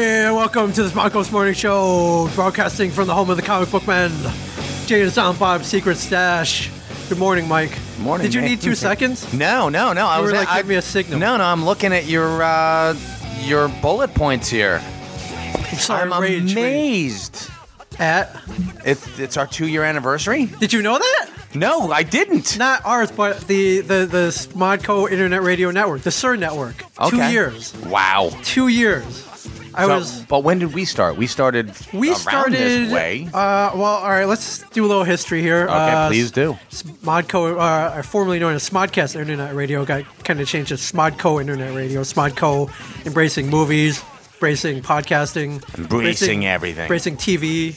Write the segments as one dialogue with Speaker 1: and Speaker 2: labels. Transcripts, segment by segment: Speaker 1: Welcome to the Smodco's Morning Show, broadcasting from the home of the comic book men, Jay and Silent Bob Secret Stash. Good morning, Mike.
Speaker 2: Morning,
Speaker 1: Did you
Speaker 2: man.
Speaker 1: need two seconds?
Speaker 2: No, no, no. I
Speaker 1: You
Speaker 2: was
Speaker 1: were like,
Speaker 2: I,
Speaker 1: "Give me a signal."
Speaker 2: No, no. I'm looking at your uh, your bullet points here.
Speaker 1: I'm sorry,
Speaker 2: I'm
Speaker 1: rage, rage.
Speaker 2: amazed.
Speaker 1: At
Speaker 2: It's it's our two year anniversary.
Speaker 1: Did you know that?
Speaker 2: No, I didn't.
Speaker 1: Not ours, but the the the Smodco Internet Radio Network, the Sir Network. Two
Speaker 2: Okay.
Speaker 1: years.
Speaker 2: Wow.
Speaker 1: Two years. I
Speaker 2: So-
Speaker 1: was.
Speaker 2: but when did we start? We started.
Speaker 1: We
Speaker 2: around
Speaker 1: started.
Speaker 2: this way.
Speaker 1: Uh, well, all right. Let's do a little history here. Uh,
Speaker 2: Okay, please do.
Speaker 1: Smodco, uh, formerly known as Smodcast Internet Radio, got kind of changed to Smodco Internet Radio. Smodco, embracing movies, embracing podcasting,
Speaker 2: Embracing everything.
Speaker 1: embracing TV,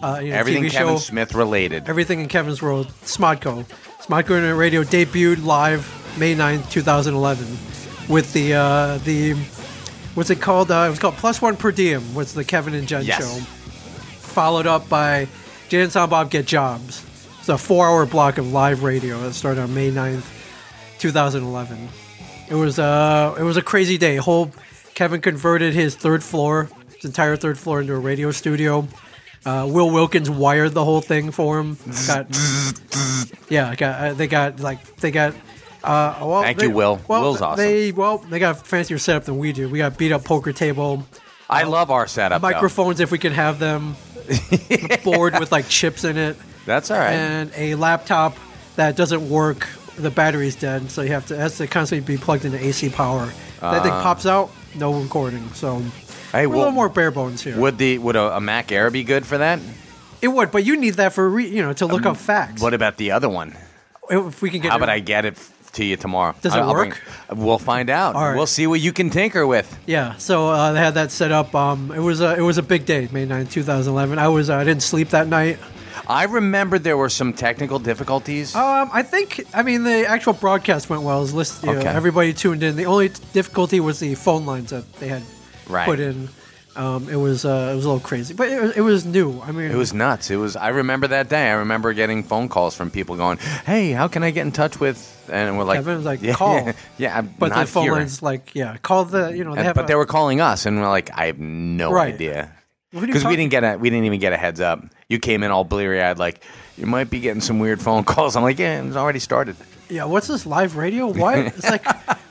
Speaker 1: uh, you know,
Speaker 2: Everything
Speaker 1: TV
Speaker 2: Kevin
Speaker 1: show,
Speaker 2: Smith related.
Speaker 1: everything in Kevin's world. Smodco, Smodco Internet Radio debuted live May 9th, 2011, with the uh, the what's it called? Uh, it was called Plus One Per Diem. Was the Kevin and Jen
Speaker 2: Yes.
Speaker 1: show? followed up by Jay and Silent Bob Get Jobs. It's a four hour block of live radio that started on May 9th, 2011. It was, uh, it was a crazy day. Whole Kevin converted his third floor, his entire third floor, into a radio studio. Uh, Will Wilkins wired the whole thing for him. Got, yeah, got, uh, they got like they got. Uh, well,
Speaker 2: Thank
Speaker 1: they-
Speaker 2: you, Will.
Speaker 1: Well,
Speaker 2: Will's awesome.
Speaker 1: They well, they got a fancier setup than we do. We got beat up poker table,
Speaker 2: I love our setup. though.
Speaker 1: microphones if we can have them, a board with like chips in it,
Speaker 2: That's all right.
Speaker 1: and a laptop that doesn't work. The battery's dead, so you have to it has to constantly be plugged into AC power. that thing pops out, no recording. So
Speaker 2: Ah.
Speaker 1: we're
Speaker 2: hey,
Speaker 1: a
Speaker 2: well,
Speaker 1: little more bare bones here.
Speaker 2: would the would a, a Mac Air be good for that?
Speaker 1: it would, but you need that for re, you know to look up facts.
Speaker 2: Um, What about the other one?
Speaker 1: if we can get
Speaker 2: How
Speaker 1: it-
Speaker 2: about I get it f- to you tomorrow?
Speaker 1: Does it
Speaker 2: I'll bring-
Speaker 1: work?
Speaker 2: we'll find out.
Speaker 1: All right.
Speaker 2: We'll see what you can tinker with.
Speaker 1: Yeah, so uh, they had that set up. Um, it was a it was a big day, May 9th, 2011. I was uh, I didn't sleep that night.
Speaker 2: I remember there were some technical difficulties.
Speaker 1: Um, I think I mean the actual broadcast went well. It was listed, you know,
Speaker 2: Okay.
Speaker 1: everybody tuned in. The only t- difficulty was the phone lines that they had
Speaker 2: Right.
Speaker 1: put in. Um, it was uh, it was a little crazy, but it, was- it was new. I mean,
Speaker 2: it was nuts. It was. I remember that day. I remember getting phone calls from people going, "Hey, how can I get in touch with?" And we're like,
Speaker 1: Kevin was like,
Speaker 2: yeah,
Speaker 1: "Call."
Speaker 2: yeah, yeah, I'm
Speaker 1: but the
Speaker 2: not
Speaker 1: phone
Speaker 2: here."
Speaker 1: lines like yeah, call the you know they
Speaker 2: And-
Speaker 1: have
Speaker 2: but
Speaker 1: a-
Speaker 2: they were calling us, and we're like, "I have no
Speaker 1: Right.
Speaker 2: idea,"
Speaker 1: What are you
Speaker 2: because we
Speaker 1: talking-
Speaker 2: didn't get a we didn't even get a heads up. You came in all bleary eyed, like you might be getting some weird phone calls. I'm like, "Yeah, it's already started."
Speaker 1: yeah. What's this live radio? Why it's like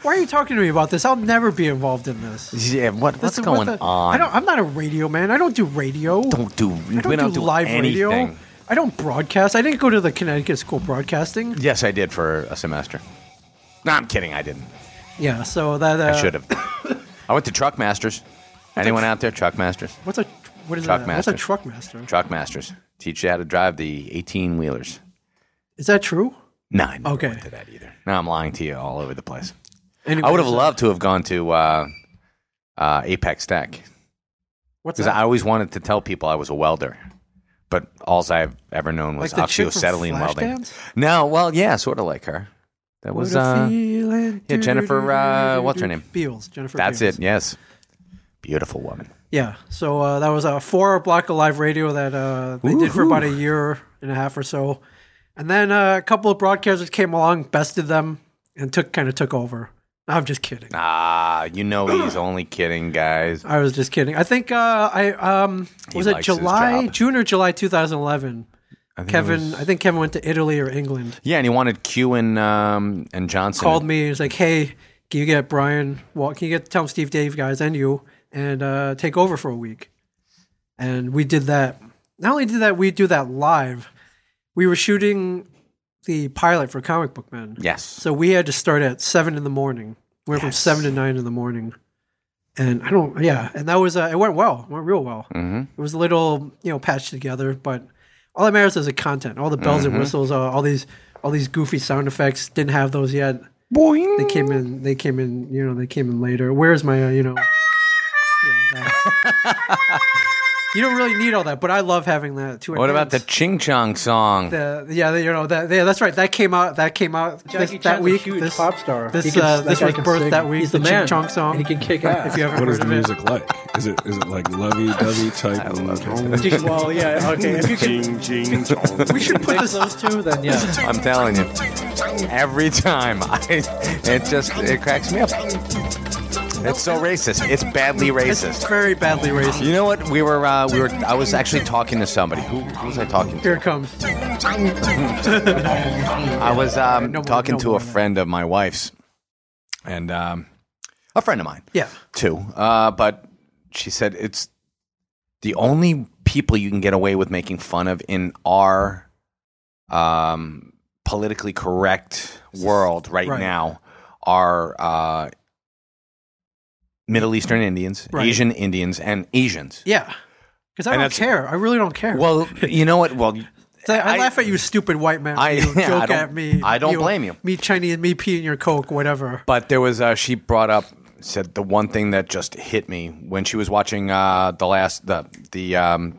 Speaker 1: why are you talking to me about this? I'll never be involved in this. this
Speaker 2: Yeah, what what's
Speaker 1: is-
Speaker 2: going
Speaker 1: what the-
Speaker 2: on?
Speaker 1: I don't. I'm not a radio man. I don't do radio.
Speaker 2: don't do
Speaker 1: I
Speaker 2: we don't do,
Speaker 1: live
Speaker 2: anything.
Speaker 1: radio. I don't broadcast. I didn't go to the Connecticut School of Broadcasting.
Speaker 2: Yes, I did for a semester. No, I'm kidding. I didn't.
Speaker 1: Yeah, so that uh,
Speaker 2: I should have. I went to Truck Masters. Anyone out there? Truck Masters.
Speaker 1: What's a what is
Speaker 2: Truck
Speaker 1: that?
Speaker 2: master.
Speaker 1: What's a truck master?
Speaker 2: Truck Masters. Teach you how to drive the 18 wheelers.
Speaker 1: Is that true?
Speaker 2: No, I never
Speaker 1: Okay.
Speaker 2: went to that either. No, I'm lying to you all over the place.
Speaker 1: Anyway,
Speaker 2: I would have
Speaker 1: so-
Speaker 2: loved to have gone to uh, uh, Apex Tech
Speaker 1: What's
Speaker 2: because
Speaker 1: that?
Speaker 2: I always wanted to tell people I was a welder, but all I've ever known was
Speaker 1: Like the chick from
Speaker 2: oxyoacetylene welding.
Speaker 1: Flashdance?
Speaker 2: No, well, yeah, sort of like her. That was
Speaker 1: What a
Speaker 2: uh,
Speaker 1: feeling.
Speaker 2: yeah, Jennifer, uh, what's her name?
Speaker 1: Beals. Jennifer.
Speaker 2: that's
Speaker 1: Beals.
Speaker 2: it. Yes, beautiful woman.
Speaker 1: Yeah. So uh, that was a four-hour block of live radio that uh, they did for about a year and a half or so, and then uh, a couple of broadcasters came along, bested them, and took kind of took over. I'm just kidding.
Speaker 2: Ah, you know he's only kidding, guys.
Speaker 1: I was just kidding. I think uh, I um,
Speaker 2: He
Speaker 1: was it
Speaker 2: likes his
Speaker 1: July,
Speaker 2: job.
Speaker 1: June or July 2011.
Speaker 2: I think it
Speaker 1: Kevin,
Speaker 2: was-
Speaker 1: I think Kevin went to Italy or England.
Speaker 2: yeah, and he wanted Q and um, and Johnson.
Speaker 1: Called me. He's like, "Hey, can you get Brian? Well, can you get Tom, Steve, Dave guys, and you, and uh, take over for a week?" And we did that. Not only did that, we do that live. We were shooting the pilot for Comic Book Men,
Speaker 2: Yes.
Speaker 1: so we had to start at seven in the morning. We went from
Speaker 2: Yes.
Speaker 1: seven to nine in the morning, and I don't. Yeah, and that was uh, it. Went well. It went real well.
Speaker 2: hmm
Speaker 1: It was a little, you know, patched together, but all that matters is the content. All the bells and whistles, uh, all these, all these goofy sound effects. Didn't have those yet. They came in. They came in. You know, they came in later. Where's my, uh, you know? Yeah, that. you don't really need all that, but I love having that too.
Speaker 2: What about the
Speaker 1: enhance
Speaker 2: Ching Chong song?
Speaker 1: the? Yeah, you know that. Yeah, that's right. That came out. That came out this,
Speaker 3: Jackie
Speaker 1: that
Speaker 3: Chan's a
Speaker 1: week.
Speaker 3: huge
Speaker 1: this
Speaker 3: pop star. He
Speaker 1: This
Speaker 3: can-
Speaker 1: uh,
Speaker 3: that
Speaker 1: this
Speaker 3: guy
Speaker 1: was
Speaker 3: can
Speaker 1: birth
Speaker 3: sing.
Speaker 1: that week.
Speaker 3: He's the
Speaker 1: Ching
Speaker 3: man.
Speaker 1: Chong song.
Speaker 3: And he can kick ass.
Speaker 1: If you haven't
Speaker 4: What
Speaker 1: heard
Speaker 4: is the
Speaker 1: of it.
Speaker 4: music like? Is it is it like lovey dovey type?
Speaker 3: well, yeah, okay. If you can,
Speaker 4: Ching ching chong.
Speaker 1: We should put this.
Speaker 3: those two, then yeah.
Speaker 2: I'm telling you, every time I, it just it cracks me up. That's so racist. It's badly
Speaker 1: It's
Speaker 2: racist.
Speaker 1: very badly racist.
Speaker 2: You know what? We were uh, we were. I was actually talking to somebody. Who, who was I talking to?
Speaker 1: Here it comes.
Speaker 2: I was um,
Speaker 1: No more-
Speaker 2: talking
Speaker 1: no
Speaker 2: to
Speaker 1: more
Speaker 2: a
Speaker 1: than that.
Speaker 2: friend of my wife's, and um, a friend of mine
Speaker 1: Yeah.
Speaker 2: too. Uh, but she said it's the only people you can get away with making fun of in our um, politically correct world right,
Speaker 1: Right.
Speaker 2: now are uh, Middle Eastern Indians,
Speaker 1: Right.
Speaker 2: Asian Indians, and Asians.
Speaker 1: Yeah. Because I
Speaker 2: And
Speaker 1: don't
Speaker 2: that's-
Speaker 1: care. I really don't care.
Speaker 2: Well, you know what? Well,
Speaker 1: I, I
Speaker 2: I-
Speaker 1: laugh at you, stupid white man.
Speaker 2: I-
Speaker 1: you
Speaker 2: I
Speaker 1: joke
Speaker 2: don't-
Speaker 1: at me.
Speaker 2: I don't blame you.
Speaker 1: Me Chinese, me peeing your coke, whatever.
Speaker 2: But there was uh, she brought up said the one thing that just hit me when she was watching uh, the last the the um,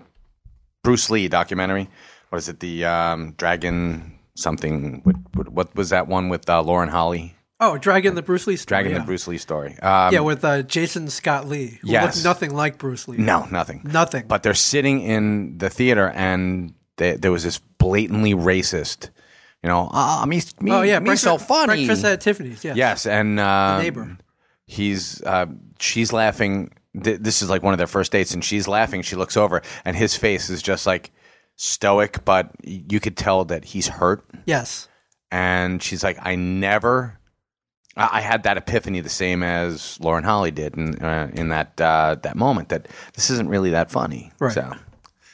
Speaker 2: Bruce Lee documentary. What is it? The um, Dragon something. What, what what was that one with uh, Lauren Holly?
Speaker 1: Oh, Dragon the Bruce Lee. Story,
Speaker 2: Dragon
Speaker 1: Oh, yeah.
Speaker 2: the Bruce Lee story. Um,
Speaker 1: Yeah, with uh, Jason Scott Lee. Who
Speaker 2: Yes.
Speaker 1: looked nothing like Bruce Lee.
Speaker 2: No, nothing.
Speaker 1: Nothing.
Speaker 2: But they're sitting in the theater and they, there was this blatantly racist. You know, ah, me, me,
Speaker 1: oh yeah,
Speaker 2: me
Speaker 1: breakfast,
Speaker 2: so funny.
Speaker 1: Breakfast at Tiffany's. Yeah.
Speaker 2: Yes, and uh,
Speaker 1: neighbor.
Speaker 2: He's uh, she's laughing. Th- this is like one of their first dates, and she's laughing. She looks over, and his face is just like stoic, but y- you could tell that he's hurt.
Speaker 1: Yes.
Speaker 2: And she's like, "I never." I I had that epiphany, the same as Lauren Holly did, in, uh, in that uh, that moment. That this isn't really that funny.
Speaker 1: Right.
Speaker 2: So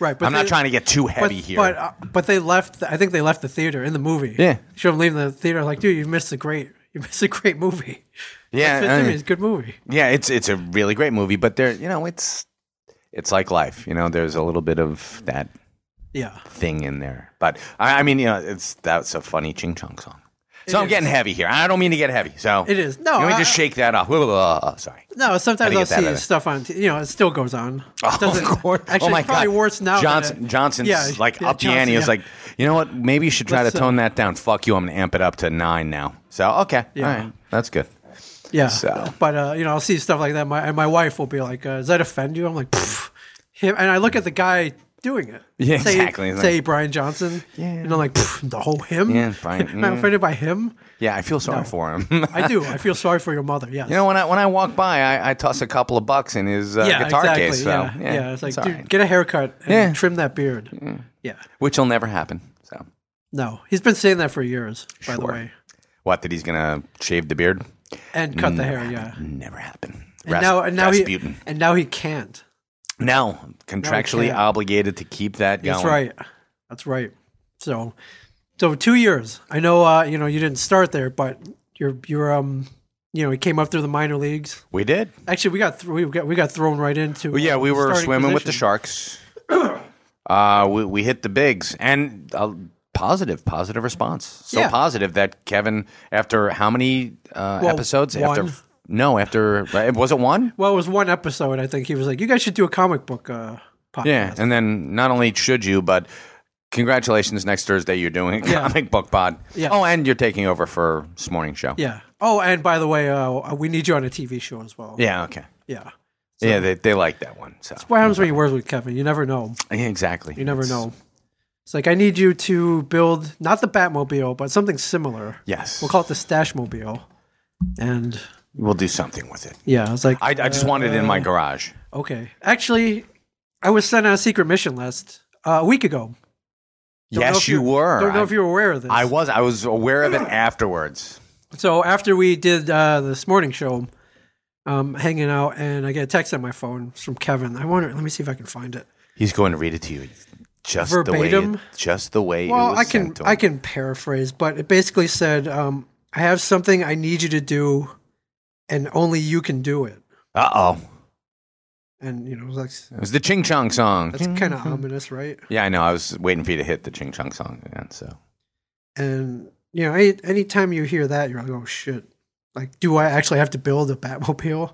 Speaker 1: Right. But
Speaker 2: I'm not
Speaker 1: they-
Speaker 2: trying to get too
Speaker 1: But,
Speaker 2: heavy here.
Speaker 1: but uh, but they left. I think they left the theater in the movie.
Speaker 2: Yeah.
Speaker 1: Show them leaving the theater like, dude, you missed a great, you missed a great movie.
Speaker 2: yeah,
Speaker 1: Fifth
Speaker 2: I mean-
Speaker 1: Tiffany's a good movie.
Speaker 2: Yeah, it's it's a really great movie, but there, you know, it's it's like life. You know, there's a little bit of that
Speaker 1: Yeah.
Speaker 2: thing in there. But I, I mean, you know, it's that's a funny ching chong song. So
Speaker 1: It
Speaker 2: I'm
Speaker 1: is.
Speaker 2: getting heavy here. I don't mean to get heavy. So
Speaker 1: It is. No,
Speaker 2: let me
Speaker 1: I-
Speaker 2: just shake that off. Blah, blah, blah. Sorry.
Speaker 1: No,
Speaker 2: How
Speaker 1: sometimes
Speaker 2: do you
Speaker 1: I'll
Speaker 2: get that
Speaker 1: see
Speaker 2: out of-
Speaker 1: stuff on. t- You know, it still goes on. Doesn't-
Speaker 2: of course.
Speaker 1: Actually,
Speaker 2: oh my
Speaker 1: it's probably
Speaker 2: God.
Speaker 1: worse now. than
Speaker 2: Johnson,
Speaker 1: it-
Speaker 2: Johnson's
Speaker 1: Yeah,
Speaker 2: like
Speaker 1: yeah,
Speaker 2: up the
Speaker 1: Johnson,
Speaker 2: ante. Is
Speaker 1: yeah.
Speaker 2: like, you know what? Maybe you should try
Speaker 1: Let's,
Speaker 2: to
Speaker 1: uh,
Speaker 2: tone that down. Fuck you. I'm gonna amp it up to nine now. So okay,
Speaker 1: Yeah.
Speaker 2: all right, that's good.
Speaker 1: yeah.
Speaker 2: so.
Speaker 1: But uh, you know, I'll see stuff like that. My and my wife will be like, uh, "Does that offend you?" I'm like, Pfft. him. And I look at the guy doing it.
Speaker 2: Yeah,
Speaker 1: say,
Speaker 2: exactly. It's
Speaker 1: Say
Speaker 2: like-
Speaker 1: Brian Johnson.
Speaker 2: Yeah.
Speaker 1: And I'm like, "Pfft, no, him.
Speaker 2: Yeah, Brian,
Speaker 1: Am I
Speaker 2: mm.
Speaker 1: offended by him?
Speaker 2: Yeah, I feel sorry for him.
Speaker 1: I do. I feel sorry for your mother. Yes.
Speaker 2: You know, when I when I walk by, I, I toss a couple of bucks in his uh, guitar case. So,
Speaker 1: yeah, yeah, It's like,
Speaker 2: all
Speaker 1: dude,
Speaker 2: right.
Speaker 1: get a haircut and
Speaker 2: Yeah.
Speaker 1: trim that beard. Yeah.
Speaker 2: which will never happen. So,
Speaker 1: No, he's been saying that for years. By the
Speaker 2: Sure.
Speaker 1: way,
Speaker 2: what? That he's gonna shave the beard?
Speaker 1: and cut the hair. Yeah.
Speaker 2: Never happen.
Speaker 1: And now, and now
Speaker 2: Mm. Rasputin.
Speaker 1: he, and now he can't.
Speaker 2: now contractually
Speaker 1: can't.
Speaker 2: obligated to keep that going.
Speaker 1: That's right. That's right. So, so two years. I know. Uh, you know, you didn't start there, but you're, you're, um, you know, he came up through the minor leagues.
Speaker 2: We did.
Speaker 1: Actually, we got, th- we got, we got thrown right into.
Speaker 2: Well, yeah,
Speaker 1: uh,
Speaker 2: we were
Speaker 1: starting
Speaker 2: swimming with the
Speaker 1: position.
Speaker 2: sharks. uh, we we hit the bigs and. Uh, Positive, positive response. So
Speaker 1: Yeah.
Speaker 2: positive that Kevin, after how many uh,
Speaker 1: Well,
Speaker 2: episodes?
Speaker 1: one.
Speaker 2: After no, after right, was it one?
Speaker 1: Well, it was one episode. I think he was like, "You guys should do a comic book uh, podcast."
Speaker 2: Yeah, and then not only should you, but congratulations! Next Thursday, you're doing a
Speaker 1: Yeah.
Speaker 2: comic book pod.
Speaker 1: Yeah.
Speaker 2: Oh, and you're taking over for this morning show.
Speaker 1: Yeah. Oh, and by the way, uh, we need you on a TV show as well.
Speaker 2: Yeah. Okay.
Speaker 1: Yeah.
Speaker 2: yeah, they they like that one. So
Speaker 1: What happens when you work with Kevin? You never know.
Speaker 2: yeah, exactly.
Speaker 1: You never know. It's like I need you to build not the Batmobile, but something similar.
Speaker 2: Yes.
Speaker 1: We'll call it the Stashmobile. And
Speaker 2: We'll do something with it.
Speaker 1: yeah, I was like,
Speaker 2: I, I just want it in
Speaker 1: Uh,
Speaker 2: my garage.
Speaker 1: okay. Actually, I was sent on a secret mission last uh, a week ago. Don't know
Speaker 2: yes,
Speaker 1: if
Speaker 2: you
Speaker 1: you're-
Speaker 2: were.
Speaker 1: Don't know
Speaker 2: I,
Speaker 1: if you were aware of this.
Speaker 2: I was. I was aware of it afterwards.
Speaker 1: So after we did uh, this morning show, um, hanging out, and I get a text on my phone from Kevin. I wonder. Let me see if I can find it.
Speaker 2: He's going to read it to you, just the way,
Speaker 1: Verbatim?
Speaker 2: it, just the way. it
Speaker 1: Well,
Speaker 2: was
Speaker 1: I can
Speaker 2: sent to him.
Speaker 1: I can paraphrase, but it basically said, um, "I have something I need you to do, and only you can do it."
Speaker 2: Uh oh,
Speaker 1: And you know, like
Speaker 2: it was the Ching Chong song.
Speaker 1: that's kind of ominous, right?
Speaker 2: yeah, I know. I was waiting for you to hit the Ching Chong song again. So
Speaker 1: And you know, any anytime you hear that, you're like, "Oh shit!" Like, do I actually have to build a Batmobile?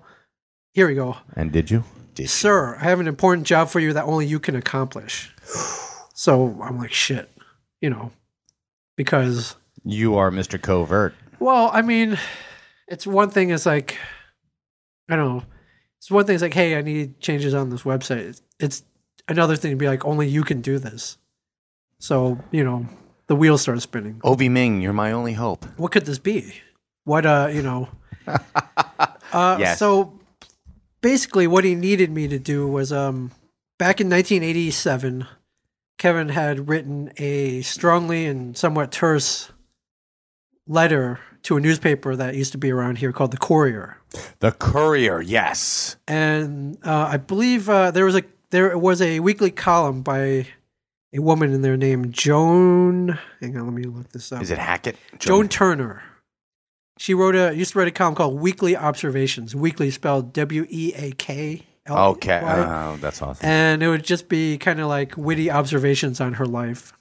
Speaker 1: Here we go.
Speaker 2: and did you? Did
Speaker 1: sir, I have an important job for you that only you can accomplish. So I'm like, shit, you know, because,
Speaker 2: You are Mr. Covert.
Speaker 1: well, I mean, it's one thing is like, I don't know, it's one thing is like, hey, I need changes on this website. It's another thing to be like, only you can do this. So, you know, the wheels start spinning.
Speaker 2: Obi Ming, you're my only hope.
Speaker 1: What could this be? What, uh, you know, uh,
Speaker 2: Yes.
Speaker 1: so basically what he needed me to do was um back in 1987 kevin had written a strongly and somewhat terse letter to a newspaper that used to be around here called the courier
Speaker 2: The Courier, yes.
Speaker 1: and uh, i believe uh, there was a there was a weekly column by a woman in there named joan hang on let me look this up
Speaker 2: Is it Hackett?
Speaker 1: Joan Turner. She wrote a used to write a column called Weekly Observations. Weekly spelled W E A K. L E Y.
Speaker 2: Okay. Oh, that's awesome.
Speaker 1: and it would just be kind of like witty observations on her life.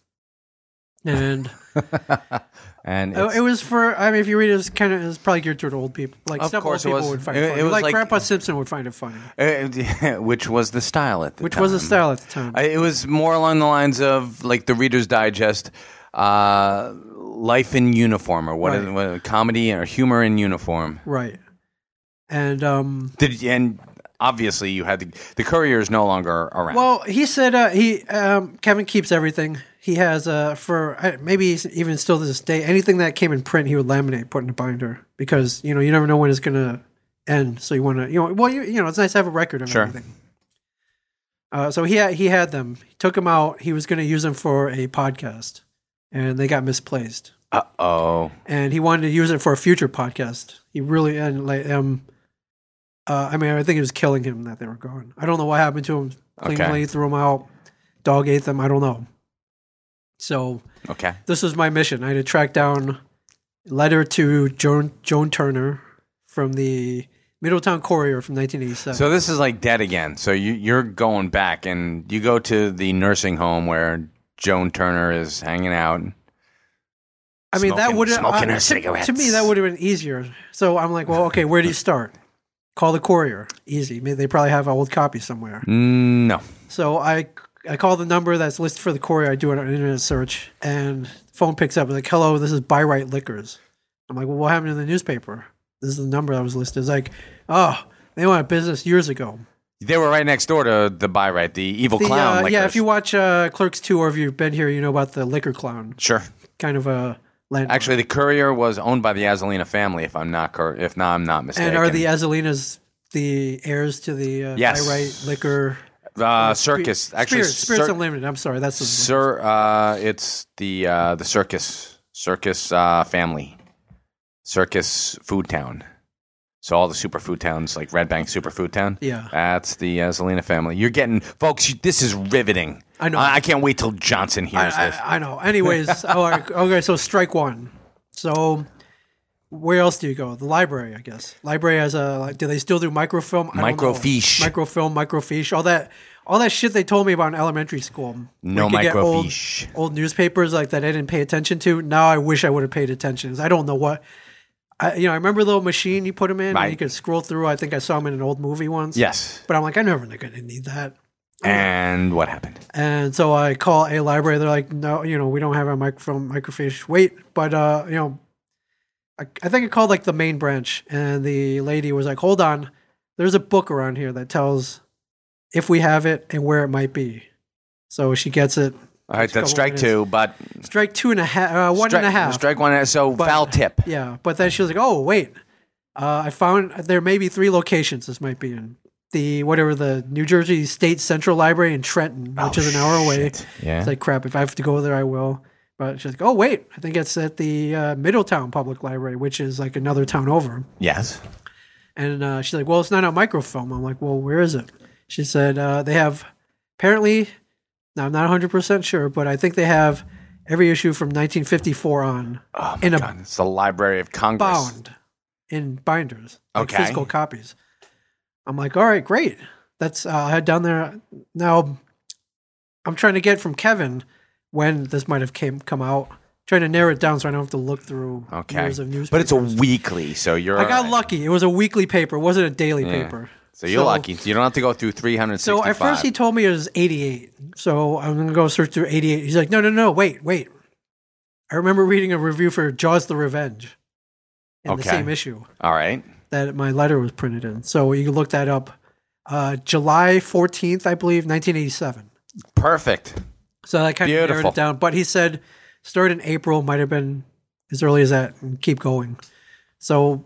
Speaker 1: And
Speaker 2: and
Speaker 1: uh,
Speaker 2: it's-
Speaker 1: it was for I mean, if you read it, it's kind of it's probably geared toward old people. Like
Speaker 2: Of
Speaker 1: stuff
Speaker 2: course it
Speaker 1: old people
Speaker 2: was.
Speaker 1: would find
Speaker 2: It-
Speaker 1: funny.
Speaker 2: it was
Speaker 1: like,
Speaker 2: like-
Speaker 1: Grandpa Simpson would find it funny,
Speaker 2: Uh, which was the style at the
Speaker 1: which
Speaker 2: time.
Speaker 1: was the style at the time.
Speaker 2: Um, I- It was more along the lines of like the Reader's Digest, uh, life in uniform, or what,
Speaker 1: Right.
Speaker 2: what- comedy or humor in uniform.
Speaker 1: right. And um,
Speaker 2: Did and obviously you had the the courier is no longer around.
Speaker 1: Well, he said uh, he um, Kevin keeps everything. He has uh, for uh, maybe he's even still to this day anything that came in print he would laminate, put in a binder because you know you never know when it's gonna end. So you want to you know well you you know it's nice to have a record of
Speaker 2: Sure.
Speaker 1: everything. Uh, so he had, he had them. He took them out. He was going to use them for a podcast, and they got misplaced.
Speaker 2: uh oh,
Speaker 1: And he wanted to use it for a future podcast. He really and like um, uh, I mean I think it was killing him that they were gone. I don't know what happened to him. Clean
Speaker 2: Okay.
Speaker 1: Lane threw them out. Dog ate them. I don't know. So
Speaker 2: okay,
Speaker 1: this was my mission. I had to track down a letter to Joan Joan Turner from the Middletown Courier from 1987.
Speaker 2: so this is like dead again. So you you're going back and you go to the nursing home where Joan Turner is hanging out.
Speaker 1: I mean that
Speaker 2: smoking-
Speaker 1: would
Speaker 2: smoking her
Speaker 1: to,
Speaker 2: cigarettes.
Speaker 1: To me, that would have been easier. So I'm like, well, okay, where do you start? Call the courier. Easy. Maybe they probably have an old copy somewhere.
Speaker 2: Mm, No,
Speaker 1: So I I call the number that's listed for the courier. I do an internet search, and phone picks up. Like, hello, this is Byright Liquors. I'm like, well, what happened in the newspaper? This is the number that was listed. It's like, oh, they went out of business years ago.
Speaker 2: they were right next door to the by right, the evil
Speaker 1: The,
Speaker 2: clown.
Speaker 1: uh, yeah,
Speaker 2: lickers.
Speaker 1: if you watch uh, Clerks 2 or if you've been here, you know about the liquor clown.
Speaker 2: sure.
Speaker 1: Kind of a landmark.
Speaker 2: Actually, the courier was owned by the Azalina family. If I'm not cor- if not, I'm not mistaken.
Speaker 1: and are the Azalinas the heirs to the uh,
Speaker 2: Yes.
Speaker 1: Byright Liquor?
Speaker 2: uh, circus?
Speaker 1: Spe-
Speaker 2: actually,
Speaker 1: Spirits, Spirits
Speaker 2: cir-
Speaker 1: Unlimited. I'm sorry, that's the
Speaker 2: Sir, uh, it's the uh, the circus circus uh, family, circus food town. So all the super food towns like Red Bank Super Food Town.
Speaker 1: Yeah.
Speaker 2: that's the uh, Zelina family. You're getting folks. You, this is riveting.
Speaker 1: I know.
Speaker 2: I, I can't wait till Johnson hears
Speaker 1: I,
Speaker 2: this.
Speaker 1: I, I know. Anyways, all right, okay, so strike one. So where else do you go? The library, I guess. Library has a like, do they still do microfilm? I don't know.
Speaker 2: Microfiche.
Speaker 1: Microfilm, microfiche, all that all that shit they told me about in elementary school.
Speaker 2: No
Speaker 1: Where you could get old-
Speaker 2: microfiche.
Speaker 1: Old, newspapers like that I didn't pay attention to. Now I wish I would have paid attention. 'cause I don't know what I, you know, I remember the little machine you put them in
Speaker 2: Right.
Speaker 1: and you could scroll through. I think I saw them in an old movie once.
Speaker 2: yes.
Speaker 1: But I'm like, I'm never going to need that.
Speaker 2: And what happened?
Speaker 1: And so I call a library. They're like, no, you know, we don't have a microphone, microfiche. Wait, but uh, you know, I, I think I called like the main branch, and the lady was like, hold on, there's a book around here that tells if we have it and where it might be. So she gets it.
Speaker 2: All right,
Speaker 1: Just a
Speaker 2: that's
Speaker 1: couple
Speaker 2: strike
Speaker 1: minutes.
Speaker 2: two, but
Speaker 1: Strike two and a half, uh, one
Speaker 2: strike,
Speaker 1: and a half.
Speaker 2: Strike one. uh, So foul tip.
Speaker 1: Yeah, but then she was like, "Oh, wait, uh, I found there may be three locations this might be in the whatever the New Jersey State Central Library in Trenton, which
Speaker 2: Oh,
Speaker 1: is an hour away.
Speaker 2: shit. Yeah.
Speaker 1: it's like crap. If I have to go there, I will." But she's like, "Oh, wait, I think it's at the uh, Middletown Public Library, which is like another town over."
Speaker 2: Yes.
Speaker 1: And uh, she's like, "Well, it's not a microfilm." I'm like, "Well, where is it?" She said, uh, "They have apparently." Now I'm not 100 percent sure, but I think they have every issue from 1954 on
Speaker 2: Oh my
Speaker 1: in a
Speaker 2: God, it's the Library of Congress.
Speaker 1: bound in binders, like
Speaker 2: Okay.
Speaker 1: physical copies. I'm like, all right, great. That's uh, I had down there. Now, I'm trying to get from Kevin when this might have came come out. Trying to narrow it down so I don't have to look through
Speaker 2: Okay.
Speaker 1: years of news.
Speaker 2: But it's a weekly, so you're.
Speaker 1: I got
Speaker 2: alright.
Speaker 1: lucky. It was a weekly paper. It wasn't a daily
Speaker 2: Yeah.
Speaker 1: paper.
Speaker 2: So you're
Speaker 1: So-
Speaker 2: lucky. You don't have to go through 365.
Speaker 1: So at first he told me it was 88. So I'm going to go search through 88. He's like, no, no, no, wait, wait. I remember reading a review for Jaws the Revenge in the
Speaker 2: Okay.
Speaker 1: same issue.
Speaker 2: All right.
Speaker 1: that my letter was printed in. So you can look that up. Uh, July 14th, I believe, 1987.
Speaker 2: Perfect.
Speaker 1: So that kind of narrowed
Speaker 2: Beautiful.
Speaker 1: it down. But he said started in April, might have been as early as that, and keep going. So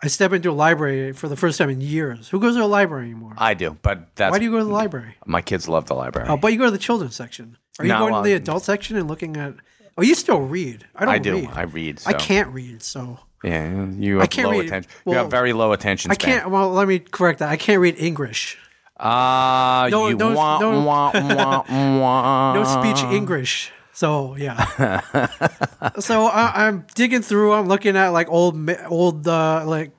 Speaker 1: I step into a library for the first time in years. Who goes to a library anymore?
Speaker 2: I do, but that's
Speaker 1: Why do you go to the library?
Speaker 2: my kids love the library.
Speaker 1: Oh, but you go to the children's section. Are you
Speaker 2: No,
Speaker 1: going to the
Speaker 2: um,
Speaker 1: adult section and looking at? Oh, you still read. I don't.
Speaker 2: I do.
Speaker 1: Read.
Speaker 2: I read. So.
Speaker 1: I can't read, so
Speaker 2: Yeah, you have
Speaker 1: can't
Speaker 2: low
Speaker 1: read-
Speaker 2: attention. you
Speaker 1: well,
Speaker 2: have very low attention.
Speaker 1: I can't. Well, let me correct that. I can't read English.
Speaker 2: Ah, uh,
Speaker 1: No,
Speaker 2: you
Speaker 1: no-
Speaker 2: wah,
Speaker 1: no-
Speaker 2: wah, wah, wah.
Speaker 1: No speech
Speaker 2: Um,
Speaker 1: English. So yeah. so I, I'm digging through. I'm looking at like old ma- old uh, like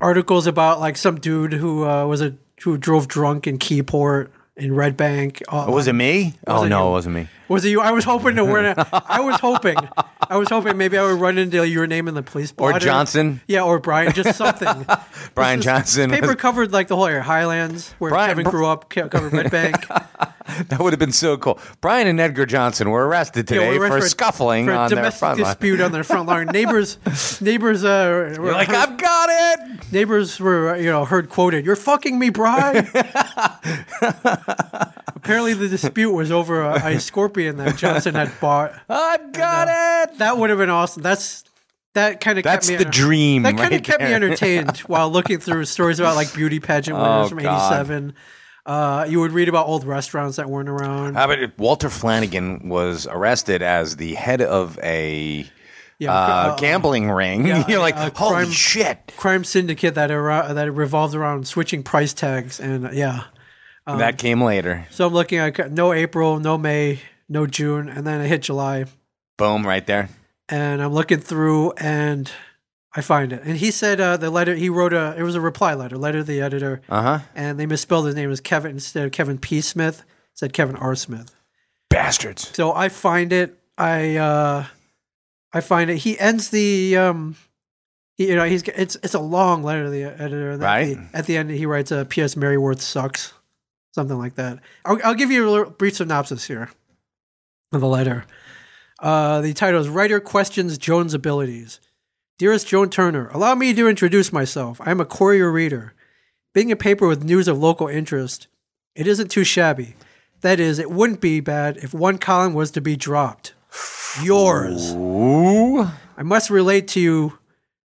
Speaker 1: articles about like some dude who uh, was a who drove drunk in Keyport in Red Bank. Uh,
Speaker 2: Was it me? oh
Speaker 1: it
Speaker 2: no,
Speaker 1: you?
Speaker 2: it wasn't me.
Speaker 1: Was it you? I was hoping to win. a- I was hoping. I was hoping maybe I would run into your name in the police
Speaker 2: Or
Speaker 1: blotter.
Speaker 2: Johnson.
Speaker 1: Yeah, or Brian, just something.
Speaker 2: Brian
Speaker 1: This is-
Speaker 2: Johnson was-
Speaker 1: Paper covered like the whole area, Highlands, where
Speaker 2: Brian-
Speaker 1: Kevin grew up, ca- covered Red Bank.
Speaker 2: That would have been so cool. Brian and Edgar Johnson were arrested
Speaker 1: Yeah,
Speaker 2: today
Speaker 1: we were
Speaker 2: for,
Speaker 1: for-
Speaker 2: scuffling
Speaker 1: for a
Speaker 2: on their
Speaker 1: domestic
Speaker 2: front line.
Speaker 1: dispute on their front lawn. neighbors, neighbors, uh, were
Speaker 2: You're like,
Speaker 1: heard,
Speaker 2: I've got it.
Speaker 1: neighbors were uh, you know heard quoted, "You're fucking me, Brian." Apparently, the dispute was over a, a scorpion that Johnson had bought.
Speaker 2: I've got it.
Speaker 1: That would have been awesome. That's that kind of
Speaker 2: That's
Speaker 1: kept me
Speaker 2: the dream.
Speaker 1: That kind of
Speaker 2: right
Speaker 1: kept me
Speaker 2: there.
Speaker 1: entertained while looking through stories about like beauty pageant winners
Speaker 2: Oh,
Speaker 1: from
Speaker 2: God.
Speaker 1: '87. Uh, you would read about old restaurants that weren't around.
Speaker 2: How about it? Uh, Walter Flanagan was arrested as the head of a
Speaker 1: Yeah,
Speaker 2: uh,
Speaker 1: uh,
Speaker 2: gambling ring. You're like,
Speaker 1: uh,
Speaker 2: holy
Speaker 1: crime-
Speaker 2: shit.
Speaker 1: crime syndicate that ar- that revolved around switching price tags and uh, yeah.
Speaker 2: that came later.
Speaker 1: So I'm looking at no April, no May, no June, and then I hit July,
Speaker 2: Boom, right there.
Speaker 1: and I'm looking through and I find it. And he said uh, the letter he wrote a it was a reply letter, letter to the editor,
Speaker 2: Uh huh.
Speaker 1: and they misspelled his name as Kevin instead of Kevin P Smith, it said Kevin R Smith.
Speaker 2: Bastards.
Speaker 1: So I find it. I uh, I find it. He ends the um, he- you know, he's it's it's a long letter to the editor. and At
Speaker 2: Right.
Speaker 1: the, at the end, he writes uh, a P.S. Maryworth sucks, something like that. I'll, I'll give you a little brief synopsis here of the letter. Uh, the title is "Writer Questions Joan's Abilities." Dearest Joan Turner, allow me to introduce myself. I am a courier reader. Being a paper with news of local interest, it isn't too shabby. That is, it wouldn't be bad if one column was to be dropped. Yours.
Speaker 2: Ooh.
Speaker 1: I must relate to you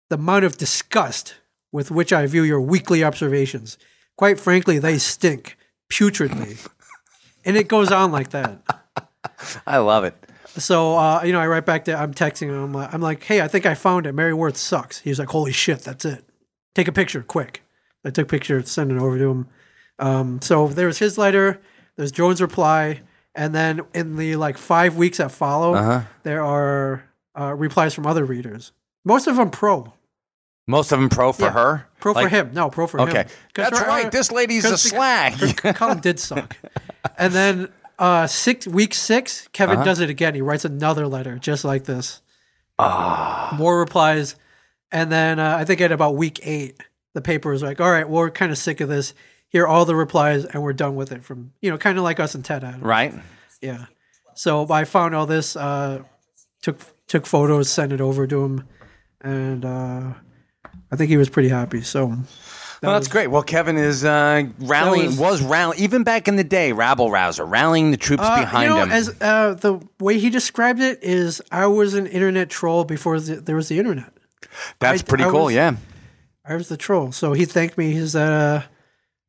Speaker 1: the amount of disgust with which I view your weekly observations. Quite frankly, they stink putridly. and it goes on like that.
Speaker 2: I love it.
Speaker 1: So, uh, you know, I write back to, I'm texting him. I'm like, I'm like, hey, I think I found it. Mary Worth sucks. He's like, holy shit, that's it. Take a picture, quick. I took a picture, sent it over to him. Um, so there was his letter, there's Jones' reply, and then in the like five weeks that follow,
Speaker 2: Uh-huh.
Speaker 1: there are uh, replies from other readers. Most of them pro.
Speaker 2: Most of them pro for
Speaker 1: Yeah.
Speaker 2: her.
Speaker 1: Pro for
Speaker 2: Like,
Speaker 1: him. No, pro for him.
Speaker 2: Okay,
Speaker 1: 'Cause
Speaker 2: that's
Speaker 1: her-
Speaker 2: right. This lady's a
Speaker 1: 'cause the-
Speaker 2: slag.
Speaker 1: her column did suck. And then uh, six week six, Kevin does it again. He writes another letter just like this. More replies, and then uh, I think at about week eight, the paper was like, "All right, well, we're kind of sick of this. Here are all the replies, and we're done with it." From you know, kind of like us and Ted Adams.
Speaker 2: right?
Speaker 1: Yeah. So I found all this, uh, took took photos, sent it over to him, and uh, I think he was pretty happy. So
Speaker 2: well, that's great. Well, Kevin is uh, rallying.
Speaker 1: That
Speaker 2: was rallying even back in the day, rabble rouser, rallying the troops
Speaker 1: Uh,
Speaker 2: behind
Speaker 1: you know,
Speaker 2: him.
Speaker 1: As uh, the way he described it is, I was an internet troll before the, there was the internet.
Speaker 2: that's
Speaker 1: I-
Speaker 2: pretty
Speaker 1: I
Speaker 2: cool.
Speaker 1: was-
Speaker 2: yeah.
Speaker 1: I was the troll. So he thanked me. He's uh,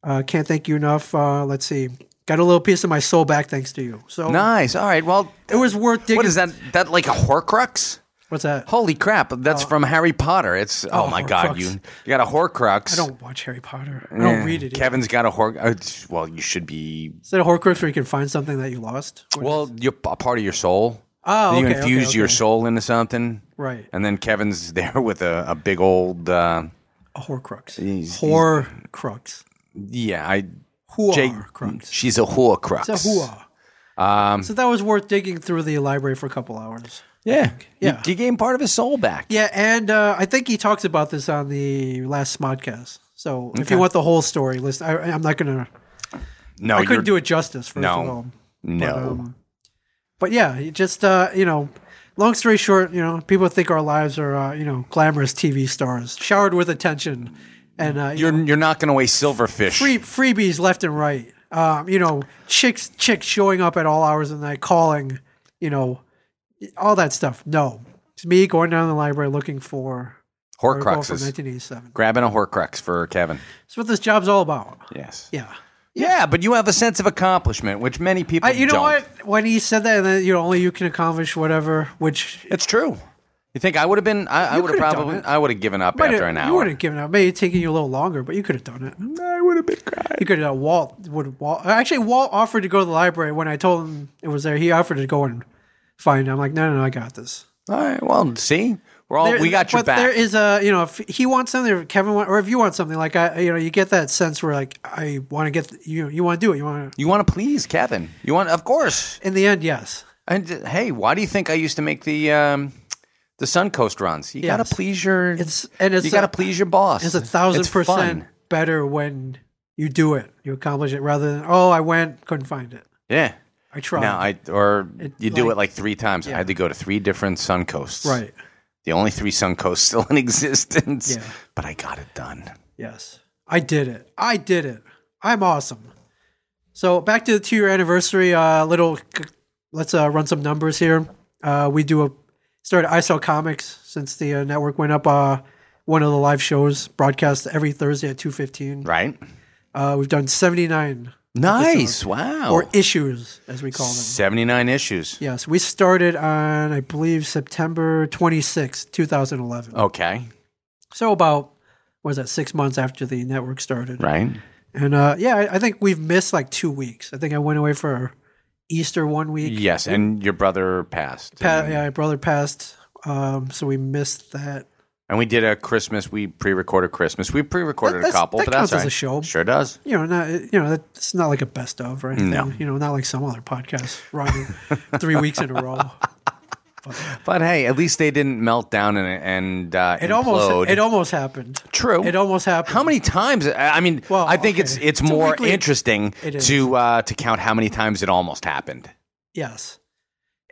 Speaker 1: uh, can't thank you enough. Uh, let's see, got a little piece of my soul back thanks to you. So
Speaker 2: Nice. All right. Well,
Speaker 1: it was worth digging.
Speaker 2: what is that? That like a Horcrux?
Speaker 1: What's that?
Speaker 2: Holy crap! That's from Harry Potter. It's oh, my god,
Speaker 1: Uh, Horcrux.
Speaker 2: you you got a Horcrux.
Speaker 1: I don't watch Harry Potter. I don't read it. either.
Speaker 2: Kevin's got a Horcrux. Well, you should be.
Speaker 1: Is that a Horcrux where you can find something that you lost? What-
Speaker 2: Well, you're a part of your soul.
Speaker 1: Oh,
Speaker 2: you
Speaker 1: okay,
Speaker 2: infuse
Speaker 1: okay,
Speaker 2: your
Speaker 1: okay.
Speaker 2: soul into something,
Speaker 1: Right.
Speaker 2: And then Kevin's there with a, a big old. Uh,
Speaker 1: a Horcrux.
Speaker 2: he's- he's-
Speaker 1: Horcrux.
Speaker 2: Yeah, I. Jake,
Speaker 1: Horcrux.
Speaker 2: she's a horcrux.
Speaker 1: It's a hua.
Speaker 2: Um,
Speaker 1: so that was worth digging through the library for a couple hours.
Speaker 2: Yeah,
Speaker 1: Yeah.
Speaker 2: You, you gave him part of his soul back.
Speaker 1: Yeah, and uh, I think he talks about this on the last Smodcast. So if you want the whole story, listen. I, I'm not gonna.
Speaker 2: No,
Speaker 1: I couldn't do
Speaker 2: Oh, you're-
Speaker 1: it justice. First
Speaker 2: No.
Speaker 1: of all.
Speaker 2: No,
Speaker 1: But yeah, it just uh, you know, long story short, you know, people think our lives are uh, you know glamorous TV stars, showered with attention, and uh, you
Speaker 2: you're
Speaker 1: know,
Speaker 2: you're knocking away silverfish.
Speaker 1: free freebies left and right. Um, you know, chicks chicks showing up at all hours of the night, calling, you know, all that stuff. No, it's me going down to the library looking for article from
Speaker 2: Horcruxes.
Speaker 1: 1987.
Speaker 2: Grabbing a Horcrux for Kevin.
Speaker 1: That's what this job's all about.
Speaker 2: Yes.
Speaker 1: Yeah.
Speaker 2: Yeah, but you have a sense of accomplishment, which many people
Speaker 1: I, Uh, you know
Speaker 2: don't.
Speaker 1: what? When he said that, and then, you know, only you can accomplish whatever, which
Speaker 2: It's true. You think I would have been? I, I
Speaker 1: You
Speaker 2: would have
Speaker 1: could've done
Speaker 2: probably.
Speaker 1: it.
Speaker 2: I would have given up
Speaker 1: might
Speaker 2: after
Speaker 1: have-
Speaker 2: an
Speaker 1: you would
Speaker 2: hour.
Speaker 1: have given up. Maybe taking you a little longer, but you could have done it.
Speaker 2: I would have been crying.
Speaker 1: You could have Walt would Walt uh, actually Walt offered to go to the library when I told him it was there. He offered to go and find. It. I'm like, no, no, no, I got this.
Speaker 2: All right. Well, see, we're all
Speaker 1: There-
Speaker 2: we got your
Speaker 1: but There
Speaker 2: back.
Speaker 1: is a you know if he wants something, or Kevin, want, or if you want something, like I, you know, you get that sense where like I want to get you, you want to do it, you want to.
Speaker 2: you want to please Kevin? You want, of course.
Speaker 1: In the end, yes,
Speaker 2: And uh, hey, why do you think I used to make the um, the Suncoast runs? You
Speaker 1: Yes.
Speaker 2: gotta please your.
Speaker 1: It's- and it's
Speaker 2: you gotta
Speaker 1: a-
Speaker 2: please your boss.
Speaker 1: it's a thousand
Speaker 2: It's
Speaker 1: percent
Speaker 2: fun.
Speaker 1: better when you do it, you accomplish it, rather than oh, I went, couldn't find it,
Speaker 2: Yeah.
Speaker 1: I tried.
Speaker 2: No, I or you do
Speaker 1: like-
Speaker 2: it like three times. I had to go to three different Suncoasts.
Speaker 1: right?
Speaker 2: The only three Suncoasts still in existence.
Speaker 1: Yeah.
Speaker 2: But I got it done.
Speaker 1: Yes. I did it. I did it. I'm awesome. So back to the two year anniversary, uh, little, let's uh, run some numbers here. Uh, we do a, started ISO Comics since the uh, network went up. Uh, one of the live shows broadcast every Thursday at 2.15.
Speaker 2: Right.
Speaker 1: Uh, we've done 79,
Speaker 2: Nice. Wow.
Speaker 1: or issues, as we call them.
Speaker 2: 79 issues.
Speaker 1: Yes, we started on, I believe, September 26, 2011.
Speaker 2: Oh. Okay.
Speaker 1: So about, what was that, six months after the network started.
Speaker 2: Right.
Speaker 1: And uh, yeah, I, I think we've missed like two weeks. I think I went away for Easter one week.
Speaker 2: Yes. And your brother passed.
Speaker 1: Pa- yeah, my brother passed, um, so we missed that.
Speaker 2: And we did a Christmas. We pre recorded Christmas. We pre recorded
Speaker 1: That-
Speaker 2: a
Speaker 1: that's-
Speaker 2: couple,
Speaker 1: that
Speaker 2: but that's
Speaker 1: counts as
Speaker 2: all
Speaker 1: a show.
Speaker 2: right. Sure does.
Speaker 1: You know, not you know, that, it's not like a best of or anything.
Speaker 2: No.
Speaker 1: You know, not like some other podcasts running three weeks in a row.
Speaker 2: But hey, at least they didn't melt down and, and uh,
Speaker 1: It
Speaker 2: implode.
Speaker 1: almost it almost happened.
Speaker 2: True.
Speaker 1: It almost happened.
Speaker 2: How many times? I I mean,
Speaker 1: Well,
Speaker 2: I think
Speaker 1: okay.
Speaker 2: it's it's
Speaker 1: It's a
Speaker 2: more
Speaker 1: weekly-
Speaker 2: interesting
Speaker 1: It is.
Speaker 2: to uh, to count how many times it almost happened.
Speaker 1: Yes.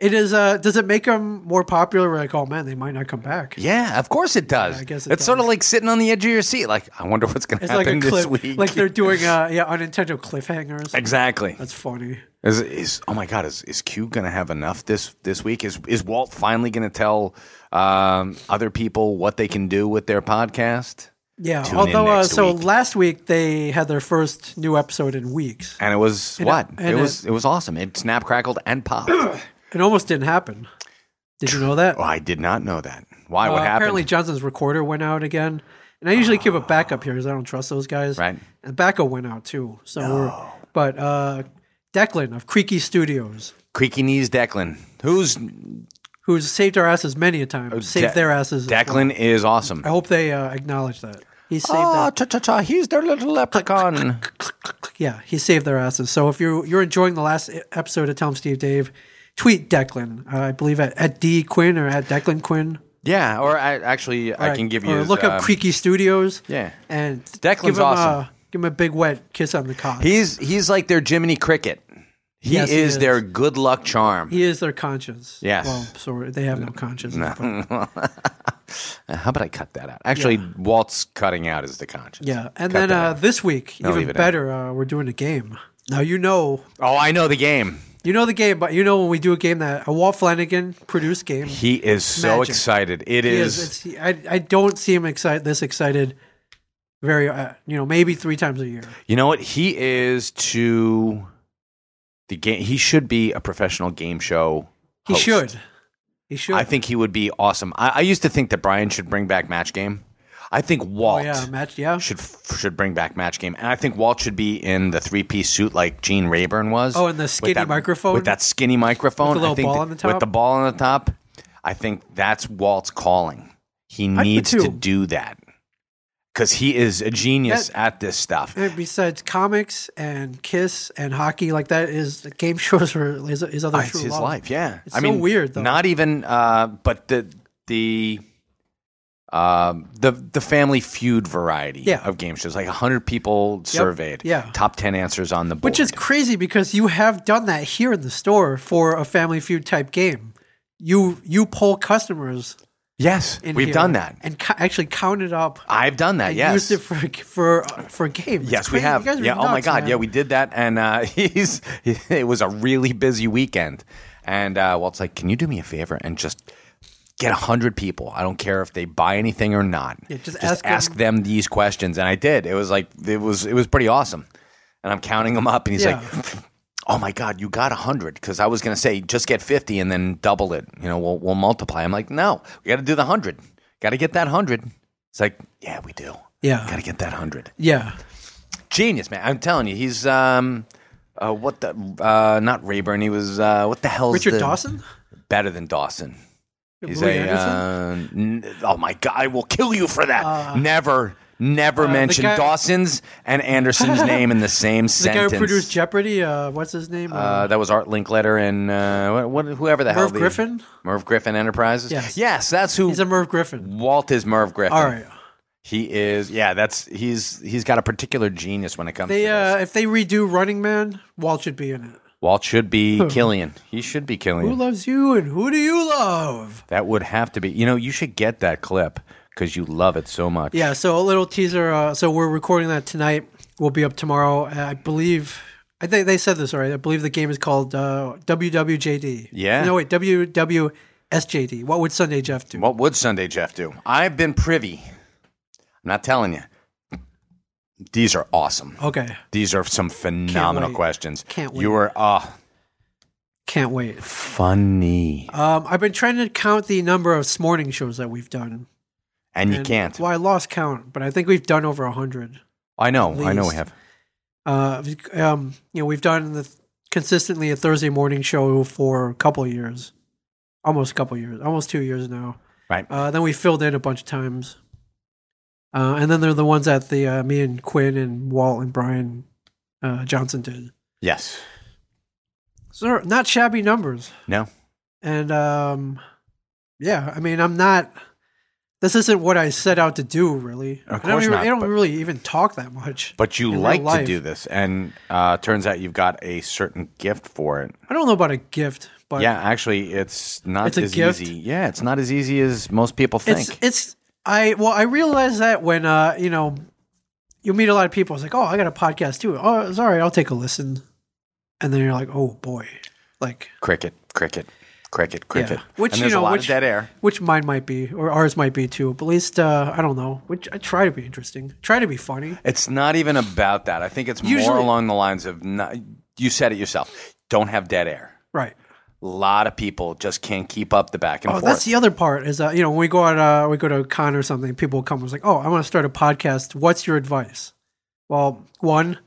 Speaker 1: It is. Uh, does it make them more popular? We're like, oh man, they might not come back.
Speaker 2: Yeah, of course it does.
Speaker 1: Yeah, I guess it
Speaker 2: it's sort of
Speaker 1: does.
Speaker 2: like sitting on the edge of your seat, like I wonder what's going to
Speaker 1: It's
Speaker 2: happen
Speaker 1: like a
Speaker 2: this
Speaker 1: clip,
Speaker 2: week.
Speaker 1: like they're doing uh, yeah unintentional cliffhangers.
Speaker 2: exactly.
Speaker 1: That's funny.
Speaker 2: Is, is oh my god is is Q gonna have enough this this week? Is is Walt finally gonna tell um, other people what they can do with their podcast?
Speaker 1: Yeah,
Speaker 2: Tune in
Speaker 1: although uh,
Speaker 2: next
Speaker 1: so
Speaker 2: week.
Speaker 1: last week they had their first new episode in weeks.
Speaker 2: And it was what
Speaker 1: and
Speaker 2: it
Speaker 1: it-
Speaker 2: was. It was awesome. It snap crackled and popped. oh,
Speaker 1: It almost didn't happen. Did you know that?
Speaker 2: I did not know that. Why?
Speaker 1: Uh,
Speaker 2: what happened?
Speaker 1: Apparently Johnson's recorder went out again, and I usually keep a backup here because I don't trust those guys.
Speaker 2: Right.
Speaker 1: And the backup went out too. So, we're, but uh, Declan of Creaky Studios,
Speaker 2: Creaky knees, Declan. Who's
Speaker 1: who's saved our asses many a time, saved
Speaker 2: Oh, De-
Speaker 1: their asses. as well.
Speaker 2: Declan? Is awesome.
Speaker 1: I hope they uh, acknowledge that Ah, he saved.
Speaker 2: Oh,
Speaker 1: that.
Speaker 2: cha cha cha! He's their little leprechaun.
Speaker 1: Yeah, he saved their asses. So if you're you're enjoying the last e-, episode of Tell 'em Steve Dave, tweet Declan. Uh, I believe at, at D Quinn or at Declan Quinn.
Speaker 2: yeah, or I, actually, I
Speaker 1: Or-
Speaker 2: can give
Speaker 1: or
Speaker 2: you. his,
Speaker 1: look up
Speaker 2: um,
Speaker 1: Creaky Studios.
Speaker 2: yeah.
Speaker 1: and
Speaker 2: Declan's
Speaker 1: give him
Speaker 2: awesome.
Speaker 1: A, give him a big wet kiss on the cock. He,
Speaker 2: He's he's like their Jiminy Cricket. He
Speaker 1: Yes,
Speaker 2: is,
Speaker 1: he is.
Speaker 2: their good luck charm.
Speaker 1: is their conscience.
Speaker 2: Yes.
Speaker 1: Well, sorry, they have no conscience.
Speaker 2: Uh, How about I cut that out? Actually, Walt's cutting out is the conscience.
Speaker 1: Yeah, and
Speaker 2: Cut
Speaker 1: then
Speaker 2: that
Speaker 1: uh,
Speaker 2: out.
Speaker 1: this week,
Speaker 2: leave
Speaker 1: even
Speaker 2: it out.
Speaker 1: better, uh, we're doing a game. Now you know,
Speaker 2: oh, I know the game.
Speaker 1: you know the game, but you know when we do a game that a Walt Flanagan produced game.
Speaker 2: He is so
Speaker 1: Magic.
Speaker 2: excited. It
Speaker 1: He
Speaker 2: is.
Speaker 1: is. It's, I, I don't see him excited this excited. Very, uh, you know, maybe three times a year.
Speaker 2: You know what? He is to the game. He should be a professional game show.
Speaker 1: He
Speaker 2: host.
Speaker 1: should. He should.
Speaker 2: I think he would be awesome. I, I used to think that Brian should bring back Match Game. I think
Speaker 1: Oh
Speaker 2: Walt
Speaker 1: yeah, match. Yeah.
Speaker 2: should should bring back Match Game, and I think Walt should be in the three piece suit like Gene Rayburn was.
Speaker 1: Oh, and the
Speaker 2: With
Speaker 1: skinny
Speaker 2: that-
Speaker 1: microphone?
Speaker 2: with that skinny
Speaker 1: With
Speaker 2: microphone,
Speaker 1: the little
Speaker 2: I think
Speaker 1: ball
Speaker 2: th-
Speaker 1: on the top?
Speaker 2: With the ball on the top, I think that's Walt's calling. He
Speaker 1: would
Speaker 2: needs to
Speaker 1: too.
Speaker 2: do that because he is a genius
Speaker 1: That-
Speaker 2: at this stuff.
Speaker 1: And besides comics and Kiss and hockey, like that is the game shows are his, his other
Speaker 2: Oh,
Speaker 1: true
Speaker 2: it's his
Speaker 1: love.
Speaker 2: life. Yeah,
Speaker 1: It's so weird, though.
Speaker 2: Not even, uh, but the the um the the Family Feud variety
Speaker 1: Yeah.
Speaker 2: of game shows, like hundred people surveyed.
Speaker 1: Yeah.
Speaker 2: top ten answers on the board.
Speaker 1: Which is crazy because you have done that here in the store for a Family Feud type game. You you poll customers.
Speaker 2: yes,
Speaker 1: In
Speaker 2: we've
Speaker 1: here
Speaker 2: done that.
Speaker 1: and co- actually counted up.
Speaker 2: I've done that.
Speaker 1: and
Speaker 2: Yes.
Speaker 1: used it for for for games.
Speaker 2: Yes, we have. Yeah. Oh my God. Yeah, we did that, and uh, he's. It was a really busy weekend, and uh, Walt's like, "Can you do me a favor and just get 100 people. I don't care if they buy anything or not.
Speaker 1: Yeah, just ask
Speaker 2: ask, them. these questions. And I did. It was like, it was, it was pretty awesome. And I'm counting them up. And he's
Speaker 1: Yeah.
Speaker 2: like, oh my God, you got 100. Cause I was going to say, just get 50 and then double it. You know, we'll, we'll multiply. I'm like, no, we got to do the 100. Got to get that 100. It's like, yeah, we do.
Speaker 1: Yeah.
Speaker 2: Got to get that 100
Speaker 1: Yeah.
Speaker 2: genius man i'm telling you he's um uh, what the uh not rayburn he was uh what the hell
Speaker 1: Richard
Speaker 2: the,
Speaker 1: Dawson?
Speaker 2: better than dawson he's
Speaker 1: Louis
Speaker 2: a
Speaker 1: Anderson? Uh,
Speaker 2: uh, n- oh my god i will kill you for that never never mention
Speaker 1: guy-
Speaker 2: dawson's and anderson's name in the
Speaker 1: The
Speaker 2: same
Speaker 1: guy
Speaker 2: sentence
Speaker 1: who produced Jeopardy, uh, what's his name?
Speaker 2: uh,
Speaker 1: Uh,
Speaker 2: that was Art Linkletter and uh, what, whoever the hell
Speaker 1: Merv
Speaker 2: the-
Speaker 1: Griffin?
Speaker 2: Merv Griffin Enterprises.
Speaker 1: Yes.
Speaker 2: that's who.
Speaker 1: He's a Merv Griffin.
Speaker 2: Walt is Merv Griffin.
Speaker 1: All right.
Speaker 2: he is. Yeah, that's he's he's got a particular genius when it comes.
Speaker 1: They
Speaker 2: to this.
Speaker 1: uh, if they redo Running Man, Walt should be in it.
Speaker 2: Walt should be Killian. He should be
Speaker 1: Who
Speaker 2: Killian.
Speaker 1: loves you and who do you love?
Speaker 2: that would have to be. You know, you should get that clip because you love it so much.
Speaker 1: Yeah. So a little teaser. Uh, so we're recording that tonight. We'll be up tomorrow. I believe. I think they said this already. I believe the game is called uh, WWJD.
Speaker 2: Yeah.
Speaker 1: No wait, WWSJD. What would Sunday Jeff do?
Speaker 2: What would Sunday Jeff do? I've been privy. I'm not telling you. These are awesome.
Speaker 1: Okay.
Speaker 2: These are some phenomenal
Speaker 1: wait.
Speaker 2: questions.
Speaker 1: Can't wait.
Speaker 2: You were ah
Speaker 1: Can't wait.
Speaker 2: funny,
Speaker 1: Um, I've been trying to count the number of morning shows that we've done.
Speaker 2: and you
Speaker 1: And-
Speaker 2: can't.
Speaker 1: Well, I lost count, but I think we've done over a hundred.
Speaker 2: I know. I know. We
Speaker 1: least.
Speaker 2: have.
Speaker 1: Uh, um, you know, we've done the, consistently a Thursday morning show for a couple years, almost a couple years, almost two years now.
Speaker 2: Right.
Speaker 1: Uh, then we filled in a bunch of times, uh, and then there are the ones that the uh, me and Quinn and Walt and Brian uh, Johnson did.
Speaker 2: Yes.
Speaker 1: So they're not shabby numbers.
Speaker 2: No.
Speaker 1: And um, yeah, I mean, I'm not. This isn't what I set out to do, really.
Speaker 2: Of
Speaker 1: I don't,
Speaker 2: course
Speaker 1: even,
Speaker 2: not,
Speaker 1: I don't
Speaker 2: but-
Speaker 1: really even talk that much.
Speaker 2: But you
Speaker 1: In real
Speaker 2: like to
Speaker 1: life.
Speaker 2: do this, and uh, turns out you've got a certain gift for it.
Speaker 1: I don't know about a gift, but
Speaker 2: yeah, actually, it's not
Speaker 1: It's a
Speaker 2: as
Speaker 1: gift.
Speaker 2: easy. Yeah, it's not as easy as most people think.
Speaker 1: it's it's I well I realized that when uh you know you meet a lot of people. It's like oh I got a podcast too. Oh sorry I'll take a listen, and then you're like oh boy, like
Speaker 2: cricket, cricket, cricket, cricket.
Speaker 1: Which,
Speaker 2: and
Speaker 1: you
Speaker 2: there's
Speaker 1: know,
Speaker 2: a lot
Speaker 1: which-
Speaker 2: of dead air.
Speaker 1: which mine might be or ours might be too. But at least uh, I don't know. Which I try to be interesting, try to be funny.
Speaker 2: It's not even about that. I think it's more
Speaker 1: Usually-
Speaker 2: along the lines of not, you said it yourself. Don't have dead air.
Speaker 1: Right.
Speaker 2: A lot of people just can't keep up the back and
Speaker 1: Oh,
Speaker 2: forth.
Speaker 1: that's the other part is uh, you know when we go out uh, we go to a con or something, people will come and it's like, oh, I want to start a podcast. What's your advice? Well, one,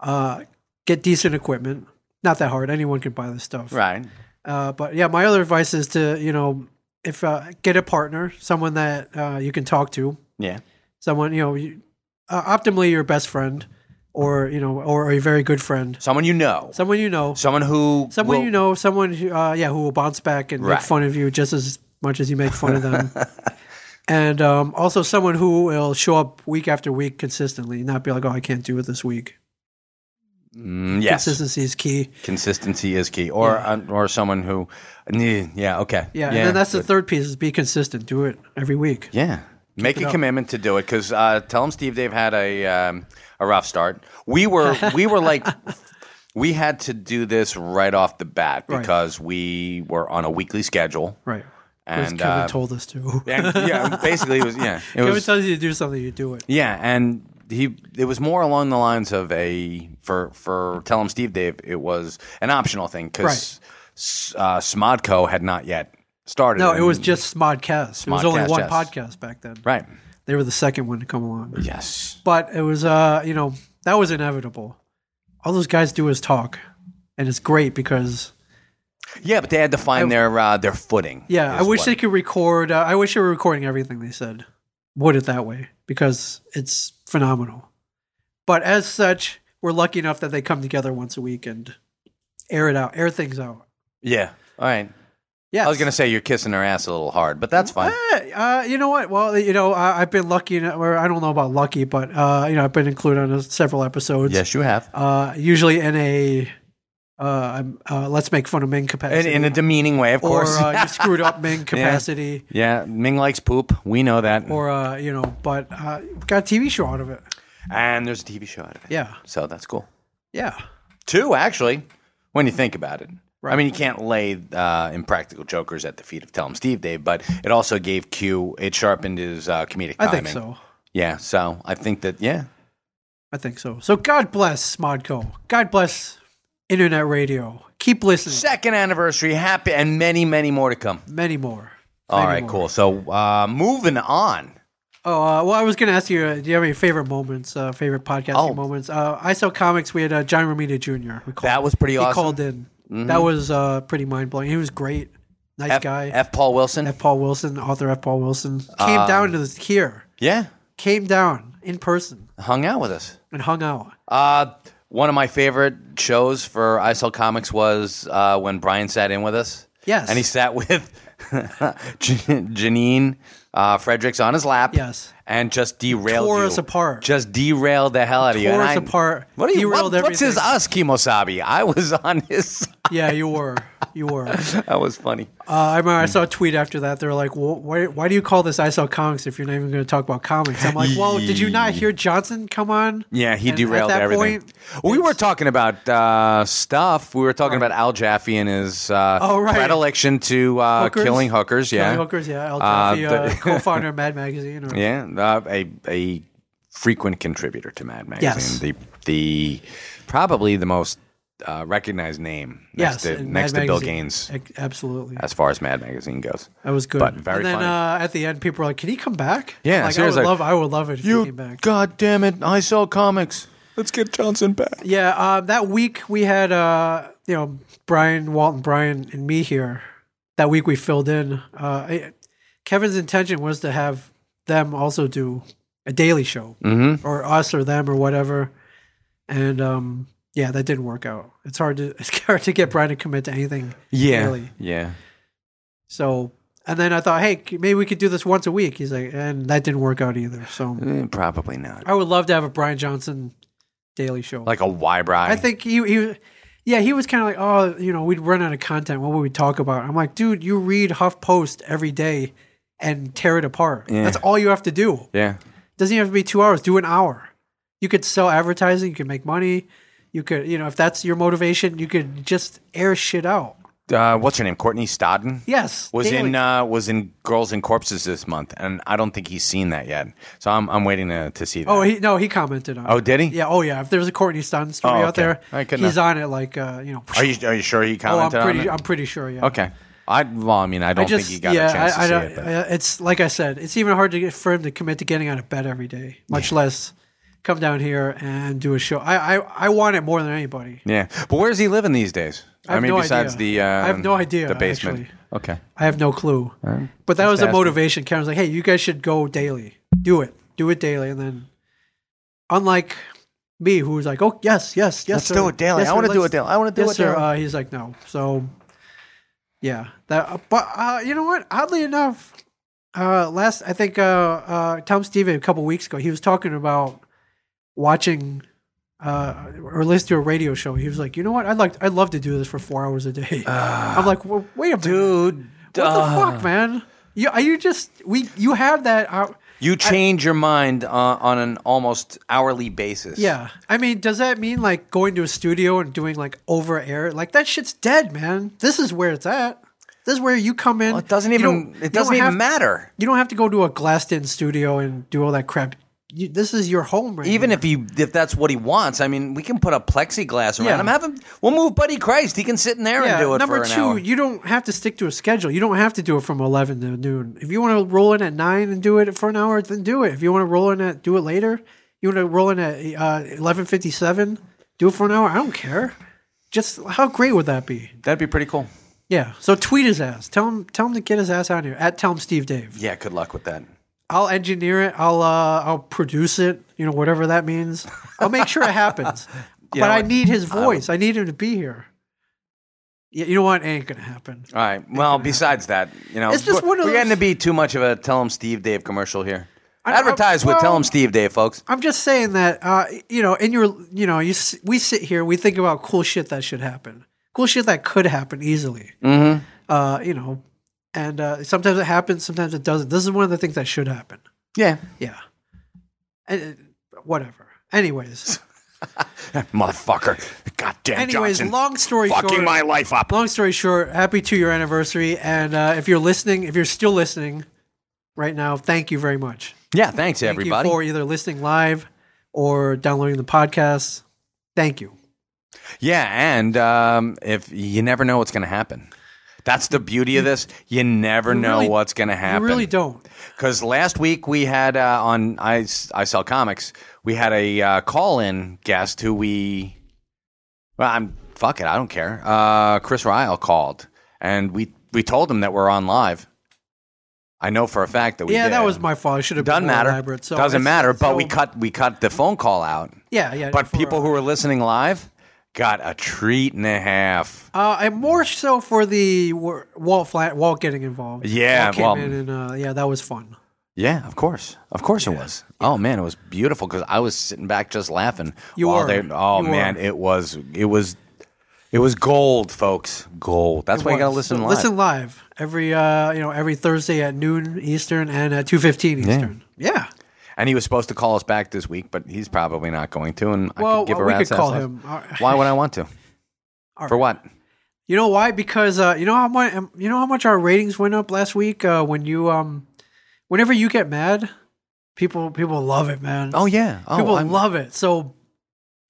Speaker 1: uh, get decent equipment. Not that hard. Anyone can buy this stuff.
Speaker 2: right.
Speaker 1: Uh, but yeah, my other advice is to you know if uh, get a partner, someone that uh, you can talk to,
Speaker 2: Yeah.
Speaker 1: someone you know, you, uh, optimally your best friend, or you know, or a very good friend,
Speaker 2: Someone you know.
Speaker 1: someone you know,
Speaker 2: Someone who.
Speaker 1: someone
Speaker 2: will-
Speaker 1: you know, someone who, uh, yeah, who will bounce back and
Speaker 2: Right.
Speaker 1: make fun of you just as much as you make fun of them. And um, also someone who will show up week after week consistently, not be like, "Oh, I can't do it this week."
Speaker 2: Mm, yes.
Speaker 1: Consistency is key.
Speaker 2: Consistency is key. Or um, or someone who. Yeah. yeah, Okay.
Speaker 1: Yeah, and then that's the
Speaker 2: good.
Speaker 1: third piece: is be consistent. Do it every week.
Speaker 2: Yeah. Make
Speaker 1: it
Speaker 2: a
Speaker 1: up.
Speaker 2: commitment to do it because uh, tell them Steve Dave had a um, a rough start. We were we were like we had to do this right off the bat
Speaker 1: Right.
Speaker 2: because we were on a weekly schedule
Speaker 1: Right. 'Cause
Speaker 2: and
Speaker 1: Kevin
Speaker 2: uh,
Speaker 1: told us to.
Speaker 2: and, yeah, basically it was yeah it
Speaker 1: Kevin
Speaker 2: was
Speaker 1: tells you to do something, you do it.
Speaker 2: yeah and he it was more along the lines of a for for tell him Steve Dave it was an optional thing because uh, Smodco had not yet started.
Speaker 1: No, it was
Speaker 2: and-
Speaker 1: just Smodcast. It was only
Speaker 2: Mm. Smodcast,
Speaker 1: one
Speaker 2: yes.
Speaker 1: podcast back then.
Speaker 2: right.
Speaker 1: They were the second one to come along.
Speaker 2: Yes.
Speaker 1: But it was, uh, you know, that was inevitable. All those guys do is talk. And it's great because,
Speaker 2: Yeah, but they had to find their uh, their footing.
Speaker 1: yeah, I
Speaker 2: is
Speaker 1: wish
Speaker 2: what-
Speaker 1: they could record. Uh, I wish they were recording everything they said. Would it that way because it's phenomenal. But as such, we're lucky enough that they come together once a week and air it out, air things out.
Speaker 2: Yeah. All right.
Speaker 1: Yeah.
Speaker 2: I was gonna say you're kissing her ass a little hard, but that's fine.
Speaker 1: Uh, you know what? Well, you know, I, I've been lucky, enough- or I don't know about lucky, but uh, you know, I've been included on uh, several episodes.
Speaker 2: Yes, you have.
Speaker 1: Uh, usually in a uh, um, uh, let's make fun of Ming
Speaker 2: In,
Speaker 1: capacity,
Speaker 2: in a demeaning way, of
Speaker 1: or
Speaker 2: course.
Speaker 1: uh, you screwed up Ming capacity,
Speaker 2: yeah, Ming likes poop. We know that.
Speaker 1: or uh, you know, but uh, got a TV show out of it.
Speaker 2: and there's a TV show out of it.
Speaker 1: Yeah,
Speaker 2: So that's cool.
Speaker 1: yeah.
Speaker 2: Two, actually, when you think about it. I mean, you can't lay uh, impractical jokers at the feet of Tell 'em Steve Dave, but it also gave Q. It sharpened his uh, comedic
Speaker 1: I
Speaker 2: timing.
Speaker 1: think so.
Speaker 2: Yeah, so I think that yeah,
Speaker 1: I think so. So God bless Modco. God bless internet radio. Keep listening.
Speaker 2: second anniversary happy, and many many more to come.
Speaker 1: Many more.
Speaker 2: All
Speaker 1: Many
Speaker 2: right,
Speaker 1: more.
Speaker 2: cool. So uh, moving on.
Speaker 1: Oh uh, well, I was gonna ask you. Uh, do you have any favorite moments? Uh, favorite podcasting
Speaker 2: Oh.
Speaker 1: moments? Uh, I saw comics. We had uh, John Romita Jr. who called-
Speaker 2: That was pretty
Speaker 1: he
Speaker 2: awesome. Mm-hmm.
Speaker 1: called in. That was uh, pretty mind blowing. He was great. Nice
Speaker 2: F,
Speaker 1: guy.
Speaker 2: F. Paul Wilson.
Speaker 1: F. Paul Wilson, author F. Paul Wilson, came
Speaker 2: Um,
Speaker 1: down to this here.
Speaker 2: yeah,
Speaker 1: Came down in person
Speaker 2: hung out with us.
Speaker 1: and hung out.
Speaker 2: Uh, one of my favorite shows for ISL Comics was uh, when Brian sat in with us.
Speaker 1: Yes.
Speaker 2: And he sat with Jan- Janine uh, Fredericks on his lap.
Speaker 1: Yes.
Speaker 2: And just derailed
Speaker 1: Tore
Speaker 2: you.
Speaker 1: us apart.
Speaker 2: Just derailed the hell out of you.
Speaker 1: Tore
Speaker 2: And
Speaker 1: us apart,
Speaker 2: What are you?
Speaker 1: derailed
Speaker 2: what- what's his
Speaker 1: everything.
Speaker 2: us, Kimosabi? I was on his. side.
Speaker 1: Yeah, you were. You were.
Speaker 2: that was funny.
Speaker 1: Uh, I remember I saw a tweet after that. They were like, well, why, why do you call this I Saw Comics if you're not even going to talk about comics? I'm like, well, did you not hear Johnson come on?
Speaker 2: Yeah, he
Speaker 1: And at
Speaker 2: derailed
Speaker 1: that
Speaker 2: everything.
Speaker 1: point,
Speaker 2: we were talking about uh, stuff. We were talking about Al Jaffe and his uh,
Speaker 1: Oh, right.
Speaker 2: predilection to uh,
Speaker 1: Hookers?
Speaker 2: killing hookers. Yeah,
Speaker 1: Johnny Hookers, yeah. Al
Speaker 2: Uh,
Speaker 1: Jaffe,
Speaker 2: the-
Speaker 1: uh, co-founder of Mad Magazine. Or,
Speaker 2: Yeah, uh, a a frequent contributor to Mad Magazine.
Speaker 1: Yes.
Speaker 2: The the probably the most uh, recognized name next
Speaker 1: Yes,
Speaker 2: to
Speaker 1: and
Speaker 2: next
Speaker 1: Mad
Speaker 2: to Bill
Speaker 1: Magazine.
Speaker 2: Gaines
Speaker 1: Ac- Absolutely.
Speaker 2: as far as Mad Magazine goes.
Speaker 1: That was good.
Speaker 2: But very
Speaker 1: and then
Speaker 2: funny.
Speaker 1: Uh, at the end, people were like, can he come back?
Speaker 2: Yeah,
Speaker 1: like, I would,
Speaker 2: seriously.
Speaker 1: love, I would love it if he
Speaker 2: you
Speaker 1: came back.
Speaker 2: god damn it! I sell comics. Let's get Johnson back.
Speaker 1: Yeah, uh, that week we had uh, you know Brian, Walton, Brian, and me here. That week we filled in. Uh, I- Kevin's intention was to have them also do a daily show,
Speaker 2: Mm-hmm.
Speaker 1: or us, or them, or whatever. And um, yeah, that didn't work out. It's hard to it's hard to get Brian to commit to anything.
Speaker 2: Yeah.
Speaker 1: Really.
Speaker 2: Yeah.
Speaker 1: So, and then I thought, hey, c- maybe we could do this once a week. He's like, and that didn't work out either. So
Speaker 2: Eh, probably not.
Speaker 1: I would love to have a Brian Johnson daily show.
Speaker 2: Like a why bride.
Speaker 1: I think he, he yeah, he was kind of like, oh, you know, we'd run out of content. What would we talk about? I'm like, dude, you read HuffPost every day and tear it apart.
Speaker 2: Yeah.
Speaker 1: That's all you have to do.
Speaker 2: Yeah.
Speaker 1: Doesn't even have to be two hours. Do an hour. You could sell advertising. You could make money. You could, you know, if that's your motivation, you could just air shit out.
Speaker 2: Uh, what's her name? Courtney Stodden.
Speaker 1: Yes.
Speaker 2: was
Speaker 1: daily.
Speaker 2: in uh, was in Girls and Corpses this month, and I don't think he's seen that yet. So I'm I'm waiting to, to see that.
Speaker 1: Oh, he, no, he commented on. it.
Speaker 2: Oh, did he?
Speaker 1: Yeah. Oh, yeah. If there's a Courtney Stun story
Speaker 2: Oh,
Speaker 1: out
Speaker 2: okay.
Speaker 1: there,
Speaker 2: I couldn't
Speaker 1: he's on it. Like, uh, you know.
Speaker 2: Are you are you sure he
Speaker 1: oh, I'm
Speaker 2: commented
Speaker 1: pretty.
Speaker 2: on
Speaker 1: I'm
Speaker 2: it?
Speaker 1: pretty sure. Yeah.
Speaker 2: okay. I well, I mean, I don't think he got a chance
Speaker 1: I,
Speaker 2: to
Speaker 1: I
Speaker 2: see
Speaker 1: don't-
Speaker 2: it. But.
Speaker 1: I- it's like I said, it's even hard to get for him to commit to getting out of bed every day, much less come down here and do a show. I, I, I want it more than anybody.
Speaker 2: yeah, but where's he living these days? I,
Speaker 1: have
Speaker 2: mean,
Speaker 1: no
Speaker 2: besides
Speaker 1: idea.
Speaker 2: the
Speaker 1: I have
Speaker 2: um,
Speaker 1: no idea,
Speaker 2: the basement.
Speaker 1: actually.
Speaker 2: Okay,
Speaker 1: I have no clue. But that was a
Speaker 2: Fantastic.
Speaker 1: motivation. Karen was like, "Hey, you guys should go daily. Do it. Do it daily." And then, unlike me, who was like, "Oh yes, yes, yes,
Speaker 2: Let's do it daily. I wanna do it daily. I wanna do it
Speaker 1: Sir.
Speaker 2: daily."
Speaker 1: Uh, he's like, "No." So, yeah, that. But uh, you know what? Oddly enough, uh, last I think uh, uh, Tom Steven a couple weeks ago, he was talking about watching. Uh, or listen to a radio show. He was like, you know what? I'd like, I'd love to do this for four hours a day. I'm like, well, wait a minute,
Speaker 2: dude.
Speaker 1: what the fuck, man? You are you just we you have that? Uh,
Speaker 2: You change your mind uh, on an almost hourly basis.
Speaker 1: yeah, I mean, does that mean like going to a studio and doing like over air? Like that shit's dead, man. This is where it's at. This is where you come in.
Speaker 2: Well, it doesn't
Speaker 1: You
Speaker 2: even
Speaker 1: don't- you
Speaker 2: it doesn't
Speaker 1: don't
Speaker 2: even
Speaker 1: have-
Speaker 2: matter.
Speaker 1: You don't have to go to a glassed in studio and do all that crap. You, this is your home, right?
Speaker 2: Even
Speaker 1: here.
Speaker 2: if he if that's what he wants, I mean, we can put a plexiglass around
Speaker 1: Yeah.
Speaker 2: him. Have him. We'll move Buddy Christ. He can sit in there and do it
Speaker 1: number
Speaker 2: for an
Speaker 1: two,
Speaker 2: hour.
Speaker 1: you don't have to stick to a schedule. You don't have to do it from eleven to noon. If you want to roll in at nine and do it for an hour, then do it. If you want to roll in at do it later, you want to roll in at uh, eleven fifty seven, do it for an hour. I don't care. Just how great would that be?
Speaker 2: That'd be pretty cool.
Speaker 1: Yeah. So tweet his ass. Tell him tell him to get his ass out here at tell him Steve Dave.
Speaker 2: Yeah. Good luck with that.
Speaker 1: I'll engineer it. I'll uh, I'll produce it. You know whatever that means. I'll make sure it happens.
Speaker 2: You
Speaker 1: but
Speaker 2: know
Speaker 1: I
Speaker 2: what?
Speaker 1: need his voice. I, need him to be here. Yeah, you know what? It ain't gonna happen.
Speaker 2: All right. Well, besides that, you know,
Speaker 1: It's just
Speaker 2: we're,
Speaker 1: one of
Speaker 2: we're getting
Speaker 1: those-
Speaker 2: to be too much of a Tell 'em Steve Dave commercial here.
Speaker 1: I- I-
Speaker 2: Advertise with
Speaker 1: well-
Speaker 2: Tell 'em Steve Dave, folks.
Speaker 1: I'm just saying that uh, you know, in your you know, you s- we sit here, we think about cool shit that should happen, cool shit that could happen easily. Mm-hmm. Uh, you know, and uh, sometimes it happens, sometimes it doesn't. This is one of the things that should happen.
Speaker 2: Yeah.
Speaker 1: Yeah, and, uh, whatever. Anyways,
Speaker 2: Motherfucker. God damn
Speaker 1: Anyways,
Speaker 2: Johnson.
Speaker 1: long story
Speaker 2: fucking
Speaker 1: short-
Speaker 2: my life up.
Speaker 1: Long story short, happy two year anniversary. And uh, if you're listening, if you're still listening right now, thank you very much.
Speaker 2: yeah, thanks
Speaker 1: Thank
Speaker 2: everybody.
Speaker 1: you for either listening live or downloading the podcast. Thank you.
Speaker 2: yeah, and um, if you never know what's going to happen. That's the beauty of this. You never know
Speaker 1: really-
Speaker 2: what's going to happen.
Speaker 1: You really don't.
Speaker 2: Because last week we had uh, on I, S- I Sell Comics, we had a uh, call in guest who we, well, I'm, fuck it, I don't care. Uh, Chris Ryle called and we, we told him that we're on live. I know for a fact that we
Speaker 1: yeah,
Speaker 2: did.
Speaker 1: that was my fault. I should have
Speaker 2: Doesn't
Speaker 1: been more
Speaker 2: matter.
Speaker 1: Elaborate, so
Speaker 2: Doesn't
Speaker 1: it's-
Speaker 2: matter. But
Speaker 1: so-
Speaker 2: we cut we cut the phone call out.
Speaker 1: Yeah, yeah.
Speaker 2: But
Speaker 1: for-
Speaker 2: people who are listening live got a treat and a half.
Speaker 1: Uh, and more so for the Wa- Walt flat Walt getting involved.
Speaker 2: Yeah,
Speaker 1: Walt came
Speaker 2: well-
Speaker 1: in and uh, yeah, that was fun.
Speaker 2: Yeah, of course, of course it was. Oh man, it was beautiful because I was sitting back just laughing.
Speaker 1: You
Speaker 2: while
Speaker 1: were.
Speaker 2: They, oh
Speaker 1: You
Speaker 2: man,
Speaker 1: were.
Speaker 2: it was it was it was gold, folks. Gold. That's why you got to
Speaker 1: Was.
Speaker 2: listen
Speaker 1: So
Speaker 2: live.
Speaker 1: Listen live every uh, you know every Thursday at noon Eastern and at two fifteen Eastern. Yeah.
Speaker 2: And he was supposed to call us back this week, but he's probably not going to. And I
Speaker 1: Well,
Speaker 2: could give
Speaker 1: well,
Speaker 2: a
Speaker 1: we
Speaker 2: rat's
Speaker 1: could call
Speaker 2: ass
Speaker 1: him. All
Speaker 2: less.
Speaker 1: right.
Speaker 2: Why would I want to?
Speaker 1: All
Speaker 2: For
Speaker 1: right.
Speaker 2: what?
Speaker 1: You know why? Because uh, you know how much you know how much our ratings went up last week uh, when you um, whenever you get mad, people people love it, man.
Speaker 2: Oh yeah. Oh,
Speaker 1: people
Speaker 2: I'm-
Speaker 1: love it. So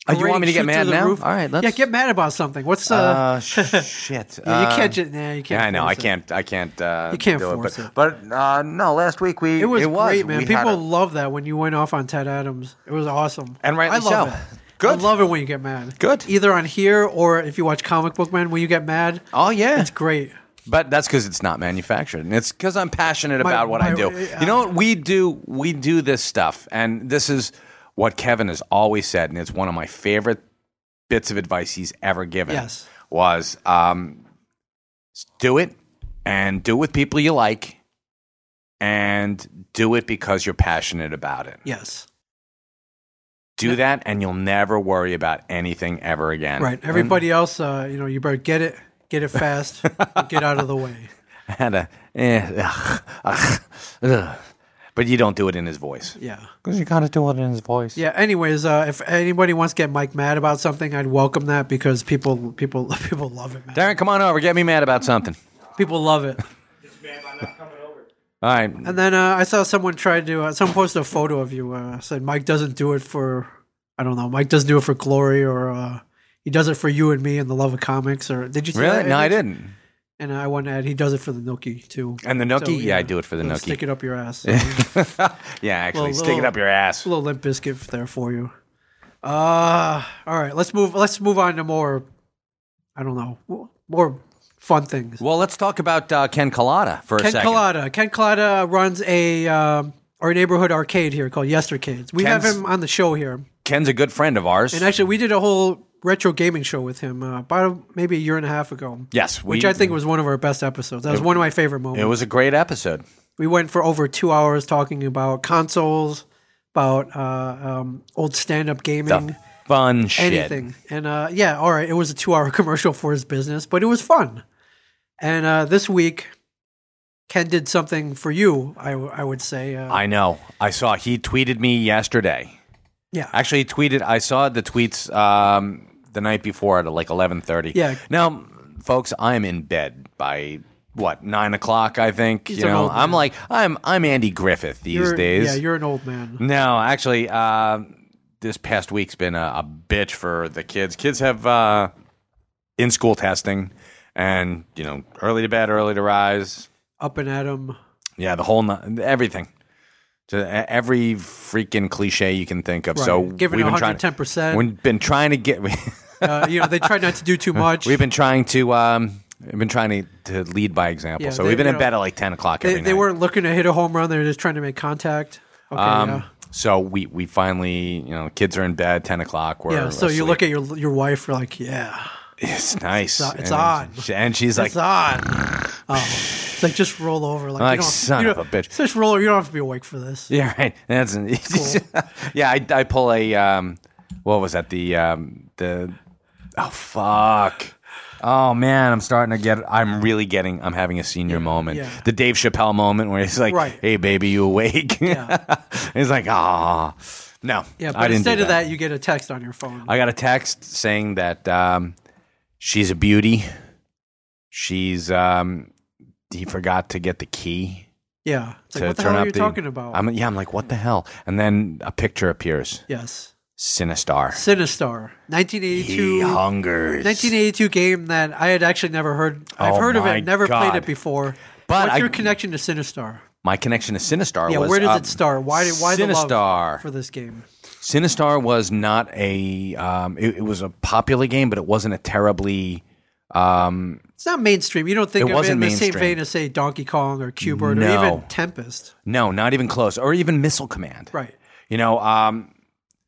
Speaker 2: Oh, you want me to
Speaker 1: ratings
Speaker 2: get
Speaker 1: shoot
Speaker 2: mad
Speaker 1: through the
Speaker 2: now?
Speaker 1: roof.
Speaker 2: All right, let's.
Speaker 1: yeah, get mad about something. What's uh,
Speaker 2: Uh, shit.
Speaker 1: yeah, you
Speaker 2: Uh,
Speaker 1: can't just nah, you can't.
Speaker 2: Yeah, I know. I
Speaker 1: force it.
Speaker 2: can't. I can't. Uh,
Speaker 1: You can't
Speaker 2: do
Speaker 1: force it.
Speaker 2: it. But, but uh, no, last week we
Speaker 1: It was, great,
Speaker 2: We
Speaker 1: man.
Speaker 2: had
Speaker 1: People
Speaker 2: a-
Speaker 1: love that when you went off on Ted Adams. It was awesome,
Speaker 2: And
Speaker 1: I
Speaker 2: rightly
Speaker 1: love
Speaker 2: so.
Speaker 1: it.
Speaker 2: Good.
Speaker 1: I love it when you get mad.
Speaker 2: Good.
Speaker 1: Either on here or if you watch Comic Book Man, when you get mad,
Speaker 2: oh yeah,
Speaker 1: it's great.
Speaker 2: but that's because it's not manufactured, and it's because I'm passionate
Speaker 1: My-
Speaker 2: about what I
Speaker 1: my-
Speaker 2: do.
Speaker 1: uh,
Speaker 2: you know what we do? We do this stuff, and this is what Kevin has always said, and it's one of my favorite bits of advice he's ever given.
Speaker 1: Yes.
Speaker 2: was um, s- do it and do it with people you like, and do it because you're passionate about it.
Speaker 1: Yes.
Speaker 2: Do that, and you'll never worry about anything ever again.
Speaker 1: Right. Everybody else, uh, you know, you better get it, get it fast, and get out of the way.
Speaker 2: I had a, eh, ugh, ugh, ugh. but you don't do it in his voice
Speaker 1: Yeah.
Speaker 2: because you gotta do it in his voice.
Speaker 1: Yeah. Anyways, uh, if anybody wants to get Mike mad about something, I'd welcome that because people, people, people love it, man.
Speaker 2: Darren, come on over. Get me mad about something.
Speaker 1: People love it.
Speaker 2: All right.
Speaker 1: And then uh, I saw someone try to, uh, someone posted a photo of you. Uh, said Mike doesn't do it for, I don't know, Mike doesn't do it for glory or uh, he does it for you and me and the love of comics. Or did you see
Speaker 2: Really?
Speaker 1: that
Speaker 2: No, I
Speaker 1: image?
Speaker 2: didn't.
Speaker 1: And uh, I want to add, he does it for the Nookie too.
Speaker 2: And the nookie?
Speaker 1: So,
Speaker 2: yeah. I do it for the
Speaker 1: So
Speaker 2: nookie.
Speaker 1: Stick it up your ass.
Speaker 2: yeah, actually,
Speaker 1: Little-
Speaker 2: stick it up your ass.
Speaker 1: a little limp biscuit there for you. Uh all right, let's move let's move on to more I don't know, more fun things.
Speaker 2: Well, let's talk about uh, Ken Collada for a
Speaker 1: Ken
Speaker 2: second.
Speaker 1: Collada. Ken Collada runs a um, our neighborhood arcade here called Yestercades. We have
Speaker 2: Ken's-
Speaker 1: him on the show here.
Speaker 2: Ken's a good friend of ours.
Speaker 1: And actually we did a whole retro gaming show with him uh, about a, maybe a year and a half ago.
Speaker 2: yes, we,
Speaker 1: Which I think was one of our best episodes. That was one of my favorite moments.
Speaker 2: it was a great episode.
Speaker 1: we went for over two hours talking about consoles, about uh, um, old stand-up gaming.
Speaker 2: The fun shit.
Speaker 1: anything. And uh, yeah, all right, it was a two hour commercial for his business, but it was fun. And uh, this week, Ken did something for you, I, w- I would say. Uh,
Speaker 2: I know. I saw he tweeted me yesterday.
Speaker 1: yeah.
Speaker 2: Actually, he tweeted. I saw the tweets um, the night before at like eleven thirty.
Speaker 1: Yeah.
Speaker 2: Now, folks, I'm in bed by what nine o'clock. I think you
Speaker 1: an
Speaker 2: know.
Speaker 1: old
Speaker 2: I'm
Speaker 1: man.
Speaker 2: like I'm I'm Andy Griffith these
Speaker 1: You're-
Speaker 2: days.
Speaker 1: Yeah, you're an old man.
Speaker 2: no, actually, uh, this past week's been a, a bitch for the kids. Kids have uh, in school testing, and you know, early to bed, early to rise.
Speaker 1: Up and at him.
Speaker 2: Yeah, the whole ni- everything. To e- every freaking cliche you can think of. So
Speaker 1: Right. Giving
Speaker 2: we've been trying-
Speaker 1: 110%.
Speaker 2: We've been trying to get.
Speaker 1: Uh, you know, they tried not to do too much.
Speaker 2: we've been trying to. Um, we've been trying to, to lead by example.
Speaker 1: Yeah,
Speaker 2: so
Speaker 1: they-
Speaker 2: we've been
Speaker 1: you
Speaker 2: in
Speaker 1: know,
Speaker 2: bed at like ten o'clock every
Speaker 1: they, they
Speaker 2: night.
Speaker 1: weren't looking to hit a home run, they were just trying to make contact. Okay,
Speaker 2: Um,
Speaker 1: yeah.
Speaker 2: So we we finally you know kids are in bed ten o'clock. We're
Speaker 1: Yeah, so you
Speaker 2: asleep.
Speaker 1: look at your your wife, you're like, yeah,
Speaker 2: It's nice.
Speaker 1: it's on.
Speaker 2: and, And she's like,
Speaker 1: it's on. Oh, it's like just roll over, like,
Speaker 2: Like,
Speaker 1: you don't,
Speaker 2: son
Speaker 1: you
Speaker 2: of
Speaker 1: don't-
Speaker 2: a bitch.
Speaker 1: Just roll over. You don't have to be awake for this.
Speaker 2: yeah, right. That's yeah. I, I pull a um, what was that? The um, the oh fuck. Oh man, I'm starting to get. I'm really getting. I'm having a senior moment.
Speaker 1: yeah.
Speaker 2: The Dave Chappelle moment where he's like,
Speaker 1: Right.
Speaker 2: "Hey baby, you awake?"
Speaker 1: Yeah.
Speaker 2: he's like, "Ah." No,
Speaker 1: Yeah,
Speaker 2: I
Speaker 1: but
Speaker 2: didn't
Speaker 1: instead
Speaker 2: do
Speaker 1: of that, you get a text on your phone.
Speaker 2: I got a text saying that um, she's a beauty. She's um, he forgot to get the key
Speaker 1: yeah, it's like
Speaker 2: to
Speaker 1: what the
Speaker 2: turn
Speaker 1: hell
Speaker 2: up
Speaker 1: are you
Speaker 2: the.
Speaker 1: talking about?
Speaker 2: I'm yeah. I'm like, what the hell? And then a picture appears.
Speaker 1: yes,
Speaker 2: Sinistar.
Speaker 1: Sinistar,
Speaker 2: He
Speaker 1: 1982.
Speaker 2: hungers.
Speaker 1: 1982 game that I had actually never heard. I've
Speaker 2: Oh
Speaker 1: heard of
Speaker 2: my
Speaker 1: it, never
Speaker 2: God.
Speaker 1: played it before.
Speaker 2: But
Speaker 1: What's
Speaker 2: I-
Speaker 1: your connection to Sinistar?
Speaker 2: My connection to Sinistar
Speaker 1: Yeah,
Speaker 2: was
Speaker 1: where does
Speaker 2: uh,
Speaker 1: it start? Why did why the love
Speaker 2: Sinistar.
Speaker 1: for this game?
Speaker 2: Sinistar was not a. Um, it, it was a popular game, but it wasn't a terribly. Um,
Speaker 1: It's not mainstream. You don't think
Speaker 2: It
Speaker 1: of it
Speaker 2: wasn't
Speaker 1: in the same
Speaker 2: mainstream.
Speaker 1: vein as say Donkey Kong or Q Bird or
Speaker 2: No.
Speaker 1: even Tempest.
Speaker 2: no, not even close, or even Missile Command.
Speaker 1: Right.
Speaker 2: You know, um,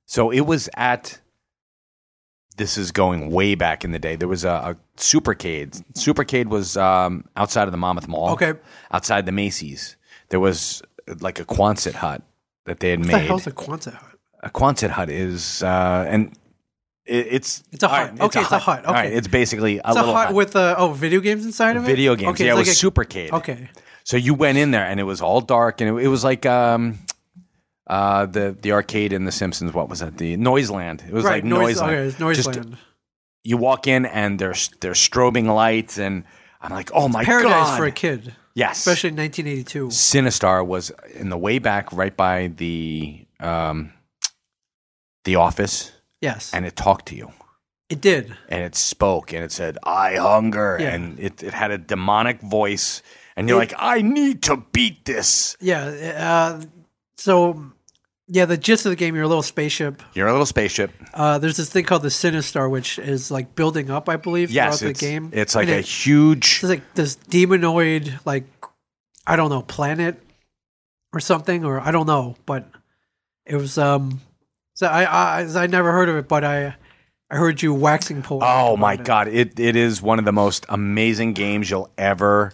Speaker 2: so it was at. This is going way back in the day. There was a, a Supercade. Supercade was um, outside of the Monmouth Mall.
Speaker 1: Okay.
Speaker 2: Outside the Macy's, there was uh, like a Quonset hut that they had
Speaker 1: What the
Speaker 2: made.
Speaker 1: hell's a Quonset hut?
Speaker 2: a Quonset hut is, uh, and it, it's
Speaker 1: It's a
Speaker 2: all
Speaker 1: hut. Okay, it's a hut.
Speaker 2: All
Speaker 1: Okay.
Speaker 2: right, it's basically a
Speaker 1: It's a
Speaker 2: little
Speaker 1: hut with uh, oh video games inside of it.
Speaker 2: video games.
Speaker 1: Okay,
Speaker 2: yeah, it was
Speaker 1: it's like
Speaker 2: Supercade.
Speaker 1: a- Okay,
Speaker 2: So you went in there and it was all dark and it, it was like um, uh, the the arcade in The Simpsons. What was that? The Noiseland. It was
Speaker 1: right.
Speaker 2: like
Speaker 1: noise.
Speaker 2: Noiseland.
Speaker 1: Okay, it's
Speaker 2: Just-
Speaker 1: Noiseland.
Speaker 2: you walk in and there's there's strobing lights and I'm like, oh my
Speaker 1: Paradise
Speaker 2: god,
Speaker 1: for a kid,
Speaker 2: yes.
Speaker 1: especially in 1982.
Speaker 2: Sinistar was in the way back, right by the um, the office,
Speaker 1: Yes,
Speaker 2: and it talked to you.
Speaker 1: it did.
Speaker 2: and it spoke and it said, I hunger.
Speaker 1: Yeah.
Speaker 2: And it, it had a demonic voice. And you're like, I need to beat this.
Speaker 1: Yeah. Uh, so yeah, the gist of the game, you're a little spaceship.
Speaker 2: You're a little spaceship.
Speaker 1: Uh, there's this thing called the Sinistar, which is like building up, I believe,
Speaker 2: Yes.
Speaker 1: throughout
Speaker 2: It's,
Speaker 1: the game.
Speaker 2: it's like
Speaker 1: And
Speaker 2: a
Speaker 1: it-
Speaker 2: huge.
Speaker 1: it's like this demonoid, like I don't know, planet or something, or I don't know, but it was um. So I I, I never heard of it, but I I heard you waxing poetic.
Speaker 2: Oh
Speaker 1: about
Speaker 2: my
Speaker 1: it.
Speaker 2: God. It, it is one of the most amazing games you'll ever,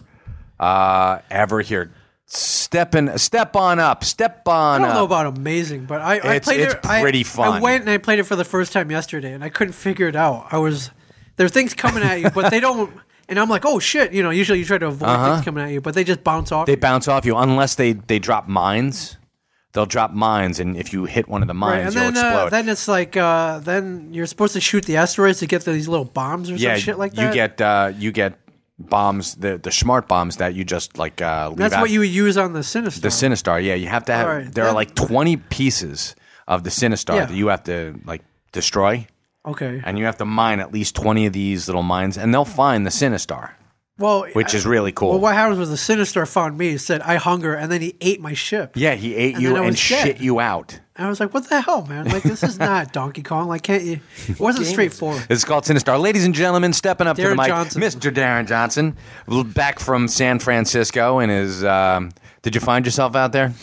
Speaker 2: uh, ever hear. Step in, step on up, step on
Speaker 1: I don't know
Speaker 2: up.
Speaker 1: about amazing, but I, I
Speaker 2: It's-
Speaker 1: played
Speaker 2: it's
Speaker 1: it. I-
Speaker 2: pretty
Speaker 1: I
Speaker 2: fun.
Speaker 1: went and I played it for the first time yesterday, and I couldn't figure it out. I was there are things coming at you, but they don't. And I'm like, oh shit! You know, usually you try to avoid things coming at you, but they just bounce off.
Speaker 2: Uh-huh. they
Speaker 1: you.
Speaker 2: bounce off you unless they, they drop mines. They'll drop mines, and if you hit one of the
Speaker 1: Right,
Speaker 2: mines,
Speaker 1: and then
Speaker 2: you'll explode.
Speaker 1: Uh, then it's like uh, then you're supposed to shoot the asteroids to get these little bombs or some shit like that.
Speaker 2: You get uh, you get bombs, the the smart bombs that you just like uh, leave
Speaker 1: That's
Speaker 2: out.
Speaker 1: what you would use on the Sinistar.
Speaker 2: the Sinistar. Yeah, you have to have.
Speaker 1: All right,
Speaker 2: there
Speaker 1: then-
Speaker 2: are like twenty pieces of the Sinistar
Speaker 1: Yeah.
Speaker 2: that you have to like destroy,
Speaker 1: okay.
Speaker 2: and you have to mine at least twenty of these little mines, and they'll find the Sinistar,
Speaker 1: Well,
Speaker 2: which is really cool.
Speaker 1: well, what happens was the Sinistar found me, said I hunger, and then he ate my ship.
Speaker 2: yeah, he ate
Speaker 1: And
Speaker 2: you
Speaker 1: then I
Speaker 2: and
Speaker 1: was dead.
Speaker 2: shit you out.
Speaker 1: And I was like, what the hell, man? Like this is not Donkey Kong. Like can't you? It wasn't straightforward.
Speaker 2: It's called Sinistar. Ladies and gentlemen, stepping up to the
Speaker 1: Darren
Speaker 2: mic,
Speaker 1: Johnson.
Speaker 2: Mr. Darren Johnson, back from San Francisco, and his. Um, did you find yourself out there?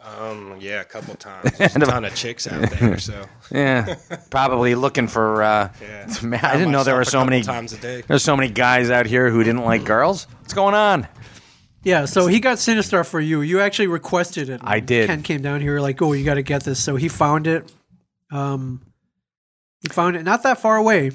Speaker 5: Um, yeah, a couple times. There's a ton of chicks out there, so
Speaker 2: Yeah, probably looking for. Uh,
Speaker 5: Yeah.
Speaker 2: man, I
Speaker 5: Found
Speaker 2: didn't know there were
Speaker 5: myself a
Speaker 2: so
Speaker 5: couple
Speaker 2: many
Speaker 5: times a day.
Speaker 2: There's so many guys out here who didn't like girls. What's going on?
Speaker 1: Yeah, so he got Sinistar for you. You actually requested it.
Speaker 2: I did.
Speaker 1: Ken came down here like, oh, you got to get this. So he found it. Um, he found it not that far away.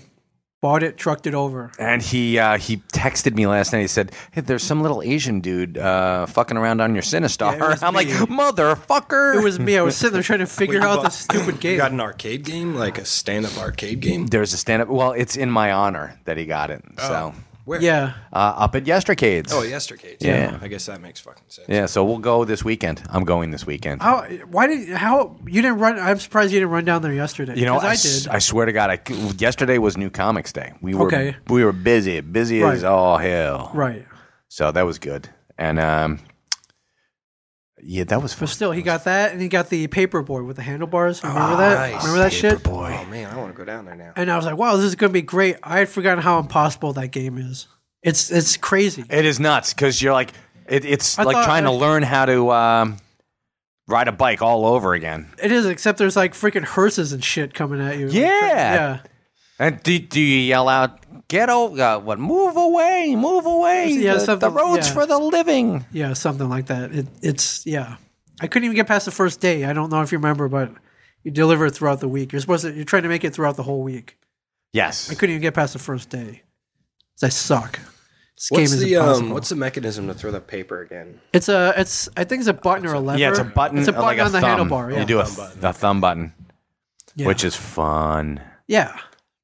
Speaker 1: Bought it, trucked it over.
Speaker 2: And he uh, he texted me last night. He said, "Hey, there's some little Asian dude uh, fucking around on your Sinistar."
Speaker 1: Yeah, it was
Speaker 2: I'm like,
Speaker 1: me.
Speaker 2: "Motherfucker!"
Speaker 1: It was me. I was sitting there trying to figure
Speaker 5: Wait, you
Speaker 1: out
Speaker 5: bought-
Speaker 1: this stupid
Speaker 5: you
Speaker 1: game.
Speaker 5: got an arcade game, like a stand-up arcade game.
Speaker 2: There's a stand up. Well, it's in my honor that he got it.
Speaker 1: Oh.
Speaker 2: So
Speaker 5: Where?
Speaker 1: yeah,
Speaker 2: uh, up at Yestercades.
Speaker 5: Oh, yesterday.
Speaker 2: Yeah.
Speaker 5: I guess that makes fucking sense.
Speaker 2: Yeah. So we'll go this weekend. I'm going this weekend.
Speaker 1: How? Why did? How you didn't run? I'm surprised you didn't run down there yesterday.
Speaker 2: You know,
Speaker 1: 'Cause I,
Speaker 2: s-
Speaker 1: did.
Speaker 2: I swear to God, I c yesterday was New Comics Day. We were
Speaker 1: Okay.
Speaker 2: we were busy, busy
Speaker 1: Right.
Speaker 2: as all hell.
Speaker 1: right,
Speaker 2: So that was good. And um, yeah, that was
Speaker 1: but
Speaker 2: fun.
Speaker 1: still, he got that, and he got the paperboy with the handlebars. Remember
Speaker 5: Oh,
Speaker 1: that?
Speaker 5: nice.
Speaker 1: Remember that shit?
Speaker 2: Boy,
Speaker 5: Oh man, I want to go down there now.
Speaker 1: And I was like, wow, this is gonna be great. I had forgotten how impossible that game is. It's it's crazy.
Speaker 2: it is nuts because you're like it, it's
Speaker 1: I
Speaker 2: like
Speaker 1: thought
Speaker 2: trying
Speaker 1: I-
Speaker 2: to learn how to um, ride a bike all over again.
Speaker 1: It is, except there's like freaking hearses and shit coming at you. Like,
Speaker 2: Yeah.
Speaker 1: yeah.
Speaker 2: And do, do you yell out, "Get over! Uh, what? Move away! Move away!
Speaker 1: Yeah,
Speaker 2: the, the
Speaker 1: something-
Speaker 2: roads
Speaker 1: yeah.
Speaker 2: for the living!"
Speaker 1: Yeah, something like that. It, it's yeah. I couldn't even get past the first day. I don't know if you remember, but you deliver it throughout the week. You're supposed to. You're trying to make it throughout the whole week.
Speaker 2: Yes,
Speaker 1: I couldn't even get past the first day. 'Cause I suck. This game
Speaker 5: What's
Speaker 1: is
Speaker 5: the um,
Speaker 1: impossible.
Speaker 5: what's the mechanism to throw the paper again?
Speaker 1: it's a it's I think it's a button or a lever.
Speaker 2: Yeah, it's a button.
Speaker 1: It's a
Speaker 2: uh,
Speaker 1: button
Speaker 2: like
Speaker 1: on the
Speaker 2: thumb.
Speaker 1: handlebar. Yeah,
Speaker 2: You do a,
Speaker 5: Thumb button.
Speaker 2: the thumb button,
Speaker 1: yeah.
Speaker 2: which is fun.
Speaker 1: yeah.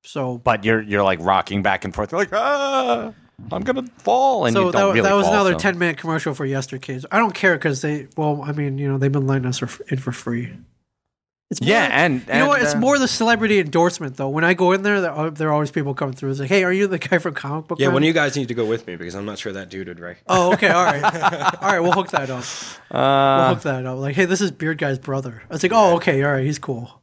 Speaker 1: So
Speaker 2: But you're you're like rocking back and forth. You're like, ah, I'm gonna fall, and
Speaker 1: so
Speaker 2: you
Speaker 1: that,
Speaker 2: don't really
Speaker 1: that was
Speaker 2: fall,
Speaker 1: another
Speaker 2: so-
Speaker 1: 10 minute commercial for yesterkids i don't care because they well i mean you know they've been letting us for, in for free it's more,
Speaker 2: Yeah, and-
Speaker 1: you know what
Speaker 2: and,
Speaker 1: it's
Speaker 2: uh,
Speaker 1: more the celebrity endorsement though when i go in there there are, there are always people coming through it's like hey are you the guy from comic book
Speaker 5: Yeah,
Speaker 1: Man?"
Speaker 5: one of you guys need to go with me because I'm not sure that dude would right.
Speaker 1: oh okay all right all right we'll hook that up we'll
Speaker 2: Uh,
Speaker 1: hook that up like hey this is beard guy's brother i was like oh okay all right he's cool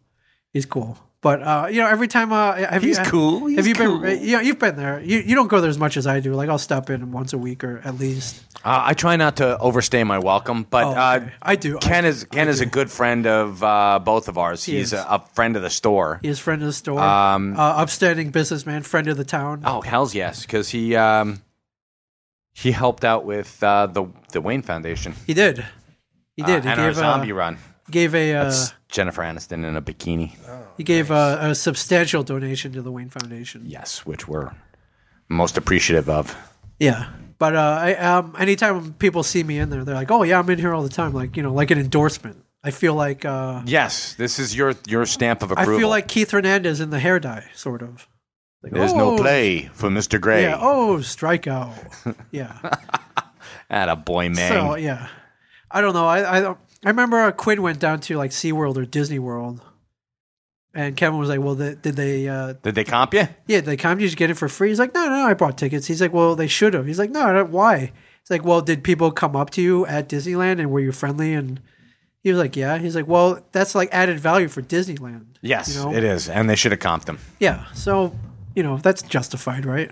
Speaker 1: he's cool but uh, you know, every time uh, have
Speaker 2: He's
Speaker 1: you,
Speaker 2: cool,
Speaker 1: have
Speaker 2: he's
Speaker 1: you
Speaker 2: cool.
Speaker 1: been? You know, you've been there. You, you don't go there as much as I do. Like I'll stop in once a week or at least.
Speaker 2: Uh, I try not to overstay my welcome, but
Speaker 1: Oh,
Speaker 2: uh,
Speaker 1: okay. I do.
Speaker 2: Ken
Speaker 1: I,
Speaker 2: is Ken is a good friend of uh, both of ours.
Speaker 1: is.
Speaker 2: He's a, a friend of the store.
Speaker 1: He is friend of the store, um, uh, upstanding businessman, friend of the town.
Speaker 2: Oh hell's yes, because he um, he helped out with uh, the the Wayne Foundation.
Speaker 1: He did. He did.
Speaker 2: Uh,
Speaker 1: he
Speaker 2: and our zombie
Speaker 1: uh,
Speaker 2: run.
Speaker 1: gave a uh,
Speaker 2: It's Jennifer Aniston in a bikini.
Speaker 1: he gave uh a, substantial donation to the Wayne Foundation. Yeah,
Speaker 2: Yes, which we're most appreciative of.
Speaker 1: but uh, I, um, anytime people see me in there, they're like, "Oh yeah, I'm in here all the time." Like you know, like an endorsement. I feel like uh,
Speaker 2: Yes, this is your your stamp of
Speaker 1: I
Speaker 2: approval.
Speaker 1: feel like Keith Hernandez in the hair dye, sort of. Like,
Speaker 2: there's
Speaker 1: "Oh,
Speaker 2: no play for Mr. Gray.
Speaker 1: Yeah. Oh, strikeout. yeah.
Speaker 2: Atta boy, man.
Speaker 1: So yeah, I don't know. I I, don't- I remember uh, Quinn went down to like SeaWorld or Disney World, and Kevin was like, "Well, they, did they? Uh,
Speaker 2: Did they comp you?
Speaker 1: yeah, did they come? Did you get it for free?" He's like, "No, no, I bought tickets." He's like, "Well, they should have." He's like, "No, I don't- why?" He's like, "Well, did people come up to you at Disneyland and were you friendly?" And he was like, "Yeah." He's like, "Well, that's like added value for Disneyland."
Speaker 2: Yes,
Speaker 1: You know?
Speaker 2: it is, and they should have comped them.
Speaker 1: Yeah. So you know that's justified, right?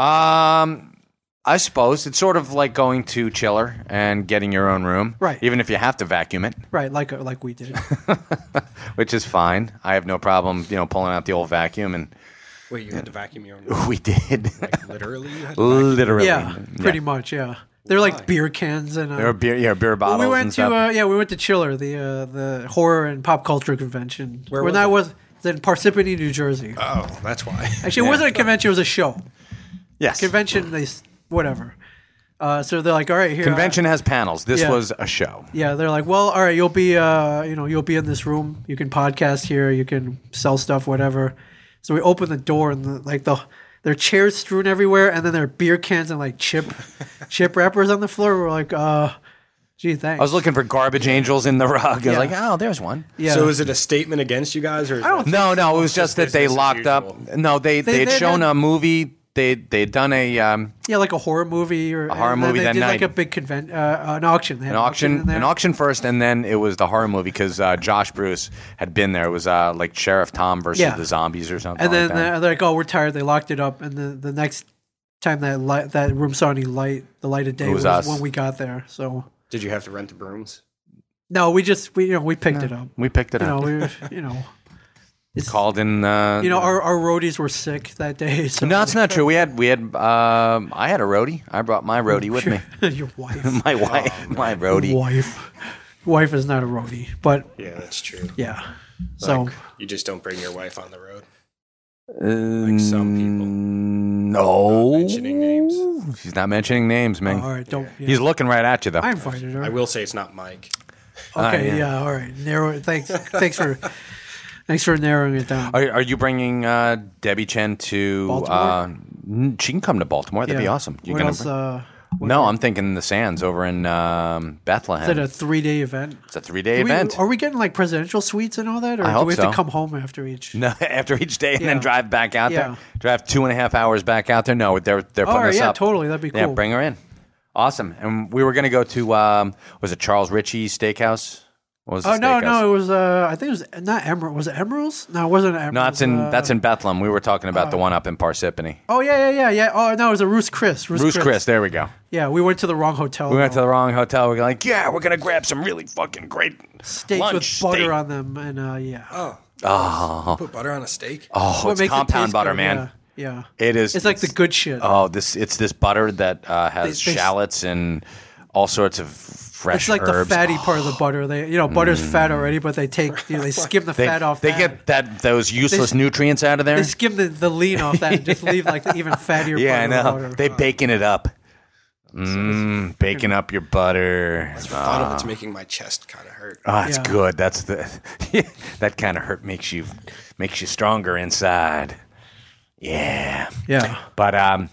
Speaker 2: Um, I suppose it's sort of like going to Chiller and getting your own room,
Speaker 1: Right.
Speaker 2: Even if you have to vacuum it,
Speaker 1: Right. Like like we did.
Speaker 2: which is fine. I have no problem, you know, pulling out the old vacuum, and
Speaker 5: Wait, you had to vacuum your own room?
Speaker 2: we did
Speaker 5: Like, literally, you had to vacuum.
Speaker 2: literally,
Speaker 1: yeah. Pretty much. Yeah. They're like beer cans and. Uh,
Speaker 2: There were beer, yeah, beer bottles.
Speaker 1: we
Speaker 2: and
Speaker 1: went to
Speaker 2: stuff.
Speaker 1: uh, yeah, we went to Chiller, the uh, the horror and pop culture convention.
Speaker 5: Where
Speaker 1: when
Speaker 5: was
Speaker 1: I
Speaker 5: it?
Speaker 1: was it's in Parsippany, New Jersey.
Speaker 5: Oh, that's why.
Speaker 1: Actually, it wasn't a convention; it was a show.
Speaker 2: yes.
Speaker 1: Convention, they s- whatever. Uh, so they're like, all right, here.
Speaker 2: Convention has panels. This
Speaker 1: Yeah.
Speaker 2: was a show.
Speaker 1: I- yeah, they're like, well, all right, you'll be, uh, you know, you'll be in this room. You can podcast here. You can sell stuff, whatever. So we open the door and the, like the there are chairs strewn everywhere, and then there are beer cans and like chip chip wrappers on the floor. We're like, uh, gee, thanks.
Speaker 2: I was looking for garbage angels in the rug. I was
Speaker 1: Yeah.
Speaker 2: like, oh, there's one.
Speaker 1: yeah.
Speaker 5: So, is it a statement against you guys, or is I
Speaker 1: don't
Speaker 2: No, no, it was just that they
Speaker 5: business as
Speaker 2: locked up.
Speaker 5: usual.
Speaker 2: No, they
Speaker 1: They-
Speaker 2: they would
Speaker 1: they
Speaker 2: shown
Speaker 1: done-
Speaker 2: a movie. They they'd done a um,
Speaker 1: Yeah, like a horror movie or a
Speaker 2: horror movie
Speaker 1: They
Speaker 2: that
Speaker 1: did like
Speaker 2: night.
Speaker 1: a big convent, uh, an auction. They had
Speaker 2: an auction
Speaker 1: in there.
Speaker 2: an auction first, and then it was the horror movie because uh, Josh Bruce had been there. It was uh, like Sheriff Tom versus
Speaker 1: Yeah.
Speaker 2: the zombies or something.
Speaker 1: And then
Speaker 2: like that.
Speaker 1: they're like, "Oh, we're tired." They locked it up, and the, the next time that light, that room saw any light, the light of day
Speaker 2: It
Speaker 1: was,
Speaker 2: was us.
Speaker 1: when we got there. So
Speaker 5: Did you have to rent the brooms?
Speaker 1: no, we just we you know we picked it up.
Speaker 2: we picked it
Speaker 1: You know,
Speaker 2: up.
Speaker 1: we were- you know
Speaker 2: Called in. Uh,
Speaker 1: you know our, our roadies were sick that day. So
Speaker 2: no, it's not true. We had we had um, I had a roadie. I brought my roadie with me.
Speaker 1: your wife,
Speaker 2: My wife,
Speaker 1: Oh,
Speaker 2: my roadie.
Speaker 1: wife, wife is not a roadie, but
Speaker 5: Yeah, that's true.
Speaker 1: yeah. So
Speaker 5: You just don't bring your wife on the road. Mm.
Speaker 2: Like
Speaker 5: some people.
Speaker 2: Uh, No.
Speaker 5: mentioning names.
Speaker 2: He's not mentioning names, man.
Speaker 1: all right, don't. Yeah.
Speaker 2: He's looking right at you, though.
Speaker 1: I invited her.
Speaker 5: I will say it's not Mike.
Speaker 1: Okay,
Speaker 2: Ah, yeah.
Speaker 1: yeah. all right. Narrow. Thanks, thanks for, thanks for narrowing it down.
Speaker 2: Are, are you bringing uh, Debbie Chen to?
Speaker 1: Baltimore?
Speaker 2: Uh, n- she can come to Baltimore. That'd be
Speaker 1: Yeah.
Speaker 2: awesome. You
Speaker 1: what
Speaker 2: gonna
Speaker 1: else?
Speaker 2: bring-
Speaker 1: Uh,
Speaker 2: no, I'm thinking the Sands over in um, Bethlehem.
Speaker 1: is it uh, a three-day event?
Speaker 2: it's a three day
Speaker 1: Are we,
Speaker 2: event.
Speaker 1: are we getting like presidential suites and all that, or
Speaker 2: I
Speaker 1: do
Speaker 2: hope
Speaker 1: we have
Speaker 2: so.
Speaker 1: to come home after each?
Speaker 2: no, after each day, and then
Speaker 1: Yeah.
Speaker 2: drive back out
Speaker 1: Yeah.
Speaker 2: there. Drive two and a half hours back out there. No, they're they're
Speaker 1: All
Speaker 2: putting
Speaker 1: right,
Speaker 2: us
Speaker 1: yeah,
Speaker 2: up.
Speaker 1: totally. That'd be
Speaker 2: Yeah,
Speaker 1: cool.
Speaker 2: bring her in. Awesome. And we were gonna go to um, was it Charles Ritchie Steakhouse? What was the
Speaker 1: Oh no,
Speaker 2: steakhouse?
Speaker 1: no, it was. Uh, I think it was not Emerald. Was it Emeralds? No, it wasn't Emeralds.
Speaker 2: No, that's in
Speaker 1: uh,
Speaker 2: that's in Bethlehem. We were talking about the one up in Parsippany.
Speaker 1: Oh yeah, yeah, yeah, yeah. Oh no, it was a Roos Chris. Roos,
Speaker 2: Bruce Chris, there we go.
Speaker 1: Yeah, we went to the wrong hotel.
Speaker 2: We went to the wrong hotel. We We're like, yeah, we're gonna grab some really fucking great
Speaker 1: steaks
Speaker 2: lunch
Speaker 1: with butter
Speaker 2: steak.
Speaker 1: on them, and uh, yeah. Oh,
Speaker 5: Put butter on a steak.
Speaker 2: Oh, it's compound butter, man.
Speaker 1: Yeah, yeah.
Speaker 2: It is.
Speaker 1: It's like the good shit.
Speaker 2: Oh, this it's this butter that uh, has
Speaker 1: They- they-
Speaker 2: shallots and all sorts of fresh
Speaker 1: It's like
Speaker 2: herbs. Mm.
Speaker 1: the fatty part of the butter. They, you know, butter's fat already, but they take, you know, they skim the
Speaker 2: they,
Speaker 1: fat off.
Speaker 2: They
Speaker 1: that.
Speaker 2: get that those useless nutrients out of there.
Speaker 1: they skim the, the lean off that and just leave like the even fattier
Speaker 2: Yeah,
Speaker 1: part
Speaker 2: I
Speaker 1: of the
Speaker 2: know.
Speaker 1: butter.
Speaker 2: They baking it up. Mm, baking up your butter.
Speaker 5: The thought of it's making my chest kind of hurt.
Speaker 2: Oh, that's
Speaker 1: Yeah.
Speaker 2: good. That's the that kind of hurt makes you makes you stronger inside. Yeah.
Speaker 1: yeah,
Speaker 2: But um,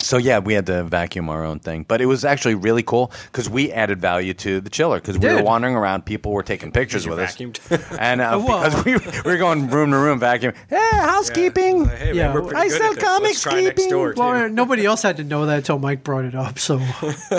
Speaker 2: so yeah, we had to vacuum our own thing, but it was actually really cool because we added value to the chiller because we were
Speaker 1: did.
Speaker 2: wandering around, people were taking pictures with
Speaker 5: vacuumed?
Speaker 2: us, and uh,
Speaker 1: Well-
Speaker 2: because we, we were going room to room vacuum. Yeah, housekeeping.
Speaker 5: Like, hey,
Speaker 1: Yeah.
Speaker 5: man, we're pretty
Speaker 2: I
Speaker 5: good
Speaker 2: sell
Speaker 5: at this. Let's
Speaker 2: comics,
Speaker 5: try next
Speaker 2: keeping-
Speaker 5: door, too.
Speaker 1: well, uh, nobody else had to know that until Mike brought it up. So,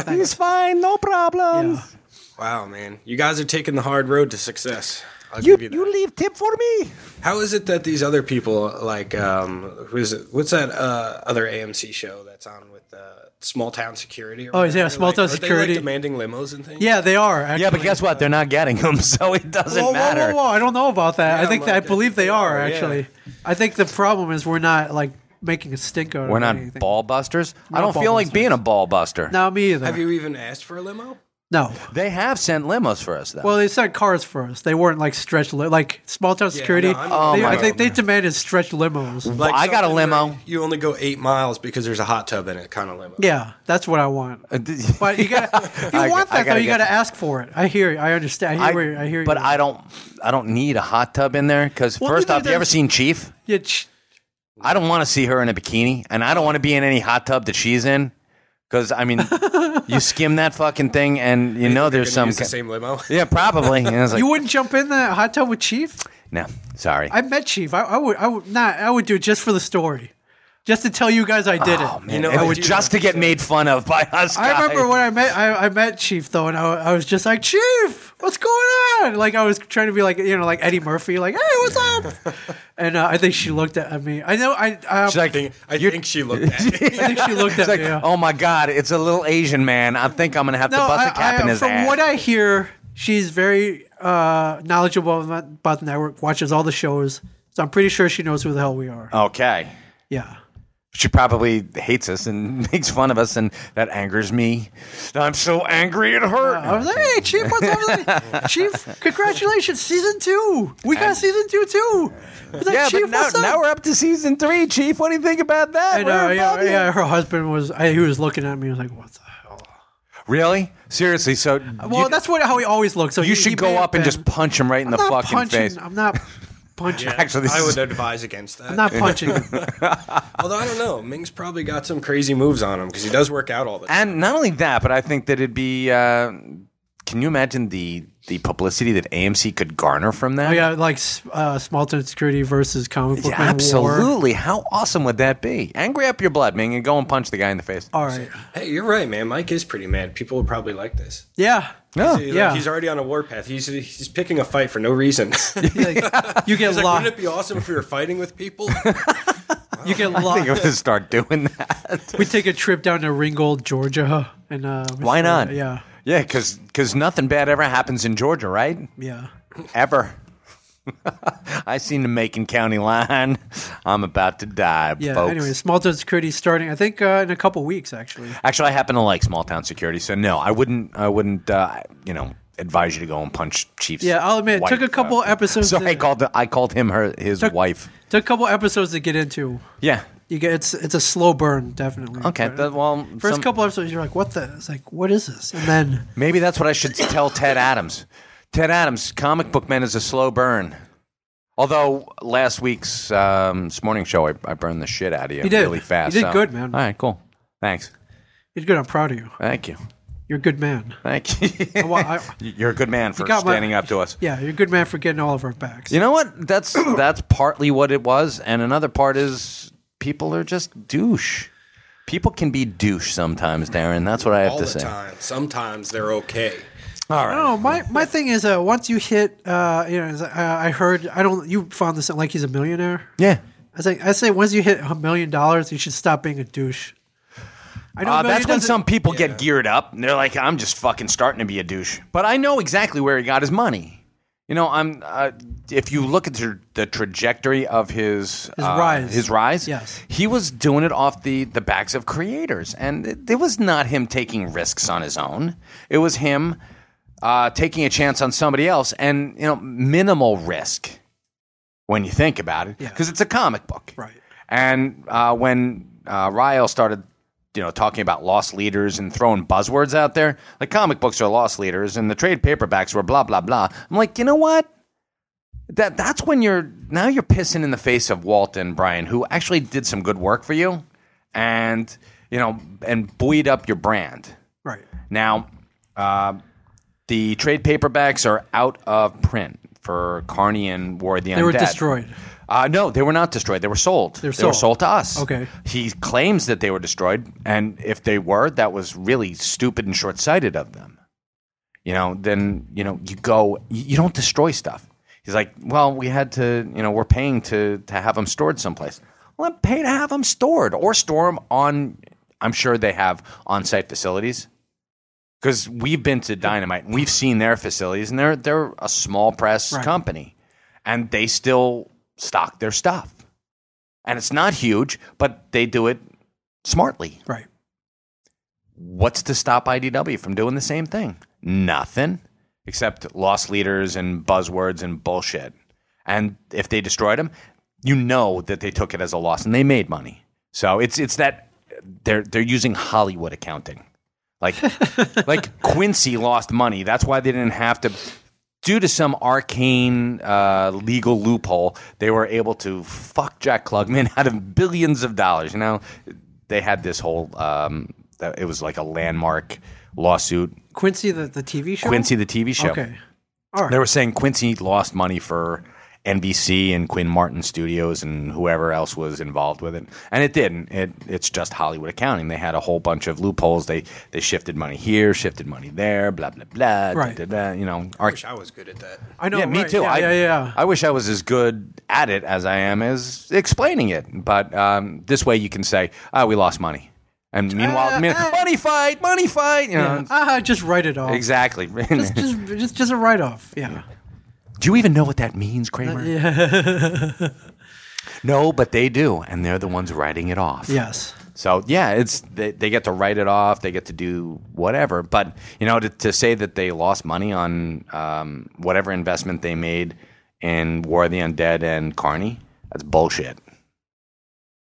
Speaker 2: He's fine, no problems.
Speaker 1: yeah.
Speaker 5: Wow, man. You guys are taking the hard road to success. I'll
Speaker 2: You
Speaker 5: give you that.
Speaker 2: you leave tip for me.
Speaker 5: How is it that these other people, like, um, who's it, what's that uh, other AMC show that's on with uh, Small Town Security? Or
Speaker 1: Oh, yeah,
Speaker 5: whatever?
Speaker 1: Small
Speaker 5: Like,
Speaker 1: Town
Speaker 5: aren't they,
Speaker 1: Security.
Speaker 5: like, demanding limos and things.
Speaker 1: yeah, they are. Actually.
Speaker 2: Yeah, but guess what? They're not getting them, so it doesn't
Speaker 1: whoa, whoa,
Speaker 2: matter.
Speaker 1: Whoa, whoa, I don't know about that.
Speaker 5: Yeah,
Speaker 1: I think
Speaker 5: I'm
Speaker 1: that, I
Speaker 5: like,
Speaker 1: believe they are
Speaker 5: yeah.
Speaker 1: actually. I think the problem is we're not like making a stink out.
Speaker 2: We're
Speaker 1: of
Speaker 2: not
Speaker 1: anything.
Speaker 2: ball busters. I don't
Speaker 1: ball
Speaker 2: feel like
Speaker 1: busters.
Speaker 2: being a ball buster.
Speaker 1: No, me either.
Speaker 5: Have you even asked for a limo?
Speaker 1: no.
Speaker 2: They have sent limos for us though.
Speaker 1: Well, they sent cars for us. They weren't like stretch li- like small town security.
Speaker 5: no, I'm- Oh
Speaker 1: they,
Speaker 2: my
Speaker 1: I think they demanded stretch limos.
Speaker 2: I got a
Speaker 5: something
Speaker 2: limo.
Speaker 5: where You only go eight miles because there's a hot tub in it, kind of limo.
Speaker 1: Yeah, that's what I want.
Speaker 2: Uh,
Speaker 1: But you got to if you
Speaker 2: I-
Speaker 1: want
Speaker 2: I
Speaker 1: that though,
Speaker 2: gotta
Speaker 1: you
Speaker 2: get-
Speaker 1: got to ask for it. I hear you. I understand. I hear. where, I hear
Speaker 2: but
Speaker 1: you.
Speaker 2: I don't. I don't need a hot tub in there because
Speaker 1: Well,
Speaker 2: first
Speaker 1: neither
Speaker 2: off, you ever
Speaker 1: does-
Speaker 2: seen Chief?
Speaker 1: Yeah, ch-
Speaker 2: I don't want to see her in a bikini, and I don't want to be in any hot tub that she's in. Because I mean, you skim that fucking thing, and you know
Speaker 5: They're
Speaker 2: there's some.
Speaker 5: gonna use the
Speaker 2: ki-
Speaker 5: same limo.
Speaker 2: yeah, probably. And I was like,
Speaker 1: you wouldn't jump in the hot tub with Chief.
Speaker 2: no, sorry.
Speaker 1: I met Chief. I, I would. I would not. I would do it just for the story, just to tell you guys I did it.
Speaker 2: Oh, Man,
Speaker 5: know,
Speaker 2: it
Speaker 5: I
Speaker 2: was
Speaker 5: do
Speaker 2: just to get made fun of by us.
Speaker 1: I remember
Speaker 2: guys.
Speaker 1: when I met I, I met Chief though, and I, I was just like, Chief, what's going on? Like I was trying to be like you know like Eddie Murphy, like Hey, what's up? and uh, I think she looked at me. I know I I,
Speaker 2: She's like,
Speaker 5: I think, I
Speaker 2: you're-
Speaker 5: think she looked at me.
Speaker 1: I think she looked at
Speaker 2: she's like,
Speaker 1: me. yeah.
Speaker 2: oh my god, it's a little Asian man. I think I'm gonna have to bust a cap in his
Speaker 1: from
Speaker 2: ass.
Speaker 1: what I hear, she's very uh, knowledgeable about about the network, watches all the shows, so I'm pretty sure she knows who the hell we are.
Speaker 2: okay.
Speaker 1: Yeah.
Speaker 2: she probably hates us and makes fun of us, and that angers me. I'm so angry it hurt.
Speaker 1: I was like, hey, Chief, what's up? Like, Chief, congratulations, season two. We got season two, too. I was like,
Speaker 2: yeah,
Speaker 1: Chief,
Speaker 2: but now,
Speaker 1: what's up?
Speaker 2: now we're up to season three, Chief. What do you think about that?
Speaker 1: I know,
Speaker 2: We're
Speaker 1: yeah,
Speaker 2: above you.
Speaker 1: yeah. Her husband was, I, he was looking at me, he was like, what the hell?
Speaker 2: Really? Seriously? So
Speaker 1: Uh, Well,
Speaker 2: you,
Speaker 1: that's what how he always looks. So
Speaker 2: you should go up and just punch him right in the fucking
Speaker 1: punching,
Speaker 2: face.
Speaker 1: I'm not punching.
Speaker 2: Actually, this
Speaker 5: I
Speaker 2: is-
Speaker 5: would advise against that.
Speaker 1: I'm not punching. him.
Speaker 5: Although I don't know, Ming's probably got some crazy moves on him because he does work out all the time.
Speaker 2: and not only that, but I think that it'd be. Uh, can you imagine the the publicity that AMC could garner from that?
Speaker 1: Oh, yeah, like s- uh, small town security versus comic book
Speaker 2: Yeah,
Speaker 1: man war.
Speaker 2: absolutely. How awesome would that be? Angry up your blood, Ming, and go and punch the guy in the face.
Speaker 1: All right.
Speaker 5: Hey, you're right, man. Mike is pretty mad. People would probably like this.
Speaker 1: Yeah.
Speaker 2: No.
Speaker 5: See, like,
Speaker 1: Yeah.
Speaker 5: he's already on a warpath. He's he's picking a fight for no reason. He's like,
Speaker 1: Like, you get locked.
Speaker 5: wouldn't it be awesome if we were fighting with people?
Speaker 1: you get
Speaker 2: I think I'm
Speaker 1: locked.
Speaker 2: gonna start doing that.
Speaker 1: We take a trip down to Ringgold, Georgia, and uh, we
Speaker 2: Why
Speaker 1: stay-
Speaker 2: not?
Speaker 1: Yeah.
Speaker 2: Yeah, because nothing bad ever happens in Georgia, right?
Speaker 1: Yeah.
Speaker 2: Ever. I seen the Macon County line. I'm about to die,
Speaker 1: Yeah.
Speaker 2: folks.
Speaker 1: Anyway, small town security starting, I think, uh, in a couple weeks, actually.
Speaker 2: Actually, I happen to like small town security, so no, I wouldn't. I wouldn't. Uh, you know, advise you to go and punch Chiefs.
Speaker 1: Yeah, I'll admit, it took
Speaker 2: wife,
Speaker 1: a couple
Speaker 2: uh,
Speaker 1: episodes.
Speaker 2: So
Speaker 1: to,
Speaker 2: I called. The, I called him her his
Speaker 1: Took-
Speaker 2: wife.
Speaker 1: took a couple episodes to get into.
Speaker 2: Yeah.
Speaker 1: You get it's it's a slow burn, definitely.
Speaker 2: Okay.
Speaker 1: But
Speaker 2: that- well,
Speaker 1: first
Speaker 2: some-
Speaker 1: couple episodes, you're like, what the? It's like, what is this? And then
Speaker 2: Maybe that's what I should tell Ted Adams. Ted Adams, comic book man is a slow burn. Although last week's um, this morning show, I, I burned the shit out of you,
Speaker 1: You did.
Speaker 2: really fast.
Speaker 1: You did
Speaker 2: so-
Speaker 1: good, man.
Speaker 2: All right, cool. Thanks.
Speaker 1: you're good. I'm proud of you.
Speaker 2: Thank you.
Speaker 1: You're a good man.
Speaker 2: Thank you.
Speaker 1: Well, I-
Speaker 2: You're a good man for
Speaker 1: got my-
Speaker 2: standing up to us.
Speaker 1: yeah, you're a good man for getting all of our backs.
Speaker 2: You know what? That's that's partly what it was, and another part is people are just douche. People can be douche sometimes, Darren. That's what I have
Speaker 5: all
Speaker 2: to
Speaker 5: the
Speaker 2: say.
Speaker 5: time. Sometimes they're okay.
Speaker 2: All right.
Speaker 1: No, my, my thing is uh, once you hit, uh, you know, is, uh, I heard I don't. You found this like he's a millionaire.
Speaker 2: Yeah.
Speaker 1: I was like, I say once you hit a million dollars, you should stop being a douche. I know
Speaker 2: Uh,
Speaker 1: a million
Speaker 2: that's when
Speaker 1: doesn't-
Speaker 2: some people get geared up and they're like, I'm just fucking starting to be a douche. But I know exactly where he got his money. You know, I'm. Uh, if you look at the, the trajectory of his his
Speaker 1: rise.
Speaker 2: his rise,
Speaker 1: Yes.
Speaker 2: he was doing it off the the backs of creators, and it, it was not him taking risks on his own. It was him uh, taking a chance on somebody else, and you know, minimal risk when you think about it, because it's a comic book,
Speaker 1: Right.
Speaker 2: and uh, when uh, Ryle started, you know, talking about lost leaders and throwing buzzwords out there, like comic books are lost leaders and the trade paperbacks were blah blah blah. I'm like, you know what? That that's when you're now you're pissing in the face of Walt and Brian, who actually did some good work for you, and you know, and buoyed up your brand.
Speaker 1: Right.
Speaker 2: Now, uh, the trade paperbacks are out of print for Carney and War of the Undead.
Speaker 1: They were destroyed.
Speaker 2: Uh, no, they were not destroyed. They were sold. They
Speaker 1: were
Speaker 2: were
Speaker 1: sold.
Speaker 2: sold to us.
Speaker 1: Okay.
Speaker 2: He claims that they were destroyed, and if they were, that was really stupid and short-sighted of them. You know, then you know you go. You, you don't destroy stuff. He's like, well, we had to. You know, we're paying to to have them stored someplace. Well, then pay to have them stored or store them on. I'm sure they have on-site facilities because we've been to Dynamite and we've seen their facilities, and they're they're a small press
Speaker 1: Right.
Speaker 2: company, and they still stock their stuff, and it's not huge, but they do it smartly.
Speaker 1: Right.
Speaker 2: What's to stop IDW from doing the same thing? Nothing, except lost leaders and buzzwords and bullshit. And if they destroyed them, you know that they took it as a loss and they made money. So it's it's that they're they're using Hollywood accounting. Like like Quincy lost money. That's why they didn't have to due to some arcane uh, legal loophole, they were able to fuck Jack Klugman out of billions of dollars. You know, they had this whole um, that- it was like a landmark lawsuit.
Speaker 1: Quincy, the, the TV show?
Speaker 2: Quincy the TV show.
Speaker 1: Okay.
Speaker 2: They were saying Quincy lost money for NBC and Quinn Martin Studios and whoever else was involved with it, and it didn't. It it's just Hollywood accounting. They had a whole bunch of loopholes. They they shifted money here, shifted money there, blah blah blah.
Speaker 1: Right.
Speaker 2: da, da, da, you know, arc-
Speaker 5: Wish I was good at that.
Speaker 1: I know.
Speaker 2: yeah, me
Speaker 1: right.
Speaker 2: too.
Speaker 1: Yeah,
Speaker 2: I,
Speaker 1: yeah, yeah.
Speaker 2: I wish I was as good at it as I am as explaining it. But um, this way, you can say, "Ah, we lost money," and meanwhile,
Speaker 1: Uh,
Speaker 2: mean-
Speaker 1: uh.
Speaker 2: money fight, money fight. You know,
Speaker 1: Ah, just write it off.
Speaker 2: exactly. Do
Speaker 1: Just, just, just a write off. Yeah.
Speaker 2: you even know what that means, Kramer? no, but they do, and they're the ones writing it off.
Speaker 1: Yes.
Speaker 2: So yeah, it's they, they get to write it off, they get to do whatever. But you know, to, to say that they lost money on um, whatever investment they made in War of the Undead and Carney, that's bullshit.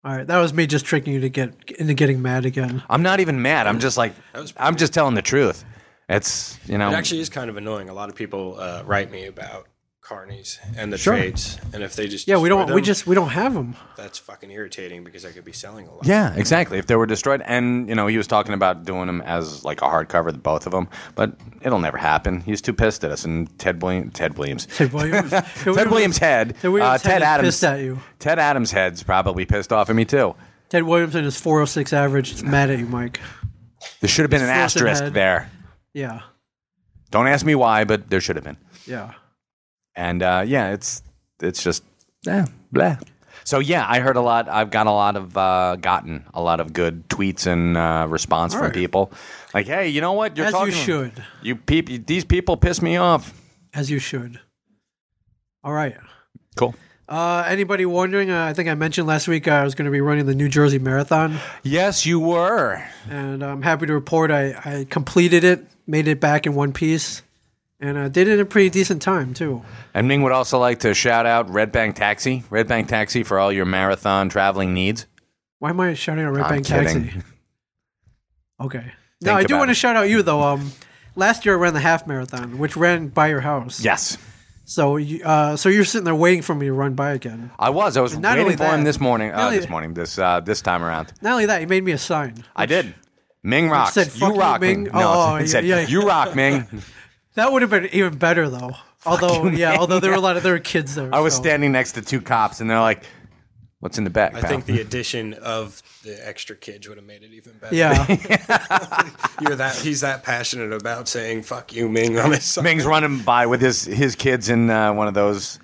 Speaker 1: All right. That was me just tricking you to get into getting mad again.
Speaker 2: I'm not even mad. I'm just like
Speaker 5: was pretty
Speaker 2: I'm just telling the truth. It's you
Speaker 1: Um,
Speaker 2: know
Speaker 5: It actually is kind of annoying. A lot of people uh, write me about carnies and the trades, and if they just
Speaker 1: Yeah, we
Speaker 5: destroy
Speaker 1: don't. We
Speaker 5: them,
Speaker 1: just we don't have them.
Speaker 5: that's fucking irritating because I could be selling a lot.
Speaker 2: yeah, exactly. If they were destroyed, and you know, he was talking about doing them as like a hardcover, the both of them, but it'll never happen. He's too pissed at us. And Ted William, Ted Williams,
Speaker 1: Ted Williams.
Speaker 2: Ted Williams' head.
Speaker 1: Ted Williams'
Speaker 2: uh,
Speaker 1: head
Speaker 2: Ted
Speaker 1: is
Speaker 2: Adams.
Speaker 1: pissed at you.
Speaker 2: Ted Adams' head's probably pissed off at me too.
Speaker 1: Ted Williams and his 406 average is mad at you, Mike.
Speaker 2: There should have been an
Speaker 1: Frozen
Speaker 2: asterisk
Speaker 1: head.
Speaker 2: there.
Speaker 1: Yeah.
Speaker 2: Don't ask me why, but there should have been.
Speaker 1: Yeah.
Speaker 2: And uh, yeah, it's it's just eh, blah. So yeah, I heard a lot. I've got a lot of uh, gotten a lot of good tweets and uh, response from
Speaker 1: right.
Speaker 2: people. Like, hey, you know what? You're
Speaker 1: As you
Speaker 2: talking.
Speaker 1: should.
Speaker 2: You peep. you- These people piss me off.
Speaker 1: As you should. All right.
Speaker 2: Cool.
Speaker 1: Uh, anybody wondering? Uh, I think I mentioned last week uh, I was going to be running the New Jersey Marathon,
Speaker 2: Yes, you were.
Speaker 1: and I'm happy to report I, I completed it, made it back in one piece, and uh, did it in a pretty decent time too.
Speaker 2: And Ming would also like to shout out Red Bank Taxi. Red Bank Taxi for all your marathon traveling needs.
Speaker 1: Why am I shouting out Red
Speaker 2: I'm
Speaker 1: Bank
Speaker 2: kidding.
Speaker 1: Taxi? Okay.
Speaker 2: Think
Speaker 1: No, I do
Speaker 2: about
Speaker 1: want
Speaker 2: it.
Speaker 1: to shout out you though. Um, last year I ran the half marathon, which ran by your house.
Speaker 2: Yes,
Speaker 1: So you, uh, so you're sitting there waiting for me to run by again.
Speaker 2: I was. I was
Speaker 1: Not
Speaker 2: waiting
Speaker 1: only
Speaker 2: for him
Speaker 1: that-
Speaker 2: this morning.
Speaker 1: not
Speaker 2: Uh,
Speaker 1: only-
Speaker 2: this morning. This uh, this time around.
Speaker 1: Not only that, you made me a sign.
Speaker 2: I did. Ming rocks.
Speaker 1: said,
Speaker 2: you
Speaker 1: "Fuck you,
Speaker 2: rock,
Speaker 1: Ming."
Speaker 2: Ming.
Speaker 1: Oh,
Speaker 2: No,
Speaker 1: oh,
Speaker 2: it said,
Speaker 1: yeah, yeah.
Speaker 2: you rock, Ming.
Speaker 1: That would have been even better though. although yeah, although there were a lot of there were kids there.
Speaker 2: I was
Speaker 1: so.
Speaker 2: standing next to two cops, and they're like, "What's in the back?"
Speaker 5: I
Speaker 2: pal?"
Speaker 5: think the addition of the extra kids would have made it even better.
Speaker 1: Yeah.
Speaker 5: You're that he's that passionate about saying "fuck you, Ming" on his side.
Speaker 2: Ming's running by with his his kids in uh, one of those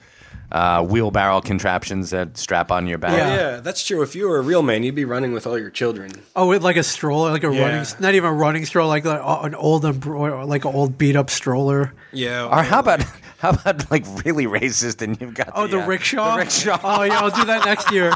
Speaker 2: uh, wheelbarrow contraptions that strap on your back.
Speaker 1: Yeah.
Speaker 5: Yeah, that's true. If you were a real man, you'd be running with all your children.
Speaker 1: Oh, with like a stroller, like a
Speaker 5: Yeah.
Speaker 1: running, not even a running stroller, like, like, uh, an old, embro- like an old beat up stroller.
Speaker 5: Yeah.
Speaker 2: Or how about How about like really racist and you've got
Speaker 1: Oh, the
Speaker 2: uh,
Speaker 1: rickshaw.
Speaker 2: The rickshaw.
Speaker 1: Oh yeah, I'll do that next year.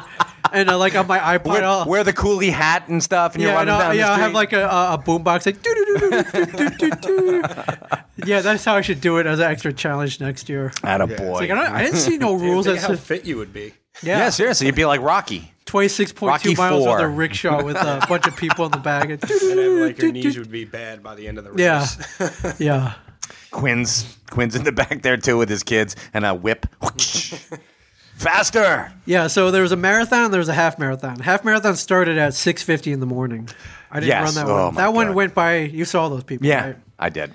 Speaker 1: And uh, like on my iPod,
Speaker 2: Wear,
Speaker 1: I'll,
Speaker 2: wear the coolie hat and stuff, and you're
Speaker 1: yeah, and
Speaker 2: running
Speaker 1: I'll-
Speaker 2: down the
Speaker 1: yeah, I
Speaker 2: street.
Speaker 1: have like a, a a boombox like doo doo doo doo doo doo doo. Yeah, that's how I should do it as an extra challenge next year.
Speaker 2: Atta
Speaker 1: Like
Speaker 2: boy.
Speaker 1: I, don't, I didn't see no rules.
Speaker 5: Think how
Speaker 1: That's
Speaker 5: fit you would be.
Speaker 2: yeah.
Speaker 1: yeah,
Speaker 2: seriously, you'd be like Rocky.
Speaker 1: twenty six point
Speaker 2: Rocky
Speaker 1: two miles
Speaker 2: four.
Speaker 1: on the rickshaw with a bunch of people in the back. And
Speaker 5: And then, like your knees would be bad by the end of the race.
Speaker 1: yeah, yeah.
Speaker 2: Quinn's Quinn's in the back there too with his kids and a whip. Faster.
Speaker 1: Yeah, so there was a marathon, there was a half marathon. Half marathon started at six fifty in the morning. I didn't run
Speaker 2: Yes.
Speaker 1: that
Speaker 2: Oh,
Speaker 1: one.
Speaker 2: my
Speaker 1: That one
Speaker 2: God.
Speaker 1: went by. You saw those people,
Speaker 2: Yeah,
Speaker 1: right?
Speaker 2: I did.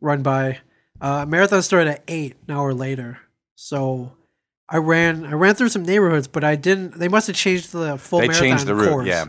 Speaker 1: Run by. Uh, marathon started at eight, an hour later. So I ran. I ran through some neighborhoods, but I didn't. They must have changed the full.
Speaker 2: They
Speaker 1: marathon
Speaker 2: changed the route,
Speaker 1: course,
Speaker 2: yeah.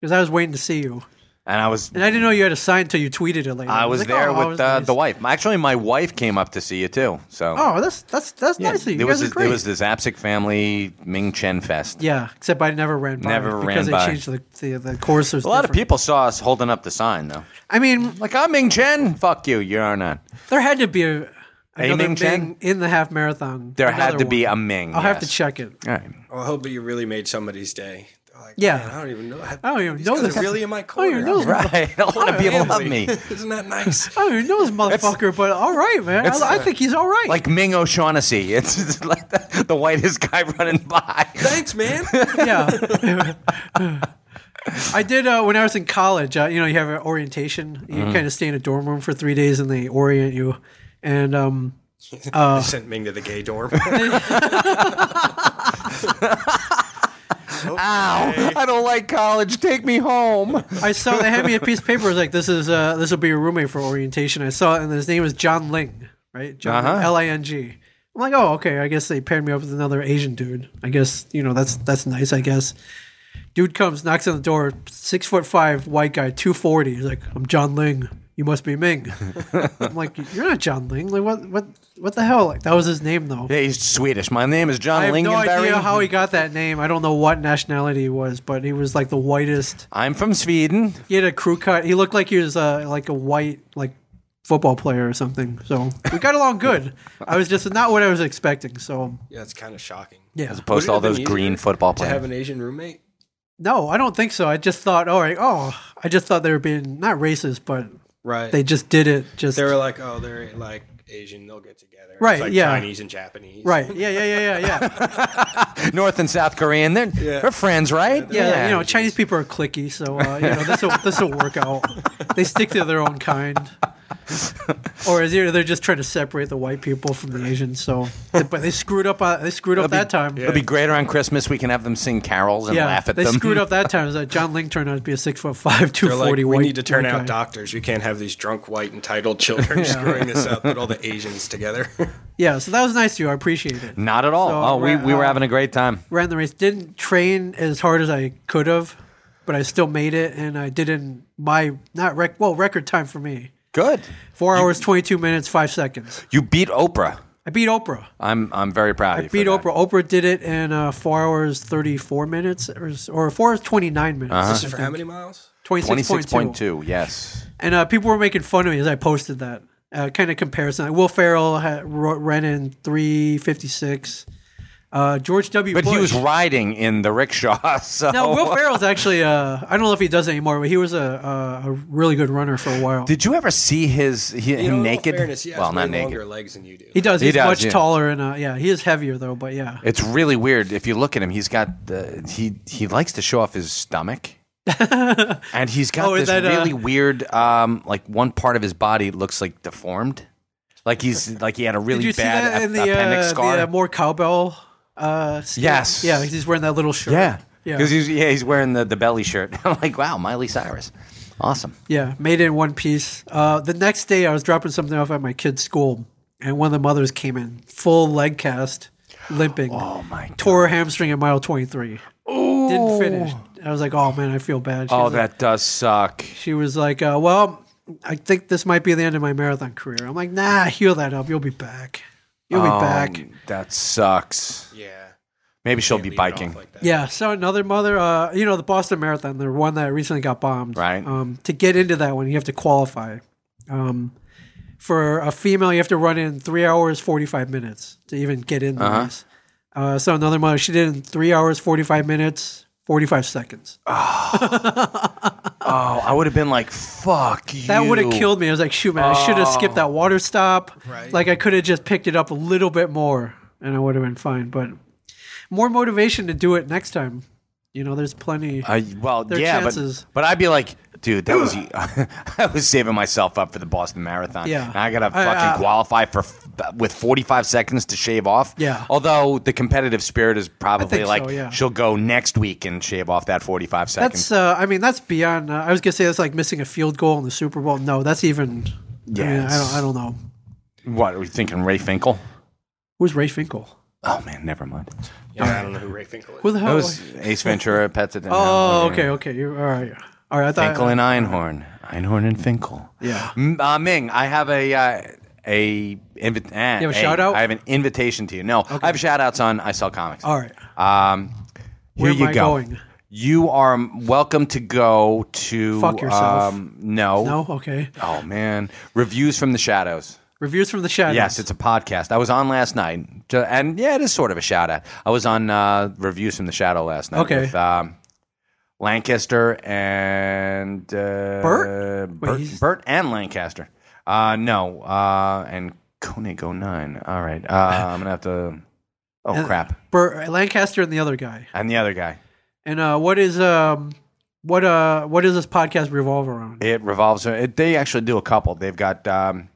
Speaker 1: because I was waiting to see you,
Speaker 2: And I was
Speaker 1: and I didn't know you had a sign until you tweeted it later.
Speaker 2: I was
Speaker 1: like,
Speaker 2: there
Speaker 1: oh, I
Speaker 2: with
Speaker 1: was
Speaker 2: uh,
Speaker 1: nice.
Speaker 2: the wife. Actually, my wife came up to see you too. So
Speaker 1: Oh, that's that's that's
Speaker 2: Yeah,
Speaker 1: nice. of You
Speaker 2: there
Speaker 1: guys
Speaker 2: was
Speaker 1: are
Speaker 2: this,
Speaker 1: great.
Speaker 2: there was this Apsic family Ming Chen fest.
Speaker 1: yeah, except I never ran. By
Speaker 2: Never
Speaker 1: it
Speaker 2: ran
Speaker 1: because
Speaker 2: by.
Speaker 1: they changed the the, the course.
Speaker 2: A lot of people saw us holding up the sign though.
Speaker 1: I mean,
Speaker 2: Like I'm Ming Chen. Fuck you. You are not.
Speaker 1: There had to be a, another
Speaker 2: Ming Chen?
Speaker 1: Ming in the half marathon.
Speaker 2: There
Speaker 1: Another
Speaker 2: had to be
Speaker 1: one.
Speaker 2: a Ming.
Speaker 1: I'll have to
Speaker 2: yes.
Speaker 1: check it.
Speaker 2: All right.
Speaker 5: Well, I hope you really made somebody's day. They're Like,
Speaker 1: Yeah.
Speaker 5: "Man, I don't even know. I,
Speaker 1: don't even
Speaker 5: these
Speaker 1: Oh, know
Speaker 5: guys
Speaker 1: this.
Speaker 5: are really in my
Speaker 1: Oh,
Speaker 5: corner.
Speaker 1: you know, right.
Speaker 2: Right. A lot of people love me.
Speaker 5: Isn't that nice?
Speaker 1: oh, you know this motherfucker, but all right, man.
Speaker 2: it's-
Speaker 1: I, I think he's all right.
Speaker 2: Like Ming O'Shaughnessy. It's, it's like the, the whitest guy running by.
Speaker 5: Thanks, man.
Speaker 1: Uh. yeah. I did uh, when I was in college. Uh, you know, you have an orientation.
Speaker 2: Mm-hmm.
Speaker 1: You kind of stay in a dorm room for three days, and they orient you. And um,
Speaker 5: I sent Ming to the gay dorm.
Speaker 2: Ow. I don't like college. Take me home.
Speaker 1: I saw they had me a piece of paper. It was like, "This is uh, this will be your roommate for orientation." I saw it, and his name was John Ling, right? John
Speaker 2: Uh-huh.
Speaker 1: L I N G. I'm like, oh, okay. I guess they paired me up with another Asian dude. I guess you know that's that's nice. I guess. Dude comes, knocks on the door. Six foot five, white guy, two forty. He's like, "I'm John Ling. You must be Ming." I'm like, "You're not John Ling. Like, what what what the hell?" Like, that was his name though.
Speaker 2: Yeah, he's Swedish. My name is John
Speaker 1: I have no
Speaker 2: Lingenberry.
Speaker 1: idea how he got that name. I don't know what nationality he was, but he was like the whitest
Speaker 2: I'm from Sweden.
Speaker 1: he had a crew cut. He looked like he was uh, like a white like football player or something. So we got along good. I was just not what I was expecting. So
Speaker 5: yeah, it's kind of shocking.
Speaker 1: yeah,
Speaker 2: Post
Speaker 5: Wouldn't it
Speaker 2: all
Speaker 5: have been
Speaker 2: those
Speaker 5: easier
Speaker 2: green football
Speaker 5: To have
Speaker 2: players.
Speaker 5: an Asian roommate.
Speaker 1: no, I don't think so. I just thought, all right, oh, I just thought they were being not racist, but
Speaker 5: Right.
Speaker 1: they just did it. Just
Speaker 5: They were like, oh, they're like Asian. They'll get together.
Speaker 1: Right,
Speaker 5: It's like
Speaker 1: yeah.
Speaker 5: Chinese and Japanese.
Speaker 1: right. Yeah, yeah, yeah, yeah, yeah.
Speaker 2: North and South Korean. They're, they're friends, right?
Speaker 1: Yeah, you know, Chinese people are clicky, so uh, you know this will this will work out. They stick to their own kind. Or is either they're just trying to separate the white people from the Asians, so but they screwed up. Uh, they screwed up that time.
Speaker 2: It'll be great around Christmas. We can have them sing carols and laugh at
Speaker 1: they
Speaker 2: them.
Speaker 1: screwed up that time. It was like John Ling turned out to be a six foot five, two
Speaker 5: They're like,
Speaker 1: forty.
Speaker 5: we need to turn out doctors. We can't have these drunk, white, entitled children screwing this up. Put all the Asians together.
Speaker 1: Yeah, so that was nice of you. I appreciate it.
Speaker 2: Not at all.
Speaker 1: So,
Speaker 2: oh, we,
Speaker 1: ra-
Speaker 2: we were
Speaker 1: uh,
Speaker 2: having a great time.
Speaker 1: Ran the race. Didn't train as hard as I could have, but I still made it, and I did in my not rec well record time for me.
Speaker 2: Good.
Speaker 1: Four hours twenty two minutes five seconds.
Speaker 2: You beat Oprah.
Speaker 1: I beat Oprah.
Speaker 2: I'm I'm very proud of you. for
Speaker 1: Beat
Speaker 2: that.
Speaker 1: Oprah. Oprah did it in uh, four hours thirty four minutes or, s- or four hours twenty nine minutes.
Speaker 2: Uh-huh.
Speaker 5: This is for how many miles?
Speaker 1: Twenty six point two.
Speaker 2: 26.2, yes.
Speaker 1: And uh, people were making fun of me as I posted that uh, kind of comparison. Will Farrell had, ro- ran in 356. Uh, George W.
Speaker 2: But
Speaker 1: Bush.
Speaker 2: he was riding in the rickshaw, so
Speaker 1: Now, Will Farrell's actually, uh, I don't know if he does it anymore, but he was a, a, a really good runner for a while.
Speaker 2: Did you ever see his he,
Speaker 5: You
Speaker 2: him
Speaker 5: know, in all
Speaker 2: naked?
Speaker 5: Fairness, he has
Speaker 2: well,
Speaker 5: way
Speaker 2: not naked.
Speaker 5: Longer legs than you do.
Speaker 1: he does.
Speaker 2: He
Speaker 1: He's
Speaker 2: does,
Speaker 1: much
Speaker 2: yeah.
Speaker 1: taller and, uh, yeah, he is heavier though, but yeah.
Speaker 2: It's really weird if you look at him. He's got the he he likes to show off his stomach, and he's got
Speaker 1: Oh,
Speaker 2: this
Speaker 1: is that, uh,
Speaker 2: really weird um like one part of his body looks like deformed, like he's like he had a
Speaker 1: Did
Speaker 2: really
Speaker 1: you see that
Speaker 2: bad ap-
Speaker 1: in the,
Speaker 2: appendix
Speaker 1: uh,
Speaker 2: scar.
Speaker 1: the uh, more cowbell? Uh, skit?
Speaker 2: Yes.
Speaker 1: Yeah, he's wearing that little shirt.
Speaker 2: yeah,
Speaker 1: Yeah.
Speaker 2: because he's yeah he's wearing the the belly shirt. I'm like, wow, Miley Cyrus, awesome.
Speaker 1: Yeah, made it in one piece. Uh, the next day, I was dropping something off at my kid's school, and one of the mothers came in, full leg cast, limping.
Speaker 2: Oh my god.
Speaker 1: Tore her hamstring at mile 23. Didn't finish. I was like, oh man, I feel bad. She
Speaker 2: Oh,
Speaker 1: was like-
Speaker 2: that does suck.
Speaker 1: she was like, uh, well, I think this might be the end of my marathon career. I'm like, nah, heal that up. You'll be back. You'll be
Speaker 2: Oh,
Speaker 1: back.
Speaker 2: That sucks.
Speaker 5: Yeah.
Speaker 2: Maybe she'll be
Speaker 5: Leave it off
Speaker 2: biking.
Speaker 5: like that.
Speaker 1: Yeah. So another mother, uh, you know, the Boston Marathon, the one that recently got bombed.
Speaker 2: Right.
Speaker 1: Um, to get into that one, you have to qualify. Um, for a female, you have to run in three hours forty five minutes to even get in the race. Uh, so another mother, she did it in three hours forty five minutes forty five seconds.
Speaker 2: Oh, I would have been like, fuck you.
Speaker 1: That would have killed me. I was like, shoot, man, I should have skipped that water stop. Right. Like I could have just picked it up a little bit more, and I would have been fine. But more motivation to do it next time. You know, there's plenty.
Speaker 2: I, well,
Speaker 1: Their
Speaker 2: yeah,
Speaker 1: chances.
Speaker 2: but but I'd be like, dude, that was e, I was saving myself up for the Boston Marathon.
Speaker 1: Yeah.
Speaker 2: Now I gotta
Speaker 1: I- uh,
Speaker 2: fucking
Speaker 1: I-
Speaker 2: qualify for f- with 45 seconds to shave off.
Speaker 1: Yeah.
Speaker 2: Although the competitive spirit is probably
Speaker 1: so,
Speaker 2: like
Speaker 1: yeah.
Speaker 2: she'll go next week and shave off that 45 seconds.
Speaker 1: That's. Uh, I mean, that's beyond. Uh, I was gonna say that's like missing a field goal in the Super Bowl. No, that's even. Yeah. I, mean, I
Speaker 2: Yes.
Speaker 1: don't. I don't know.
Speaker 2: what are we thinking, Ray Finkel?
Speaker 1: Who's Ray Finkel?
Speaker 2: Oh man, never mind.
Speaker 5: Yeah, I don't know who Ray Finkel is.
Speaker 1: Who the
Speaker 2: That
Speaker 1: hell?
Speaker 2: was Ace Ventura, Pets at
Speaker 1: oh, okay, okay. You're, all right, all right. I thought.
Speaker 2: Finkel and Einhorn, Einhorn and Finkel.
Speaker 1: Yeah.
Speaker 2: M- uh, Ming, I have a uh, a invi- eh,
Speaker 1: You have a shout-out?
Speaker 2: I have an invitation to you. No, I have shout outs on I sell comics.
Speaker 1: all right.
Speaker 2: Um, here
Speaker 1: Where
Speaker 2: you
Speaker 1: am I
Speaker 2: go.
Speaker 1: going?
Speaker 2: You are welcome to go to
Speaker 1: Fuck yourself.
Speaker 2: Um, no.
Speaker 1: No, okay.
Speaker 2: Oh man, reviews from the shadows.
Speaker 1: Reviews from the shadows.
Speaker 2: Yes, it's a podcast. I was on last night, ju- and yeah, it is sort of a shout out. I was on uh, reviews from the shadow last night
Speaker 1: Okay.
Speaker 2: with um, Lancaster and uh,
Speaker 1: Bert? Wait,
Speaker 2: Bert,
Speaker 1: he's-
Speaker 2: Bert and Lancaster. Uh, no, uh, and Koenig 09. All right, uh, I'm gonna have to. Oh crap!
Speaker 1: Bur- Lancaster and the other guy.
Speaker 2: And the other guy.
Speaker 1: And uh, what is um, what uh, what does this podcast revolve around?
Speaker 2: It revolves. It, they actually do a couple. They've got um,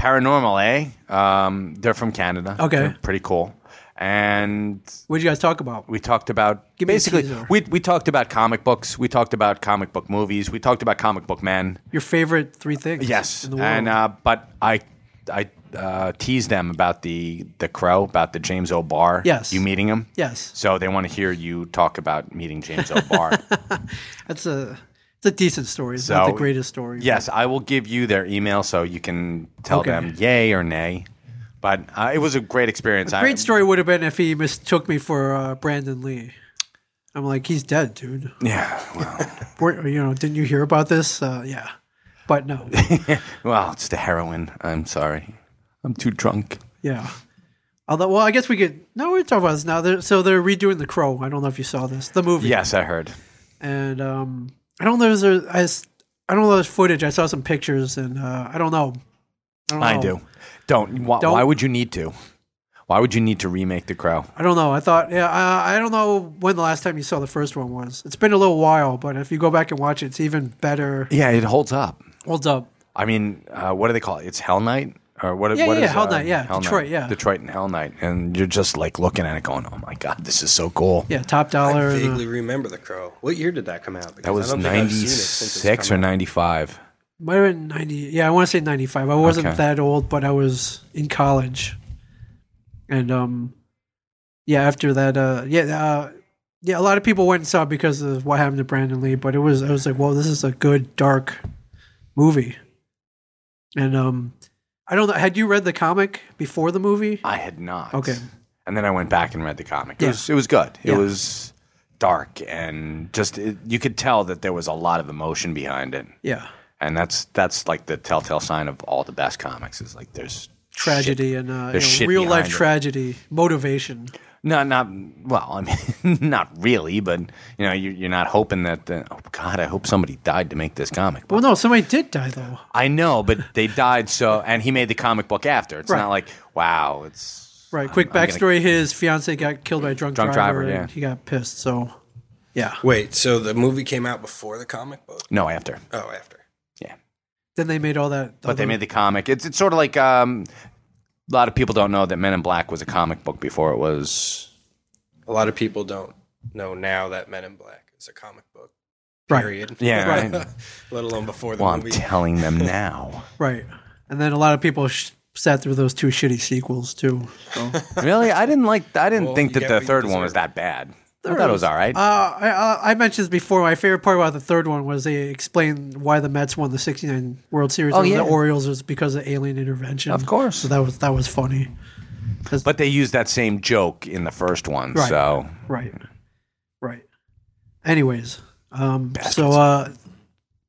Speaker 2: paranormal, eh? Um, they're from Canada.
Speaker 1: Okay.
Speaker 2: They're pretty cool. And
Speaker 1: What did you guys talk about?
Speaker 2: we talked about
Speaker 1: Give me a
Speaker 2: basically
Speaker 1: teaser.
Speaker 2: we we talked about comic books. We talked about comic book movies. We talked about comic book men.
Speaker 1: Your favorite three things?
Speaker 2: Yes,
Speaker 1: In the world.
Speaker 2: and uh, but I I uh, teased them about the the crow about the James O'Barr.
Speaker 1: Yes.
Speaker 2: you meeting him.
Speaker 1: yes,
Speaker 2: So they want to hear you talk about meeting James O'Barr.
Speaker 1: that's a it's a decent story. It's
Speaker 2: So-
Speaker 1: not the greatest story.
Speaker 2: Yes, I will give you their email so you can tell
Speaker 1: Okay.
Speaker 2: them yay or nay. But uh, it was a great experience. I-
Speaker 1: Great story would have been if he mistook me for uh, Brandon Lee. I'm like, he's dead, dude.
Speaker 2: Yeah. Well,
Speaker 1: Were, you know, didn't you hear about this? Uh, yeah, but no.
Speaker 2: well, it's the heroin. I'm sorry. I'm too drunk.
Speaker 1: Yeah. Although, well, I guess we could. No, we're talking about this now. They're, so they're redoing The Crow. I don't know if you saw this, the movie.
Speaker 2: Yes, I heard.
Speaker 1: And um, I don't know if there's, I, s- I don't know if there's footage. I saw some pictures, and uh, I don't know. I, don't
Speaker 2: I
Speaker 1: know.
Speaker 2: do. Don't. Why,
Speaker 1: Oh. Don't-
Speaker 2: why would you need to? Why would you need to remake The Crow?
Speaker 1: I don't know. I thought, yeah, I, I don't know when the last time you saw the first one was. It's been a little while, but if you go back and watch it, it's even better.
Speaker 2: Yeah, it holds up.
Speaker 1: Holds up.
Speaker 2: I mean, uh, what do they call it? It's Hell Night? Or what,
Speaker 1: Yeah,
Speaker 2: what
Speaker 1: yeah,
Speaker 2: is,
Speaker 1: Hell
Speaker 2: uh,
Speaker 1: Night, yeah.
Speaker 2: Hell
Speaker 1: Detroit, yeah.
Speaker 2: Detroit and Hell Night. And you're just like looking at it going, oh my God, this is so cool.
Speaker 1: Yeah, top dollar.
Speaker 5: I
Speaker 1: and, uh,
Speaker 5: vaguely remember the crow. What year did that come out? Because
Speaker 2: That was
Speaker 5: I don't think I've seen it since it's
Speaker 2: 96 or
Speaker 5: come out.
Speaker 2: 95.
Speaker 1: might have been 90. Yeah, I want to say 95. I wasn't
Speaker 2: Okay.
Speaker 1: that old, but I was in college. And um yeah, after that uh yeah, uh yeah, a lot of people went and saw it because of what happened to Brandon Lee, but it was I was like, "Whoa, this is a good dark movie." And um I don't know, had you read the comic before the movie?
Speaker 2: I had not.
Speaker 1: Okay.
Speaker 2: And then I went back and read the comic. It
Speaker 1: Yeah.
Speaker 2: was it was good. It
Speaker 1: Yeah.
Speaker 2: was dark and just it, you could tell that there was a lot of emotion behind it.
Speaker 1: Yeah.
Speaker 2: And that's that's like the telltale sign of all the best comics is like there's
Speaker 1: Tragedy and uh,
Speaker 2: There's shit
Speaker 1: real life
Speaker 2: behind it.
Speaker 1: tragedy, motivation.
Speaker 2: No, not well. I mean, not really, but you know, you're, you're not hoping that. The, oh God, I hope somebody died to make this comic book.
Speaker 1: Well, no, somebody did die though.
Speaker 2: I know, but they died. So, and he made the comic book after. It's
Speaker 1: Right.
Speaker 2: not like wow. It's
Speaker 1: Right.
Speaker 2: I'm-
Speaker 1: Quick
Speaker 2: I'm gonna-
Speaker 1: backstory: His fiance got killed by a drunk,
Speaker 2: Drunk
Speaker 1: driver.
Speaker 2: driver,
Speaker 1: and
Speaker 2: yeah.
Speaker 1: He got pissed. So, yeah.
Speaker 5: Wait, so the movie came out before the comic book?
Speaker 2: No, after.
Speaker 5: Oh, after.
Speaker 2: Yeah,
Speaker 1: Then they made all that.
Speaker 2: but they made the comic. It's it's sort of like um, a lot of people don't know that Men in Black was a comic book before it was.
Speaker 5: A lot of people don't know now that Men in Black is a comic book.
Speaker 1: Right.
Speaker 5: Period.
Speaker 2: Yeah,
Speaker 1: Right.
Speaker 2: right.
Speaker 5: Let alone before the
Speaker 2: well, I'm
Speaker 5: movie.
Speaker 2: telling them now.
Speaker 1: right. And then a lot of people sh- sat through those two shitty sequels too. So.
Speaker 2: really, I didn't like. I didn't
Speaker 5: Well,
Speaker 2: think
Speaker 5: you
Speaker 2: that
Speaker 5: get
Speaker 2: the
Speaker 5: what you
Speaker 2: third one
Speaker 5: deserve.
Speaker 2: was that bad. I thought it was all right.
Speaker 1: Uh, I, I- I mentioned this before. My favorite part about the third one was they explained why the Mets won the '69 World Series
Speaker 2: Oh,
Speaker 1: over
Speaker 2: yeah.
Speaker 1: the Orioles was because of alien intervention.
Speaker 2: Of course.
Speaker 1: So that was that was funny.
Speaker 2: but they used that same joke in the first one,
Speaker 1: Right.
Speaker 2: so
Speaker 1: Right. Right. Anyways, um, so uh,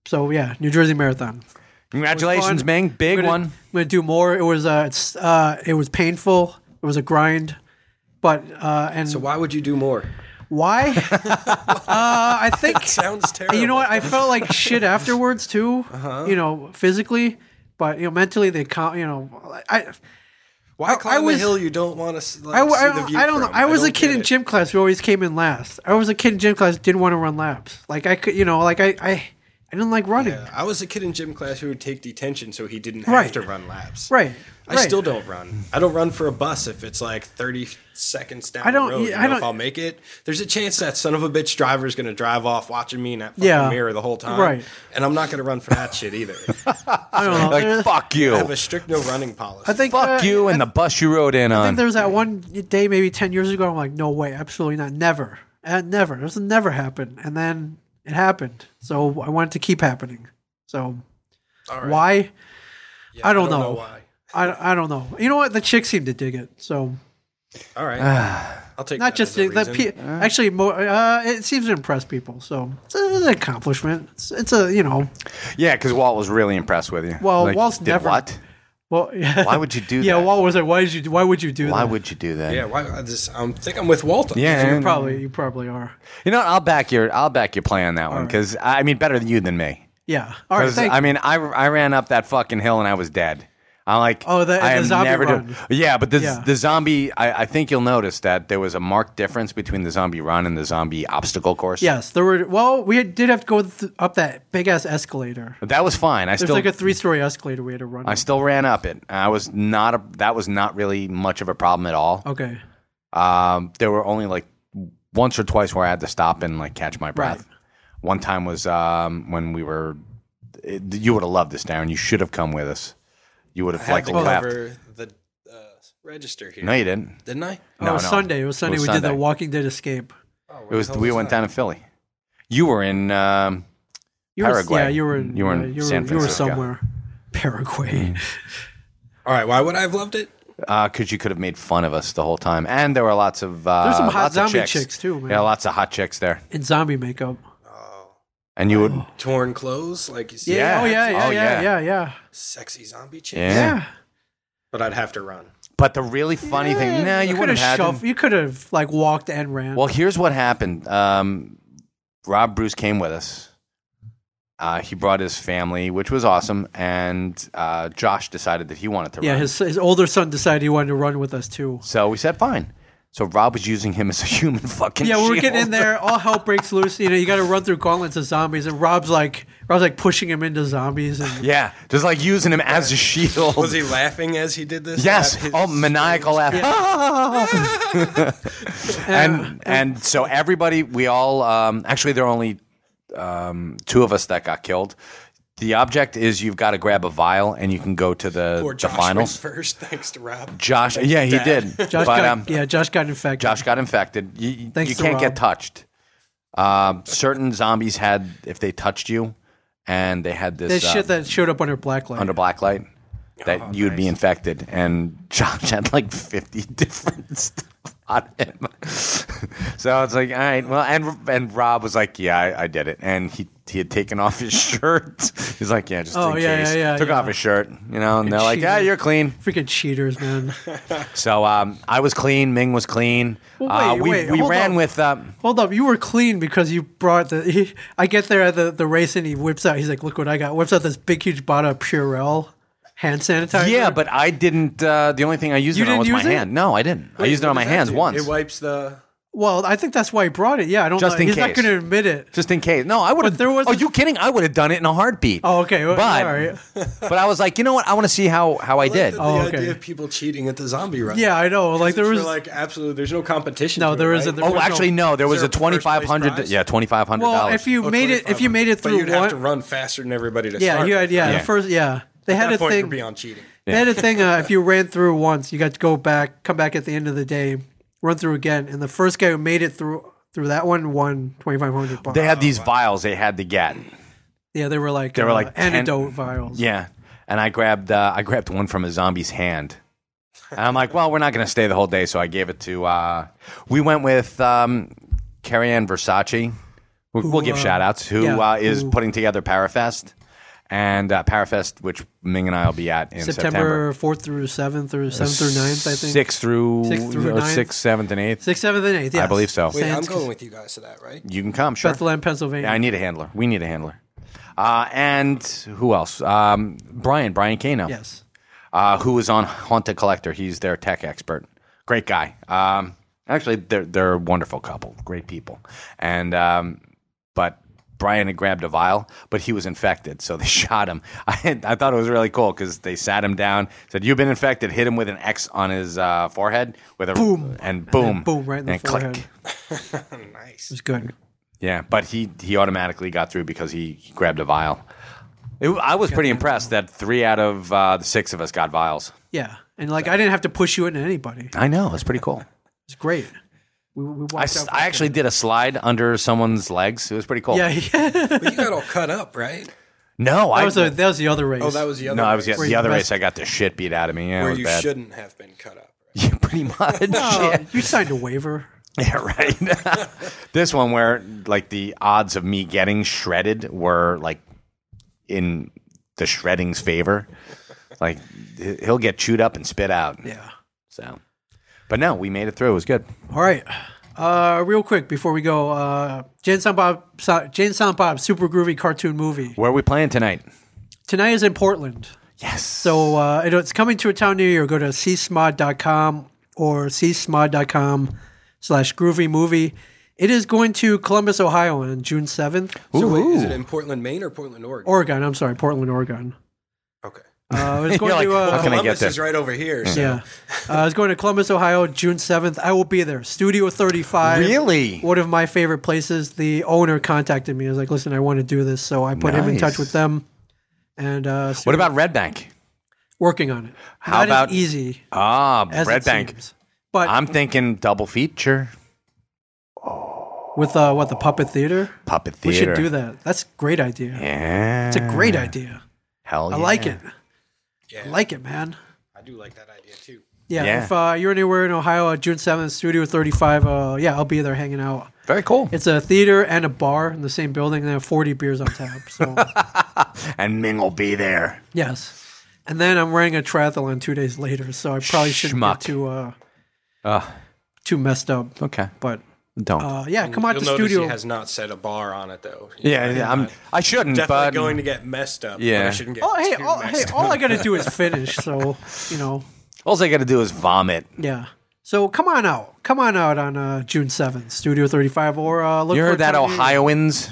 Speaker 1: so yeah, New Jersey Marathon.
Speaker 2: Congratulations,
Speaker 1: fun.
Speaker 2: Ming. Big
Speaker 1: I'm gonna-
Speaker 2: one.
Speaker 1: I'm gonna do more. It was uh, it's, uh, it was painful. It was a grind, but uh, and
Speaker 5: So why would you do more?
Speaker 1: why? uh, I think
Speaker 5: Sounds terrible. Uh-huh.
Speaker 1: you know what? I felt like shit afterwards too. You know, physically, but you know, mentally they can't. You know, I.
Speaker 5: Why
Speaker 1: I
Speaker 5: climb
Speaker 1: was-
Speaker 5: a hill you don't want to like,
Speaker 1: I, w-
Speaker 5: see
Speaker 1: I
Speaker 5: the
Speaker 1: don't,
Speaker 5: view
Speaker 1: I don't know.
Speaker 5: from?
Speaker 1: I was a
Speaker 5: don't
Speaker 1: kid
Speaker 5: get
Speaker 1: in
Speaker 5: it.
Speaker 1: gym class who always came in last. I was a kid in gym class didn't want to run laps. Like I could, you know, like I I, I didn't like running.
Speaker 5: Yeah, I was a kid in gym class who would take detention so he didn't have
Speaker 1: Right.
Speaker 5: to run laps.
Speaker 1: Right.
Speaker 5: I
Speaker 1: right.
Speaker 5: still don't run. I don't run for a bus if it's like 30 seconds down
Speaker 1: I don't- e,
Speaker 5: the road. You
Speaker 1: I
Speaker 5: know
Speaker 1: don't-
Speaker 5: if I'll make it. There's a chance that son of a bitch driver's going to drive off watching me in that fucking
Speaker 1: Yeah.
Speaker 5: mirror the whole time.
Speaker 1: Right.
Speaker 5: And I'm not going to run for that shit either. I
Speaker 1: I don't know.
Speaker 2: Like, fuck you.
Speaker 5: have a strict no running policy.
Speaker 1: I think
Speaker 2: fuck
Speaker 1: uh,
Speaker 2: you and the bus you rode in
Speaker 1: I
Speaker 2: on.
Speaker 1: think there was that one day maybe ten years ago. I'm like, no way, absolutely not, never, uh, never. This will never happen. And then it happened. So I want it to keep happening. So
Speaker 5: All right.
Speaker 1: why?
Speaker 5: Yeah,
Speaker 1: I don't know.
Speaker 5: why.
Speaker 1: I, I don't know. You know what? The chicks seem to dig it. So
Speaker 5: All right. I'll take
Speaker 1: not
Speaker 5: that
Speaker 1: just
Speaker 5: as a
Speaker 1: dig, that. Pe-
Speaker 5: reason.
Speaker 1: actually, more. Uh, it seems to impress people. So it's, a, it's an accomplishment. It's, it's a you know.
Speaker 2: yeah, because Walt was really impressed with you.
Speaker 1: Well, Walt's
Speaker 2: did
Speaker 1: never-
Speaker 2: What?
Speaker 1: Well, yeah.
Speaker 2: Why would you do
Speaker 1: yeah,
Speaker 2: that?
Speaker 1: Walt was like, why did you? Why would you do
Speaker 2: Why
Speaker 1: that?
Speaker 2: would you do that?
Speaker 5: Yeah, why? I just I um, think I'm with Walton.
Speaker 2: yeah.
Speaker 1: probably you probably are.
Speaker 2: You know, what? I'll back your I'll back your play on that one because I mean, better than you than me.
Speaker 1: Yeah. All right.
Speaker 2: 'Cause,
Speaker 1: Thank
Speaker 2: I mean, I, I ran up that fucking hill and I was dead. I'm like,
Speaker 1: Oh, the-
Speaker 2: I
Speaker 1: the
Speaker 2: am
Speaker 1: zombie
Speaker 2: never
Speaker 1: run.
Speaker 2: doing- yeah, but the
Speaker 1: Yeah.
Speaker 2: the zombie. I, I think you'll notice that there was a marked difference between the zombie run and the zombie obstacle course.
Speaker 1: Yes, there were. Well, we did have to go th- up that big ass escalator.
Speaker 2: but that was fine. I
Speaker 1: There's
Speaker 2: still
Speaker 1: like a three story escalator we had to run.
Speaker 2: I
Speaker 1: up.
Speaker 2: still ran up it. I was not a, that was not really much of a problem at all.
Speaker 1: okay,
Speaker 2: Um, there were only like once or twice where I had to stop and like catch my breath.
Speaker 1: Right.
Speaker 2: One time was um, when we were. It, you would have loved this, Darren. You should have come with us. You would have
Speaker 5: I had
Speaker 2: like
Speaker 5: to
Speaker 2: left.
Speaker 5: cover the uh, register here.
Speaker 2: No, you didn't.
Speaker 5: Didn't I?
Speaker 1: oh,
Speaker 2: No,
Speaker 1: it was
Speaker 2: no.
Speaker 1: Sunday. It was Sunday. we did
Speaker 2: Sunday.
Speaker 1: the Walking Dead escape.
Speaker 2: It was we went down to Philly. You were in. Um,
Speaker 1: You
Speaker 2: Paraguay.
Speaker 1: Were, yeah, you were in.
Speaker 2: You were in
Speaker 1: uh, you were,
Speaker 2: San
Speaker 1: you were
Speaker 2: Francisco. Mm.
Speaker 1: somewhere. Paraguay.
Speaker 5: All right. Why would I have loved it?
Speaker 2: because uh, you could have made fun of us the whole time, and there were lots of uh,
Speaker 1: There's some hot
Speaker 2: lots of
Speaker 1: zombie
Speaker 2: chicks.
Speaker 1: chicks, too, man.
Speaker 2: Yeah, lots of hot chicks there,
Speaker 1: in zombie makeup.
Speaker 2: and you would.
Speaker 5: Torn clothes, like you see.
Speaker 2: Yeah.
Speaker 1: Oh yeah. Yeah.
Speaker 2: Oh,
Speaker 1: yeah.
Speaker 2: yeah.
Speaker 1: Yeah. Yeah.
Speaker 5: Sexy zombie chicks.
Speaker 2: Yeah.
Speaker 1: Yeah.
Speaker 5: But I'd have to run.
Speaker 2: But the really funny thing, nah, you,
Speaker 1: could
Speaker 2: wouldn't
Speaker 1: have
Speaker 2: have had them.
Speaker 1: shoved. You could have like walked and ran.
Speaker 2: Well, here's what happened. Um, Rob Bruce came with us. Uh, he brought his family, which was awesome, and uh, Josh decided that he wanted to
Speaker 1: yeah.
Speaker 2: run.
Speaker 1: His his older son decided he wanted to run with us too.
Speaker 2: so we said, "Fine." So Rob was using him as a human fucking.
Speaker 1: Yeah, we're
Speaker 2: shield.
Speaker 1: getting in there. All hell breaks loose. You know, you got to run through gauntlets of zombies, and Rob's like, Rob's like pushing him into zombies, and
Speaker 2: Yeah, just like using him as a shield.
Speaker 5: Was he laughing as he did this? At
Speaker 2: Yes.
Speaker 5: his-
Speaker 2: Oh, maniacal laugh. and and so everybody, we all um, actually there are only um, two of us that got killed. The object is you've got to grab a vial and you can go to the,
Speaker 5: Poor
Speaker 2: the
Speaker 5: Josh
Speaker 2: finals.
Speaker 5: went first, thanks to Rob.
Speaker 2: Josh, yeah, he did.
Speaker 1: Josh
Speaker 2: but
Speaker 1: got
Speaker 2: um,
Speaker 1: yeah, Josh got infected.
Speaker 2: Josh got infected. You, you-
Speaker 1: Thanks
Speaker 2: you
Speaker 1: to
Speaker 2: can't
Speaker 1: Rob.
Speaker 2: get touched. Um, certain zombies had if they touched you, and they had this
Speaker 1: this
Speaker 2: uh,
Speaker 1: shit that showed up under blacklight.
Speaker 2: under blacklight that
Speaker 1: Oh,
Speaker 2: you'd be infected. And Josh had like 50 different stuff on him. so it's like, all right, well, and and Rob was like, yeah, I, I did it. And he, he had taken off his shirt. He's like, yeah, just
Speaker 1: Oh,
Speaker 2: in
Speaker 1: yeah,
Speaker 2: case.
Speaker 1: yeah, yeah,
Speaker 2: Took
Speaker 1: yeah.
Speaker 2: off his shirt, you know, and they're like, yeah,
Speaker 1: cheater.
Speaker 2: you're clean.
Speaker 1: Freaking cheaters, man.
Speaker 2: So um, I was clean. Ming was clean.
Speaker 1: Well,
Speaker 2: uh,
Speaker 1: wait,
Speaker 2: we
Speaker 1: wait,
Speaker 2: we
Speaker 1: hold
Speaker 2: ran
Speaker 1: on.
Speaker 2: with. Um,
Speaker 1: Hold up, you were clean because you brought the. He, I get there at the, the race and he whips out. He's like, "Look what I got!" Whips out this big, huge bottle of Purell hand sanitizer.
Speaker 2: yeah, but I didn't. Uh, the only thing I used
Speaker 1: You
Speaker 2: it on was
Speaker 1: didn't
Speaker 2: my
Speaker 1: use it?
Speaker 2: hand. No, I didn't. I used it on my hands once.
Speaker 5: It wipes the.
Speaker 1: well, I think that's why he brought it. Yeah, I don't.
Speaker 2: Just
Speaker 1: know.
Speaker 2: in
Speaker 1: he's not
Speaker 2: case.
Speaker 1: going to admit it.
Speaker 2: just in case. No, I would have.
Speaker 1: there was
Speaker 2: Oh,
Speaker 1: a-
Speaker 2: you kidding? I would have done it in a heartbeat.
Speaker 1: Oh, okay. Well,
Speaker 2: But,
Speaker 1: all right.
Speaker 2: but I was like, you know what? I want to see how how I did.
Speaker 5: The,
Speaker 1: Oh,
Speaker 5: the
Speaker 1: okay.
Speaker 5: idea of people cheating at the zombie run.
Speaker 1: Yeah, I know. Like there
Speaker 5: It's for,
Speaker 1: was.
Speaker 5: like absolutely. There's no competition.
Speaker 1: No,
Speaker 5: to it,
Speaker 1: there
Speaker 5: right?
Speaker 1: isn't. There
Speaker 2: Oh,
Speaker 1: was
Speaker 2: actually, no. There was a
Speaker 5: there a first
Speaker 2: twenty
Speaker 5: place
Speaker 2: five hundred.
Speaker 5: prize?
Speaker 2: Yeah, twenty five hundred
Speaker 1: well,
Speaker 2: dollars.
Speaker 1: if you
Speaker 5: Oh,
Speaker 1: made it, if you made it through
Speaker 5: but you'd
Speaker 1: one,
Speaker 5: have to run faster than everybody to
Speaker 1: yeah,
Speaker 5: start.
Speaker 1: you had, yeah,
Speaker 2: Yeah.
Speaker 1: the first, yeah, they
Speaker 5: At
Speaker 1: had a
Speaker 5: that point,
Speaker 1: thing.
Speaker 5: you're beyond cheating.
Speaker 1: They had a thing. Uh, if you ran through once, you got to go back, come back at the end of the day, run through again. And the first guy who made it through through that one won twenty five hundred bucks.
Speaker 2: they had these vials they had to get.
Speaker 1: yeah, they were like
Speaker 2: They were
Speaker 1: uh,
Speaker 2: like 10
Speaker 1: antidote vials.
Speaker 2: Yeah, and I grabbed uh, I grabbed one from a zombie's hand, and I'm like, well, we're not going to stay the whole day, so I gave it to. Uh, we went with um, Carrie Ann Versace. We'll, we'll give shout outs who
Speaker 1: yeah,
Speaker 2: uh, is
Speaker 1: who-
Speaker 2: putting together Parafest. and uh, Parafest, which Ming and I will be at in September.
Speaker 1: September fourth through seventh or seventh through 9th, I think.
Speaker 2: Sixth through,
Speaker 1: Sixth through
Speaker 2: or
Speaker 1: ninth.
Speaker 2: sixth, seventh, and eighth.
Speaker 1: sixth, seventh, and eighth.
Speaker 2: I
Speaker 1: yes.
Speaker 2: believe so.
Speaker 5: Wait, I'm
Speaker 1: Sans-
Speaker 5: going with you guys to that, right?
Speaker 2: You can come, sure.
Speaker 1: Bethlehem, Pennsylvania.
Speaker 2: Yeah, I need a handler. We need a handler. Uh, and who else? Um, Brian, Brian Kano.
Speaker 1: yes.
Speaker 2: uh, who is on Haunted Collector. He's their tech expert. Great guy. Um, actually, they're they're a wonderful couple, great people. And um, but Brian had grabbed a vial, but he was infected, so they shot him. I had, I thought it was really cool because they sat him down, said, "You've been infected." Hit him with an X on his uh, forehead with a boom and boom,
Speaker 1: boom, right in the
Speaker 2: and
Speaker 1: forehead.
Speaker 2: click.
Speaker 5: Nice.
Speaker 1: It's good.
Speaker 2: Yeah, but he he automatically got through because he, he grabbed a vial. It, I was pretty impressed that three out of uh, the six of us got vials.
Speaker 1: Yeah. And like, I didn't have to push you into anybody.
Speaker 2: I know it's pretty cool.
Speaker 1: It's great. We, we walked
Speaker 2: I,
Speaker 1: out.
Speaker 2: I actually did a slide under someone's legs. It was pretty cool.
Speaker 1: Yeah. yeah.
Speaker 5: But you got all cut up, right?
Speaker 2: No, I
Speaker 1: That was, a, that was the other race.
Speaker 5: Oh, that was the other.
Speaker 2: no, I was
Speaker 5: race
Speaker 2: the, the other
Speaker 1: Where you
Speaker 2: race. I got the shit beat out of me. Yeah, it
Speaker 5: where
Speaker 2: was
Speaker 5: you
Speaker 2: bad.
Speaker 5: shouldn't have been cut up.
Speaker 2: Yeah, pretty much.
Speaker 1: Oh,
Speaker 2: Yeah.
Speaker 1: you signed a waiver.
Speaker 2: Yeah, right. this one where like the odds of me getting shredded were like in the shredding's favor. Like he- he'll get chewed up and spit out.
Speaker 1: Yeah.
Speaker 2: So, but no, we made it through. It was good.
Speaker 1: All right. Uh, real quick before we go, uh, Jane Silent Bob, Si- Jane Silent Bob, super groovy cartoon movie.
Speaker 2: Where are we playing tonight?
Speaker 1: Tonight is in Portland.
Speaker 2: Yes.
Speaker 1: So uh, it- it's coming to a town near you. Go to csmod.com or csmod.com slash groovy movie. It is going to Columbus, Ohio on June 7th.
Speaker 5: So wait, is
Speaker 2: Ooh.
Speaker 5: it in Portland, Maine, or Portland, Oregon?
Speaker 1: Oregon, I'm sorry, Portland, Oregon.
Speaker 5: okay.
Speaker 1: Uh, it's going
Speaker 2: You're
Speaker 1: to,
Speaker 2: like,
Speaker 1: uh,
Speaker 2: how can I
Speaker 5: Columbus
Speaker 2: get
Speaker 5: is
Speaker 2: there?
Speaker 5: right over here. So.
Speaker 1: yeah. Uh, it's going to Columbus, Ohio, June 7th. I will be there. Studio 35.
Speaker 2: Really?
Speaker 1: One of my favorite places. The owner contacted me. I was like, listen, I want to do this. So I put him in
Speaker 2: Nice.
Speaker 1: touch with them. And uh, so
Speaker 2: What about Red Bank?
Speaker 1: working on it?
Speaker 2: How
Speaker 1: Not as
Speaker 2: about-
Speaker 1: easy
Speaker 2: Ah,
Speaker 1: as
Speaker 2: Red
Speaker 1: it
Speaker 2: Bank.
Speaker 1: seems. But
Speaker 2: I'm thinking double feature,
Speaker 1: with uh, what the puppet theater?
Speaker 2: puppet
Speaker 1: We
Speaker 2: theater.
Speaker 1: should do that. That's a great idea.
Speaker 2: Yeah,
Speaker 1: It's a great idea.
Speaker 2: Hell,
Speaker 1: I like
Speaker 2: yeah.
Speaker 1: it.
Speaker 5: Yeah.
Speaker 1: I like it, man.
Speaker 5: I do like that idea too.
Speaker 1: Yeah,
Speaker 2: Yeah.
Speaker 1: if uh, you're anywhere in Ohio, uh, June 7th, Studio 35, uh, yeah, I'll be there hanging out.
Speaker 2: Very cool.
Speaker 1: It's a theater and a bar in the same building, and they have 40 beers on tap. So,
Speaker 2: And Ming will be there.
Speaker 1: yes. And then I'm running a triathlon two days later, so I probably shouldn't
Speaker 2: Schmuck.
Speaker 1: get too, uh,
Speaker 2: Uh,
Speaker 1: too messed up.
Speaker 2: okay,
Speaker 1: But
Speaker 2: don't.
Speaker 1: uh, yeah, come out
Speaker 5: You'll
Speaker 1: to
Speaker 5: notice
Speaker 1: studio.
Speaker 5: he has not set a bar on it though.
Speaker 2: yeah, yeah, I'm. I shouldn't.
Speaker 5: Definitely
Speaker 2: but
Speaker 5: going to get messed up.
Speaker 2: Yeah.
Speaker 5: But I shouldn't get
Speaker 1: oh, hey,
Speaker 5: too
Speaker 1: all, hey,
Speaker 5: messed up.
Speaker 1: all I got to do is finish. So, you know,
Speaker 2: all I got to do is vomit.
Speaker 1: yeah. So come on out. Come on out on uh, June 7th, Studio 35, or uh, look
Speaker 2: You
Speaker 1: for
Speaker 2: heard that,
Speaker 1: Tommy-
Speaker 2: Ohioans?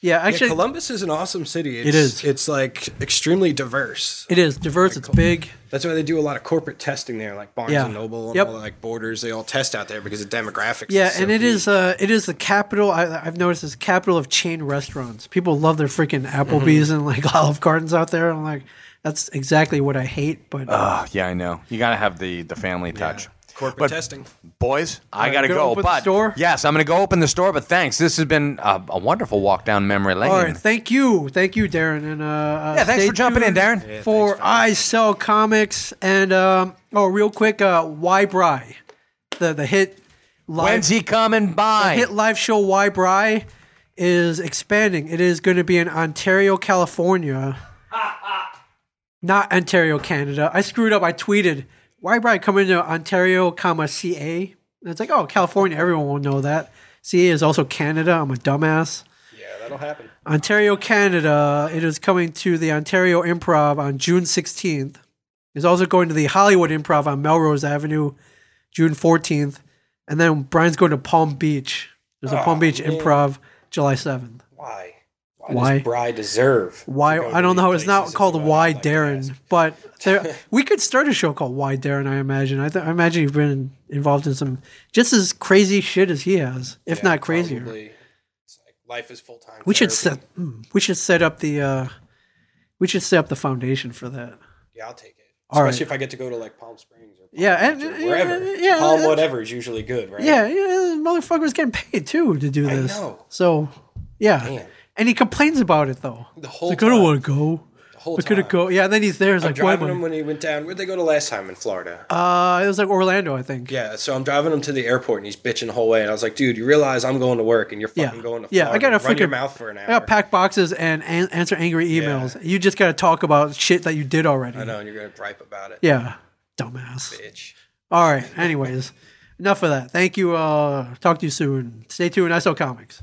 Speaker 1: Yeah,
Speaker 5: Yeah,
Speaker 1: actually,
Speaker 5: Columbus is an awesome city. It's,
Speaker 1: is.
Speaker 5: It's like extremely diverse.
Speaker 1: it is diverse. It's big.
Speaker 5: That's why they do a lot of corporate testing there, like Barnes
Speaker 1: Yeah.
Speaker 5: and Noble and
Speaker 1: Yep.
Speaker 5: all the, like Borders. They all test out there because the demographics.
Speaker 1: Yeah,
Speaker 5: is so
Speaker 1: and it
Speaker 5: huge.
Speaker 1: is uh, it is the capital. I, I've noticed it's the capital of chain restaurants. People love their freaking Applebee's
Speaker 2: Mm-hmm.
Speaker 1: and like Olive Gardens out there. I'm like, that's exactly what I hate. But
Speaker 2: Oh, yeah, I know. You got to have the the family touch.
Speaker 5: corporate
Speaker 2: But-
Speaker 5: testing.
Speaker 2: Boys, I gotta
Speaker 1: gonna
Speaker 2: go.
Speaker 1: open the
Speaker 2: but
Speaker 1: store?
Speaker 2: yes, I'm gonna go open the store. But thanks, this has been a, a wonderful walk down memory lane.
Speaker 1: all right, thank you, thank you, Darren, and uh, uh,
Speaker 2: yeah, thanks
Speaker 1: stay
Speaker 2: for jumping in,
Speaker 1: tuned
Speaker 2: Darren.
Speaker 1: For I sell comics and um, oh, real quick, uh, Why Bry, the the hit live
Speaker 2: When's he coming by?
Speaker 1: hit live show Why Bry is expanding. It is going to be in Ontario, California. Not Ontario, Canada. I screwed up. I tweeted Why Bry coming to Ontario, comma CA. And it's like, oh, California. Everyone will know that. CA is also Canada. I'm a dumbass.
Speaker 5: Yeah, that'll happen.
Speaker 1: Ontario, Canada. It is coming to the Ontario Improv on June 16th. It's also going to the Hollywood Improv on Melrose Avenue, June 14th. And then Brian's going to Palm Beach. There's a
Speaker 5: Oh,
Speaker 1: Palm Beach Improv July 7th.
Speaker 5: Why?
Speaker 1: Why?
Speaker 5: does Bry deserve?
Speaker 1: Why?
Speaker 5: to go
Speaker 1: I
Speaker 5: to
Speaker 1: don't
Speaker 5: these
Speaker 1: know. It's not
Speaker 5: places
Speaker 1: called
Speaker 5: and go
Speaker 1: Why
Speaker 5: out like
Speaker 1: Darren,
Speaker 5: this?
Speaker 1: but there, we could start a show called Why Darren. I imagine. I, th- I imagine you've been involved in some just as crazy shit as he has, if
Speaker 5: Yeah,
Speaker 1: not crazier.
Speaker 5: probably. It's like life is full time.
Speaker 1: We should set. mm, We should set up the. Uh, we should set up the foundation for that.
Speaker 5: Yeah, I'll take it.
Speaker 1: All right.
Speaker 5: Especially if I get to go to like Palm Springs or Palm
Speaker 1: Yeah,
Speaker 5: Beach
Speaker 1: and-
Speaker 5: or wherever.
Speaker 1: yeah, yeah,
Speaker 5: Palm
Speaker 1: yeah.
Speaker 5: whatever is usually good, right?
Speaker 1: Yeah, yeah, motherfucker's getting paid too to do this.
Speaker 5: know.
Speaker 1: So, yeah,
Speaker 5: Man.
Speaker 1: and he complains about it though.
Speaker 5: The whole
Speaker 1: like, I don't
Speaker 5: time.
Speaker 1: want to go.
Speaker 5: The whole
Speaker 1: We
Speaker 5: time.
Speaker 1: could have go. Yeah, and then he's there. It's
Speaker 5: I'm
Speaker 1: like, why
Speaker 5: driving
Speaker 1: am
Speaker 5: him when he went down. Where'd they go to last time in Florida?
Speaker 1: I- uh, it was like Orlando, I think.
Speaker 5: yeah, so I'm driving him to the airport and he's bitching the whole way. And I was like, dude, you realize I'm going to work and you're fucking
Speaker 1: Yeah.
Speaker 5: going to
Speaker 1: Yeah, I
Speaker 5: Florida.
Speaker 1: gotta
Speaker 5: Run your
Speaker 1: freaking-
Speaker 5: mouth for an hour.
Speaker 1: I got pack boxes and an- answer angry emails. You just got to talk about shit that you did already.
Speaker 5: I know, and you're going to gripe about it.
Speaker 1: Yeah, dumbass.
Speaker 5: Bitch.
Speaker 1: All right. Anyways, enough of that. Thank you. Uh, talk to you soon. Stay tuned. I sell comics.